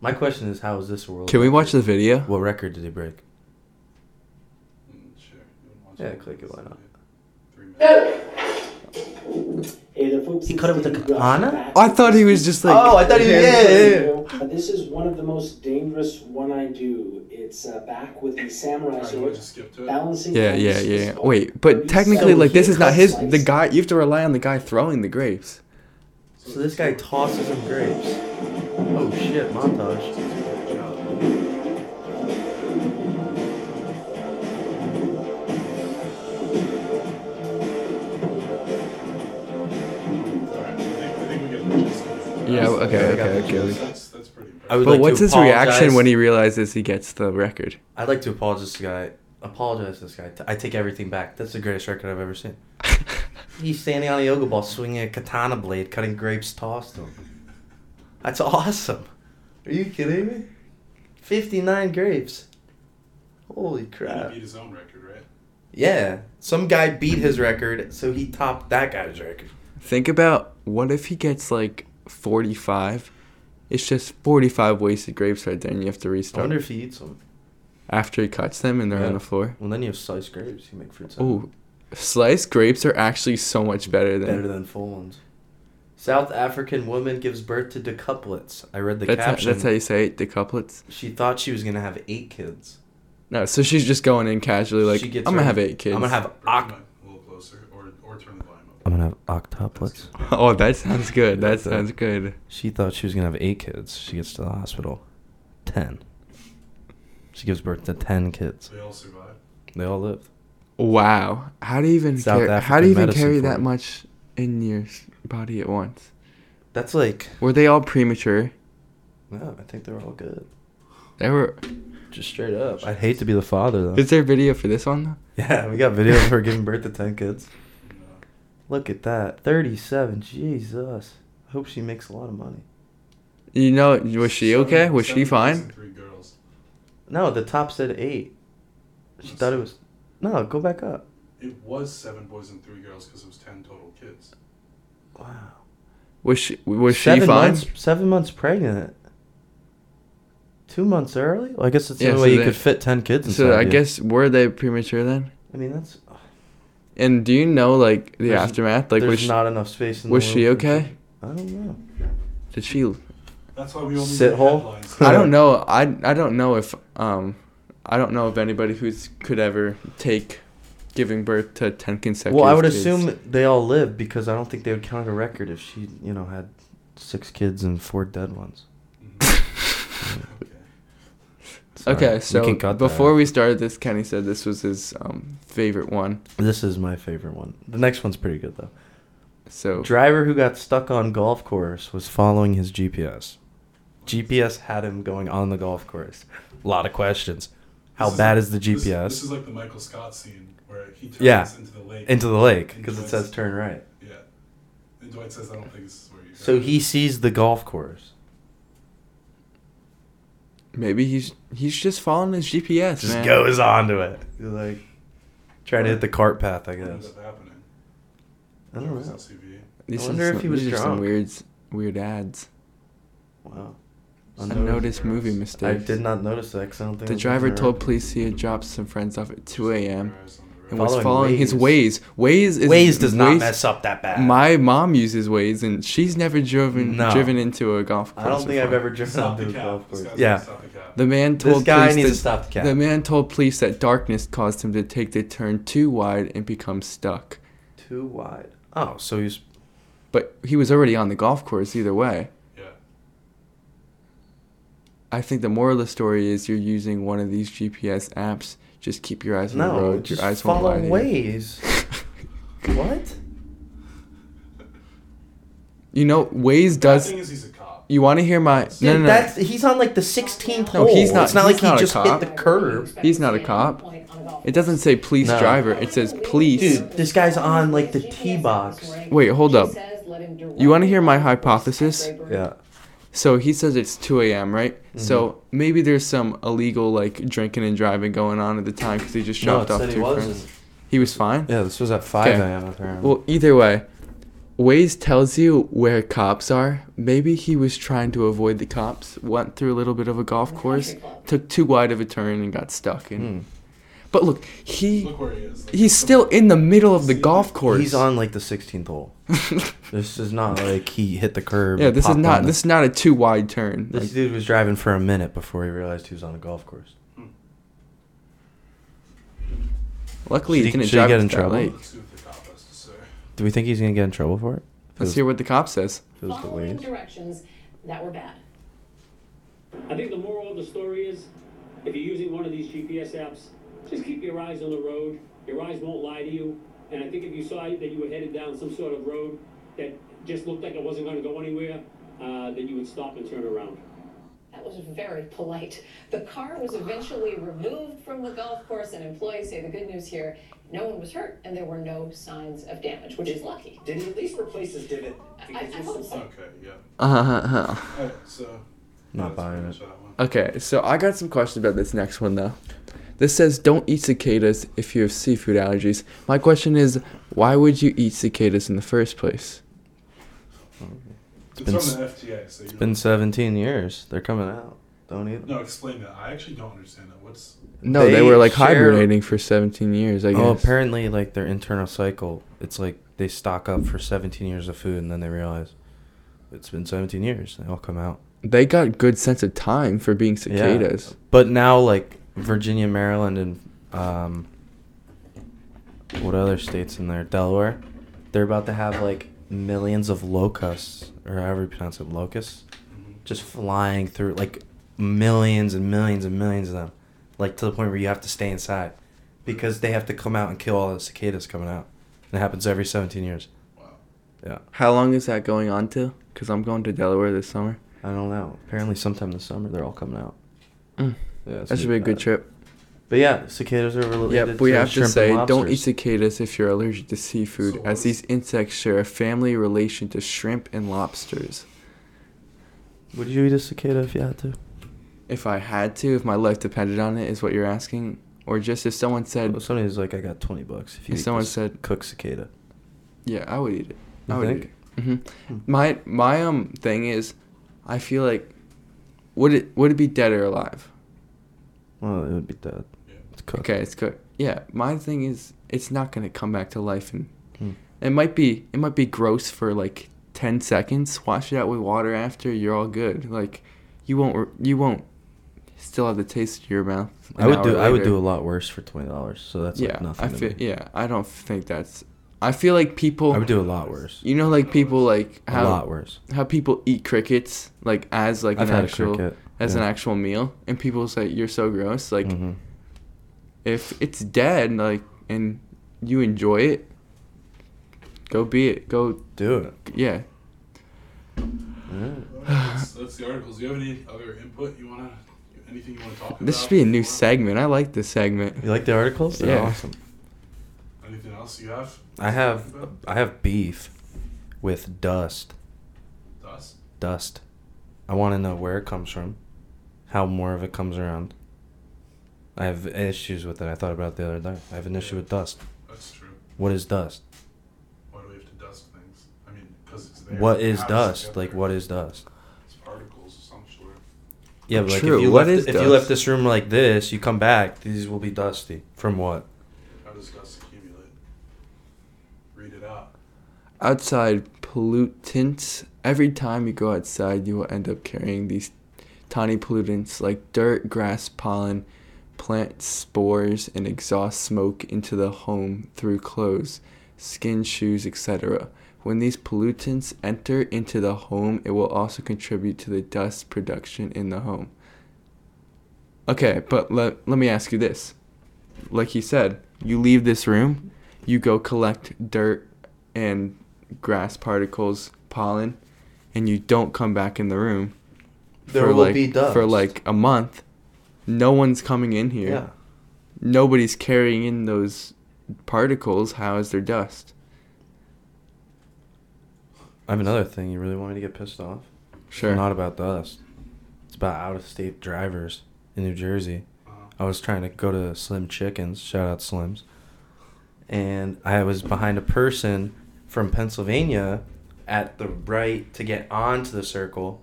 My question is, how is this a world? Can we record? watch the video? What record did he break? Mm, Sure. you wanna watch Yeah, click it, why not? Three minutes. He cut it with a katana? I thought he was just like. Oh, I thought he- yeah, yeah, yeah. This is one of the most dangerous one I do. It's uh, back with the samurai Alright, you want sword, to just skip to it? balancing. Yeah, on yeah, the yeah. sword. Wait, but technically, So like, this he is not cuts his. slices. The guy, you have to rely on the guy throwing the grapes. So this guy tosses him grapes. Oh shit, montage. Alright, I think, I think we get the gist of it. Yeah. Okay. okay, okay, Okay. okay, Okay. That's, that's pretty impressive. I would But like what's to his reaction apologize- when he realizes he gets the record? I'd like to apologize to this guy. Apologize to this guy. I take everything back. That's the greatest record I've ever seen. He's standing on a yoga ball, swinging a katana blade, cutting grapes, tossed him. That's awesome. Are you kidding me? Fifty-nine grapes. Holy He crap! beat his own record, right? Yeah, some guy beat his record, so he topped that guy's record. Think about what if he gets like 45? It's just 45 wasted grapes right there, and you have to I restart wonder if he eats them. after he cuts them and they're Yeah. on the floor. Well, then you have sliced grapes. You make fruit salad. Ooh, sliced grapes are actually so much better than. better than full ones. South African woman gives birth to decuplets. I read the that's, how, caption. that's how you say it, decuplets. she thought she was gonna have eight kids. No, so she's just going in casually, like, she I'm gonna her- have eight kids. I'm gonna have Bring oct. the mic a little closer, or, or turn the volume up. I'm gonna have octuplets. oh, that sounds good. That That's it. sounds good. She thought she was gonna have eight kids. She gets to the hospital, ten. She gives birth to ten kids. They all survive. They all lived. Wow. How do you even South car- how do African you even medicine carry for that it. much in your s- body at once? That's like Were they all premature? no. I think they're all good. They were. Just straight up. I'd hate to be the father though. Is there a video for this one? though? Yeah, we got video of her giving birth to 10 kids. uh, Look at that. 37. Jesus. I hope she makes a lot of money. You know, was she Seven- okay? Was she seven boys fine? and Three girls. No, the top said 8. She thought it was. No, go back up. It was seven boys and three girls because it was ten total kids. Wow. Was she was she seven fine? Months, seven months pregnant. Two months early? Well, I guess that's the Yeah, only so way you they- could fit 10 kids inside. So I you. guess were they premature then? I mean, that's. And do you know like the There's- aftermath? Like was there's she, not enough space in was the she womb for- okay? I don't know. Did she? That's why we only Sit read hole? headlines. I don't know. I I don't know if um I don't know of anybody who's could ever take giving birth to ten consecutive. Well, I would kids. assume they all live because I don't think they would count a record if she, you know, had six kids and four dead ones. Mhm. Sorry, Okay, we so can cut that before we started this, Kenny said this was his um, favorite one. This is my favorite one. The next one's pretty good though. So driver who got stuck on golf course was following his GPS. GPS had him going on the golf course. A lot of questions. How This bad is the this- GPS? This, is like the Michael Scott scene where he turns yeah, into the lake. into the lake And because it Dwight says turn right. Yeah. And Dwight says, I don't think this is where you go. So he sees the golf course. Maybe he's he's just following his GPS. Just man. goes onto it. You're like trying to hit the cart path, I What ended guess. up happening? I don't It know. was on CBA. These I are wonder some- if he was these are drunk. Some weird weird ads. Wow. Unnoticed movie I mistakes. did not notice that 'cause I don't think The I've driver ever- told police he had dropped some friends off at 2 a.m. and was Following following his Waze. Waze. Waze is Waze does not mess up that bad. My mom uses Waze, and she's never driven No. driven into a golf I course. don't think I've before. ever driven Stop onto the a cab. golf This course. guy's Yeah. gonna stop the cab. The man This told guy police needs to that- stop the cab. The man told police that darkness caused him to take the turn too wide and become stuck. Too wide. Oh, so he's But he was already on the golf course either way. Yeah. I think the moral of the story is you're using one of these GPS apps. Just keep your eyes on no. the road. just your eyes won't follow lie to you. Waze. what? You know, Waze The does. thing is, he's a cop. You want to hear my? Dude, no, no, no. that's he's on like the 16th No, hole. he's not- It's not he's like not a he just cop. hit the curb. He's not a cop. It doesn't say police No. driver. It says police. Dude, this guy's on like the tee box. Wait, hold up. You want to hear my hypothesis? Yeah. So he says it's 2 a.m., right? Mm-hmm. So maybe there's some illegal like drinking and driving going on at the time because he just No, dropped it off said he two friends. wasn't. He was fine. Yeah, this was at 5 Okay. a.m. apparently. Well, either way, Waze tells you where cops are. Maybe he was trying to avoid the cops, went through a little bit of a golf course, took too wide of a turn, and got stuck. Hmm. And but look, he Look where he is. Like, he's still in the middle of the golf course. He's on like the 16th hole. this is not like he hit the curb. Yeah, and this is popped not on this is not a too wide turn. This Like, dude was driving for a minute before he realized he was on a golf course. luckily, should he he- didn't should he drive get to in that trouble? late. let's see what the cop has to say. Do we think he's gonna get in trouble for it? Let's Because- hear what the cop says. because the Following Waze? directions that were bad. I think the moral of the story is if you're using one of these GPS apps, just keep your eyes on the road. Your eyes won't lie to you. And I think if you saw that you were headed down some sort of road that just looked like it wasn't going to go anywhere, uh, then you would stop and turn around. That was very polite. The car was eventually removed from the golf course, and employees say the good news here no one was hurt and there were no signs of damage, which is lucky. Did he at least replace his divot? I, I hope so. Okay, yeah. Uh-huh. Alright, so. Not that's buying pretty it. much that one. Okay, so I got some questions about this next one though. This says don't eat cicadas if you have seafood allergies. My question is, why would you eat cicadas in the first place? It's, been s- from the FTA, so you It's been 17 years. They're coming out. Don't eat them. No, explain that. I actually don't understand that. What's No, they, They were like share- hibernating for 17 years, I guess. Oh, apparently, like their internal cycle, it's like they stock up for 17 years of food, and then they realize it's been 17 years. They all come out. They got good sense of time for being cicadas. But now, like Virginia, Maryland, and um, what other states in there? Delaware. They're about to have like millions of locusts, or however you pronounce it, locusts, just flying through, like millions and millions and millions of them, like to the point where you have to stay inside, because they have to come out and kill all the cicadas coming out. And it happens every 17 years. wow. Yeah, How long is that going on to? Cuz I'm going to Delaware this summer. I don't know. Apparently, sometime this summer they're all coming out. Yeah, uh, it's Mm. That should be gonna a good bad. trip. But yeah, cicadas are related. Yeah, to but we have to shrimp say, and don't eat lobsters. cicadas if you're allergic to seafood, So what as is- these insects share a family relation to shrimp and lobsters. Would you eat a cicada if you had to? If I had to, if my life depended on it, is what you're asking, or just if someone said, Well, somebody's like, I got twenty bucks if you. If eat someone this said- cooked cicada. yeah, I would eat it. You I would think? Hmm. eat it. Mm-hmm. My my um thing is, I feel like, would it would it be dead or alive? Well, it would be dead. Yeah. It's cooked. Okay, it's good. Yeah, my thing is, it's not gonna come back to life, and Hmm. it might be it might be gross for like ten seconds. Wash it out with water after you're all good. Like, you won't re- you won't still have the taste in your mouth. an I would hour do. I would later. do a lot worse for twenty dollars. So that's yeah, like nothing. I to feel, me. yeah, I don't think that's. I feel like people. I would do a lot worse. You know, like people like A how lot worse. How people eat crickets like as like I've an had a actual cricket, as an yeah. Mm-hmm. actual meal, and people say you're so gross. Like, if it's dead, like, and you enjoy it, go be it. Go do it. Yeah. That's, that's the articles. Do you have any other input you want to, anything you want to talk This about? should be a new segment. I like this segment. You like the articles? They're yeah. awesome. Anything else you have? I have. I have beef with dust. Dust? Dust. I want to know where it comes from, how more of it comes around. I have issues with it. I thought about it the other day. I have an issue with dust. That's true. What is dust? Why do we have to dust things? I mean, because it's there. What is How does it dust? get Like there? what is dust? It's particles of some sort. Yeah, but like True. if you What left, is if dust? you left this room like this, you come back, these will be dusty. From what? How does dust accumulate? Read it out. outside pollutants. Every time you go outside, you will end up carrying these tiny pollutants like dirt, grass, pollen, plant spores, and exhaust smoke into the home through clothes, skin, shoes, etc. When these pollutants enter into the home, it will also contribute to the dust production in the home. Okay, but let, let me ask you this. Like he said, you leave this room, you go collect dirt and grass particles, pollen, and you don't come back in the room. There for will like, be dust. For like a month, no one's coming in here. Yeah. Nobody's carrying in those particles. How is there dust? I have another thing. You really want me to get pissed off? Sure. Not about dust. It's about out of state drivers in New Jersey. Uh-huh. I was trying to go to Slim Chickens. Shout out Slims. And I was behind a person from Pennsylvania at the right to get onto the circle.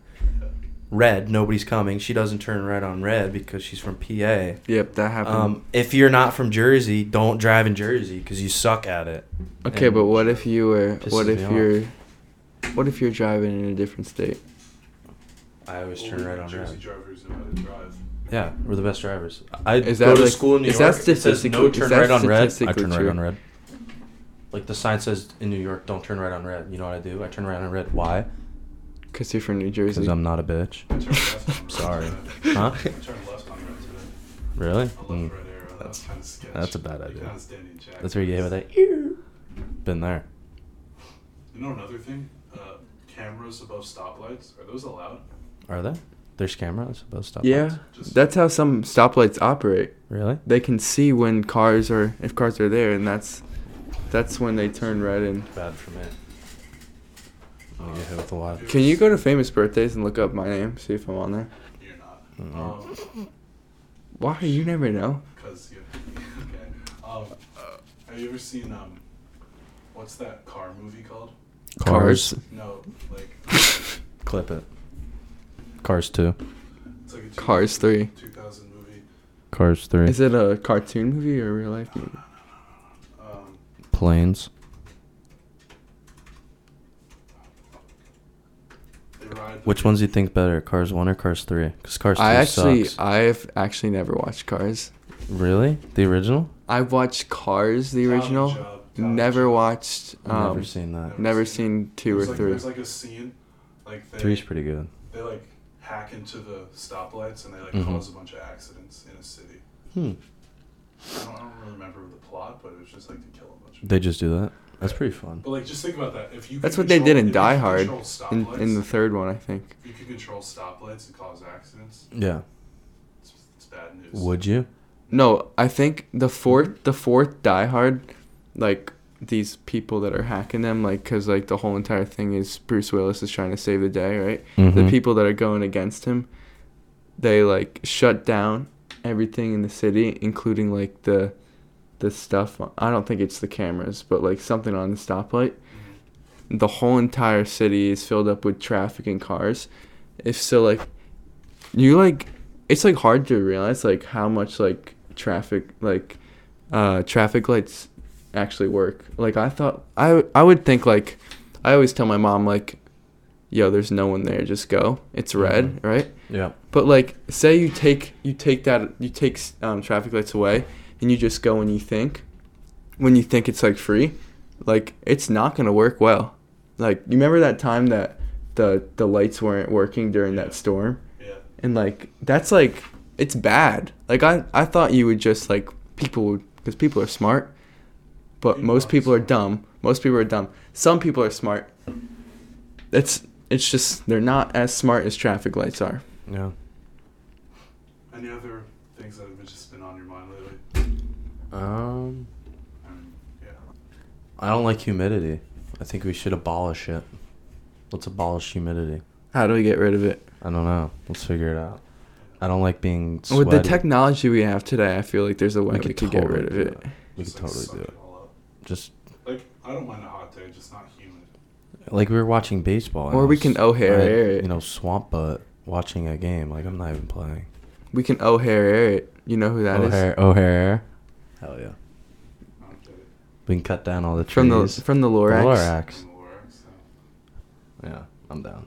Red, nobody's coming. She doesn't turn red on red because she's from PA. Yep, that happened. Um, if you're not from Jersey, don't drive in Jersey because you suck at it. Okay, And but what if you were? What pisses if me off. you're? What if you're driving in a different state? I always Only turn right on Jersey red. drivers know how to drive. Yeah, we're the best drivers. I Is go that to like- school in New is York. that it says no statistically- turn is that right on red. I statistically turn right true? on red. Like the sign says in New York, don't turn right on red. You know what I do? I turn right on red. Why? Cause you're from New Jersey. Because I'm not a bitch. I turned left on red Sorry. today. Huh? I turned left on red today. Really? I left Mm. red arrow. That was kind of sketchy. That's a bad Like, idea. that was Danny and Jack. That's where you gave it that. "Ew." Been there. You know another thing? Uh, cameras above stoplights. Are those allowed? Are there? There's cameras above stop Yeah, that's how some stoplights operate. Really? They can see when cars are if cars are there, and that's that's when they turn red. And Bad for me. I'm gonna Oh, get hit with a lot. can you go to famous birthdays and look up my name, see if I'm on there? You're not. Mm. Um, Why? You never know. Because you. Okay. Um, have you ever seen um, what's that car movie called? Cars. No, like Clip it. Cars 2. it's like a Cars three. 2000 movie. Cars 3. Is it a cartoon movie or a real life movie? Um, Planes. they ride. Which ones do you think better, Cars 1 or Cars 3? Because Cars 2 I actually, uh, sucks. I've actually never watched Cars. Really? The original? I've watched Cars, the original. never watched. I've Um, never seen that. Never seen two or there's like, three. There's like a scene, like they, Three's pretty good. they like hack into the stoplights and they like Mhm. cause a bunch of accidents in a city. Hmm. I don't, I don't remember the plot, but it was just like to kill a bunch. They just do that? That's pretty fun. But like, just think about that. If you That's could what they did control- in if Die you could Hard, control in, in stoplights, the third one, I think. If you could control stoplights and cause accidents, Yeah. it's, it's bad news. Would you? No, I think the Mm-hmm. fourth, the fourth Die Hard, like these people that are hacking them, like because like the whole entire thing is Bruce Willis is trying to save the day, right? The Mhm. people that are going against him, they like shut down everything in the city, including like the, the stuff. I don't think it's the cameras, but like something on the stoplight. Mm-hmm. The whole entire city is filled up with traffic and cars. If so, like you like it's like hard to realize like how much like traffic like uh traffic lights actually work like i thought i i would think like i always tell my mom like yo, there's no one there, just go. It's red, right? Yeah. But like, say you take you take that you take um, traffic lights away, and you just go when you think, when you think it's like free, like it's not gonna work well. Like you remember that time that the the lights weren't working during that storm, yeah. and like that's like it's bad. Like I I thought you would just like people would because people are smart, but most people are dumb. Most people are dumb. Some people are smart. It's it's just they're not as smart as traffic lights are. Yeah. Any other things that have been- just been on your mind lately? Um. I don't like humidity. I think we should abolish it. Let's abolish humidity. How do we get rid of it? I don't know. Let's figure it out. I don't like being sweaty. With the technology we have today, I feel like there's a way we could could, get totally rid of do it. we could totally do it. Just Like, I don't mind a hot day, just not humid. like we were watching baseball, and Or I we was- can oh, O'Hare I, air it. You know, swamp butt watching a game. Like I'm not even playing. We can O'Hare air it. You know who that is? O'Hare, O'Hare. Hell yeah. We can cut down all the trees From the- from the Lorax? Lorax. Yeah, I'm down.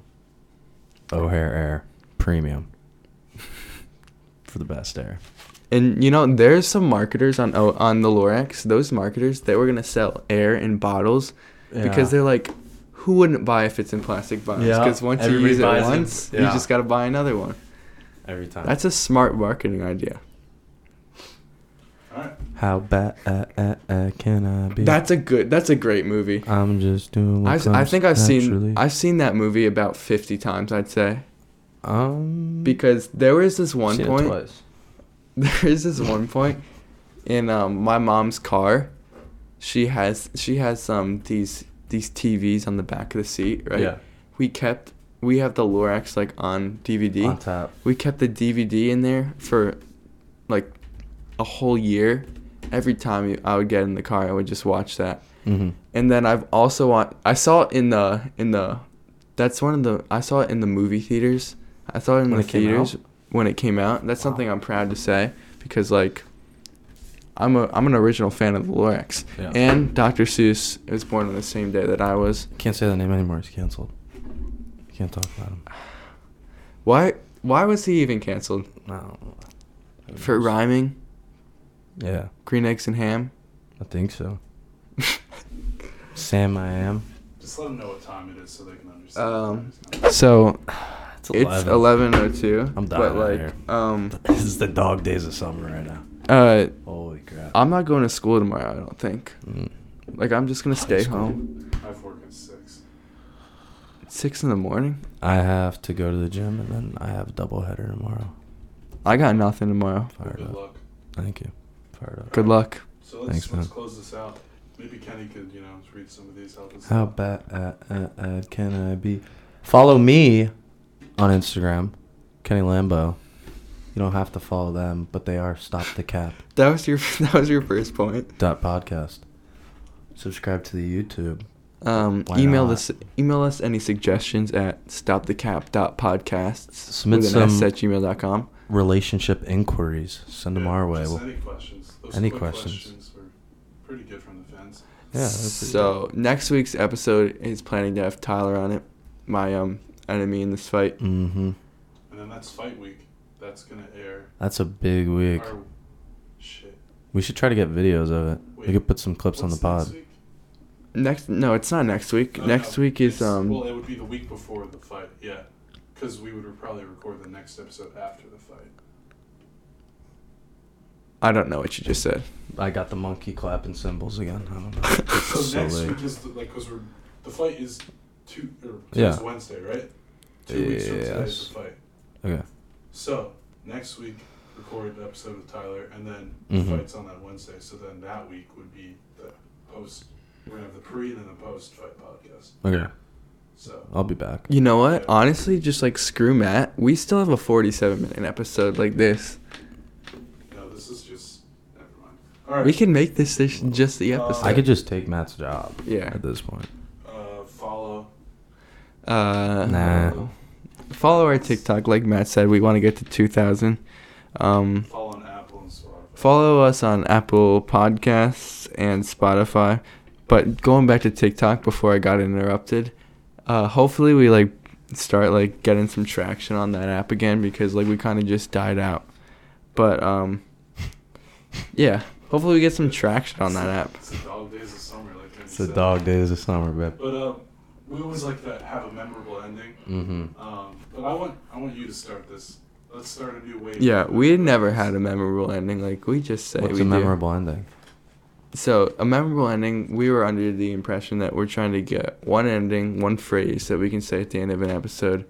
O'Hare Air Premium for the best air. And you know, there's some marketers on oh, on the Lorax. Those marketers, they were gonna sell air in bottles Yeah. because they're like, who wouldn't buy if it's in plastic bottles? Yeah, Because once you everybody use it buys it. once, you Yeah. just gotta buy another one. Every time. That's a smart marketing idea. How bad uh, uh, uh, can I be? That's a good. That's a great movie. I'm just doing. What I've, I comes think I've naturally. seen I've seen that movie about fifty times. I'd say. Um. Because there was this one Seen it point. twice. There is this one point in um, my mom's car. She has she has um these these TVs on the back of the seat, right? Yeah. We kept we have the Lorax like on DVD. On top. We kept the DVD in there for like a whole year. Every time I would get in the car, I would just watch that. Mhm. And then I've also wa- I saw it in the in the that's one of the I saw it in the movie theaters. I saw it in When the it came theaters out? when it came out. That's something I'm proud to say because like I'm a I'm an original fan of the Lorax. Yeah. And Dr. Seuss was born on the same day that I was. Can't say that name anymore. It's canceled. Can't talk about him. Why why was he even canceled? No. For rhyming? Yeah, Green eggs and ham? I think so. Sam, I am. Just let them know what time it is so they can understand. Um so it's 11. 11:02. I'm dying. But out like here. um this is the dog days of summer right now. uh Holy crap! I'm not going to school tomorrow, I don't think. Mm. Like I'm just going to stay home. Um, I have work at 6. Six in the morning. I have to go to the gym and then I have a doubleheader tomorrow. I got nothing tomorrow. Fired Good up. luck. Thank you. Fired up. Good luck. So let's, Thanks, let's man. close this out. Maybe Kenny could, you know, read some of these. Help us. How bad uh, uh, uh, can I be? Follow me on Instagram, Kenny Lambo. You don't have to follow them, but they are Stop the Cap That was your that was your first point. dot podcast. Subscribe to the YouTube. Um, Why email not? us email us any suggestions at stopthecap.podcasts Submit with an S some- at gmail.com. Relationship inquiries. Send them our way. Just We'll- any questions. Those any quick questions. questions were pretty good from the fans. Yeah, that'd be So next week's episode is planning to have Tyler on it, my um enemy in this fight. Mm-hmm. And then that's fight week. That's going to air. That's a big week. Our, Oh, shit. We should try to get videos of it. we Wait, could put some clips on the pod. Next no, it's not next week. No, next no, week is it's- um Uh, Well, it would be the week before the fight, yeah. Because we would probably record the next episode after the fight. I don't know what you just said. I got the monkey clapping cymbals again. I don't know. So, It's so next late. week is the, like because we're the fight is two or Yeah. it's Wednesday, right? Two weeks from today is Yes. the fight. Okay. So next week record the episode with Tyler, and then Mhm. the fight's on that Wednesday. So then that week would be the post. We're gonna have the pre and then the post fight podcast. Okay. So I'll be back. You know what? Honestly, just like screw Matt. We still have a forty seven minute episode like this. no, this is just never mind. All right. We can make this, this just the Um, episode. I could just take Matt's job. Yeah. At this point. uh, follow. Uh, Nah. Follow our TikTok, like Matt said. We want to get to 2,000. Um, Follow on Apple and Spotify. follow us on Apple Podcasts and Spotify. But going back to TikTok before I got interrupted, uh, hopefully we like start like getting some traction on that app again because like we kind of just died out. But um, yeah, hopefully we get some traction on that app. It's the dog days of summer, like Kenny It's the said. dog days of summer, babe. But um, we always like to have a memorable ending. Mm. Mhm. Um, but I want I want you to start this. Let's start a new wave. Yeah, we had never had a memorable ending. Like we just say What's we a do. memorable ending? So a memorable ending. We were under the impression that we're trying to get one ending, one phrase that we can say at the end of an episode,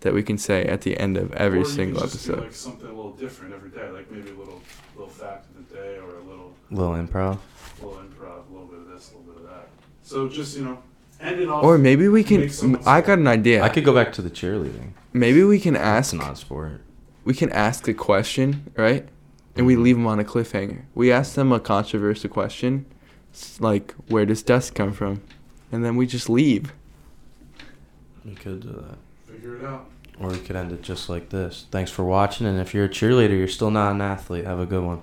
that we can say at the end of every Or you could single just do, episode. like something a little different every day, like maybe a little little fact of the day or a little Little improv. little improv, a little bit of this, a little bit of that. So just you know, end it off. Or maybe we can. make someone I got an idea. I could go back to the cheerleading. Maybe we can ask. an odd sport. We can ask a question, right? And we leave them on a cliffhanger. We ask them a controversial question, s- like where does dust come from, and then we just leave. We could do that. figure it out. Or we could end it just like this. Thanks for watching, and if you're a cheerleader, you're still not an athlete. Have a good one.